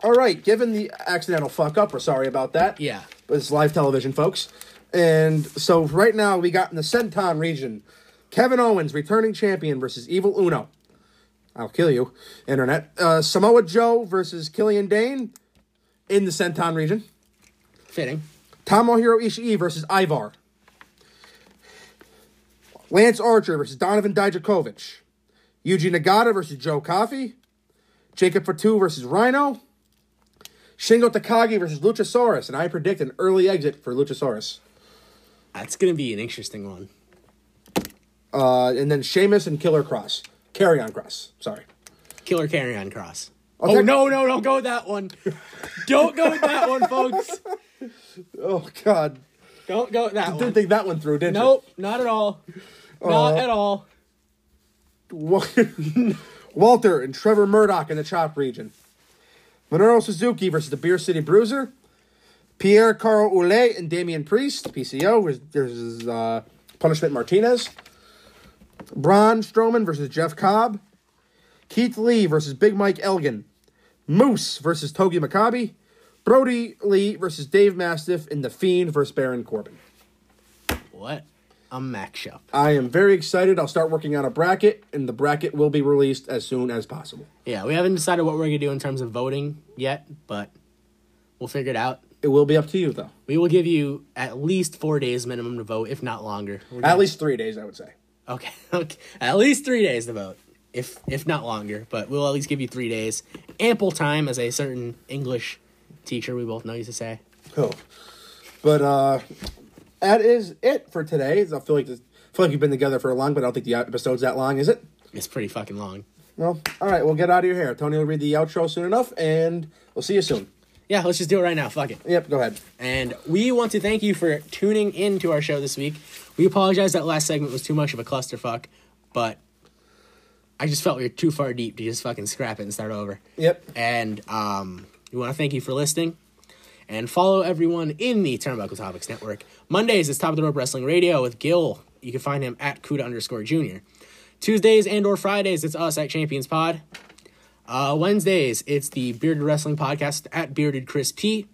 [SPEAKER 1] All right, given the accidental fuck up, we're sorry about that.
[SPEAKER 2] Yeah.
[SPEAKER 1] But it's live television, folks. And so right now we got in the Senton region Kevin Owens, returning champion, versus Evil Uno. I'll kill you, internet. Uh, Samoa Joe versus Killian Dane in the Senton region.
[SPEAKER 2] Fitting.
[SPEAKER 1] Tomohiro Ishii E versus Ivar. Lance Archer versus Donovan Dijakovic. Yuji Nagata versus Joe Coffey. Jacob Fatu versus Rhino. Shingo Takagi versus Luchasaurus, and I predict an early exit for Luchasaurus.
[SPEAKER 2] That's gonna be an interesting one.
[SPEAKER 1] Uh, and then Sheamus and Killer Cross. Carry on Cross. Sorry.
[SPEAKER 2] Killer carry on cross.
[SPEAKER 1] Okay.
[SPEAKER 2] Oh no, no, don't go with that one. don't go with that one, folks.
[SPEAKER 1] Oh, God.
[SPEAKER 2] Don't go with that
[SPEAKER 1] Didn't
[SPEAKER 2] one.
[SPEAKER 1] think that one through, did
[SPEAKER 2] Nope, not at all. Not at all.
[SPEAKER 1] you? Walter and Trevor Murdoch in the chop region. Minoru Suzuki versus the Beer City Bruiser. Pierre Carl Oulet and Damian Priest, PCO, vers- versus uh, Punishment Martinez. Braun Strowman versus Jeff Cobb. Keith Lee versus Big Mike Elgin. Moose versus Togi Maccabi. Brody Lee versus Dave Mastiff. And The Fiend versus Baron Corbin.
[SPEAKER 2] What a matchup.
[SPEAKER 1] I am very excited. I'll start working on a bracket, and the bracket will be released as soon as possible.
[SPEAKER 2] Yeah, we haven't decided what we're gonna do in terms of voting yet, but we'll figure it out.
[SPEAKER 1] It will be up to you, though.
[SPEAKER 2] We will give you at least four days minimum to vote, if not longer. We're-
[SPEAKER 1] At least three days, I would say.
[SPEAKER 2] Okay, okay, at least three days to vote, if if not longer. But we'll at least give you three days, ample time, as a certain English teacher we both know used to say.
[SPEAKER 1] Cool. But uh, that is it for today. I feel like this, I feel like we've been together for a long, but I don't think the episode's that long, is it?
[SPEAKER 2] It's pretty fucking long.
[SPEAKER 1] Well, all right. We'll get out of your hair. Tony will read the outro soon enough, and we'll see you soon.
[SPEAKER 2] Yeah, let's just do it right now. Fuck it.
[SPEAKER 1] Yep. Go ahead.
[SPEAKER 2] And we want to thank you for tuning in to our show this week. We apologize that last segment was too much of a clusterfuck, but I just felt we were too far deep to just fucking scrap it and start over.
[SPEAKER 1] Yep.
[SPEAKER 2] And um, we want to thank you for listening and follow everyone in the Turnbuckle Topics Network. Mondays is Top of the Rope Wrestling Radio with Gil. You can find him at Kuda underscore Junior. Tuesdays and or Fridays, it's us at Champions Pod. Uh, Wednesdays, it's the Bearded Wrestling Podcast at Bearded Chris P.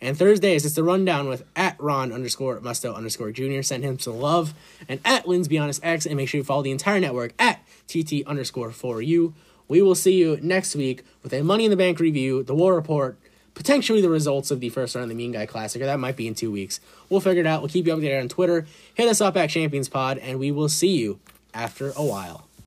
[SPEAKER 2] And Thursdays, it's the rundown with at Ron underscore Musto underscore Junior. Send him some love. And at Lynn's Be Honest X. And make sure you follow the entire network at TT underscore for you. We will see you next week with a Money in the Bank review, the War Report, potentially the results of the first round of the Mean Guy Classic, or that might be in two weeks. We'll figure it out. We'll keep you updated on Twitter. Hit us up at Champions Pod, and we will see you after a while.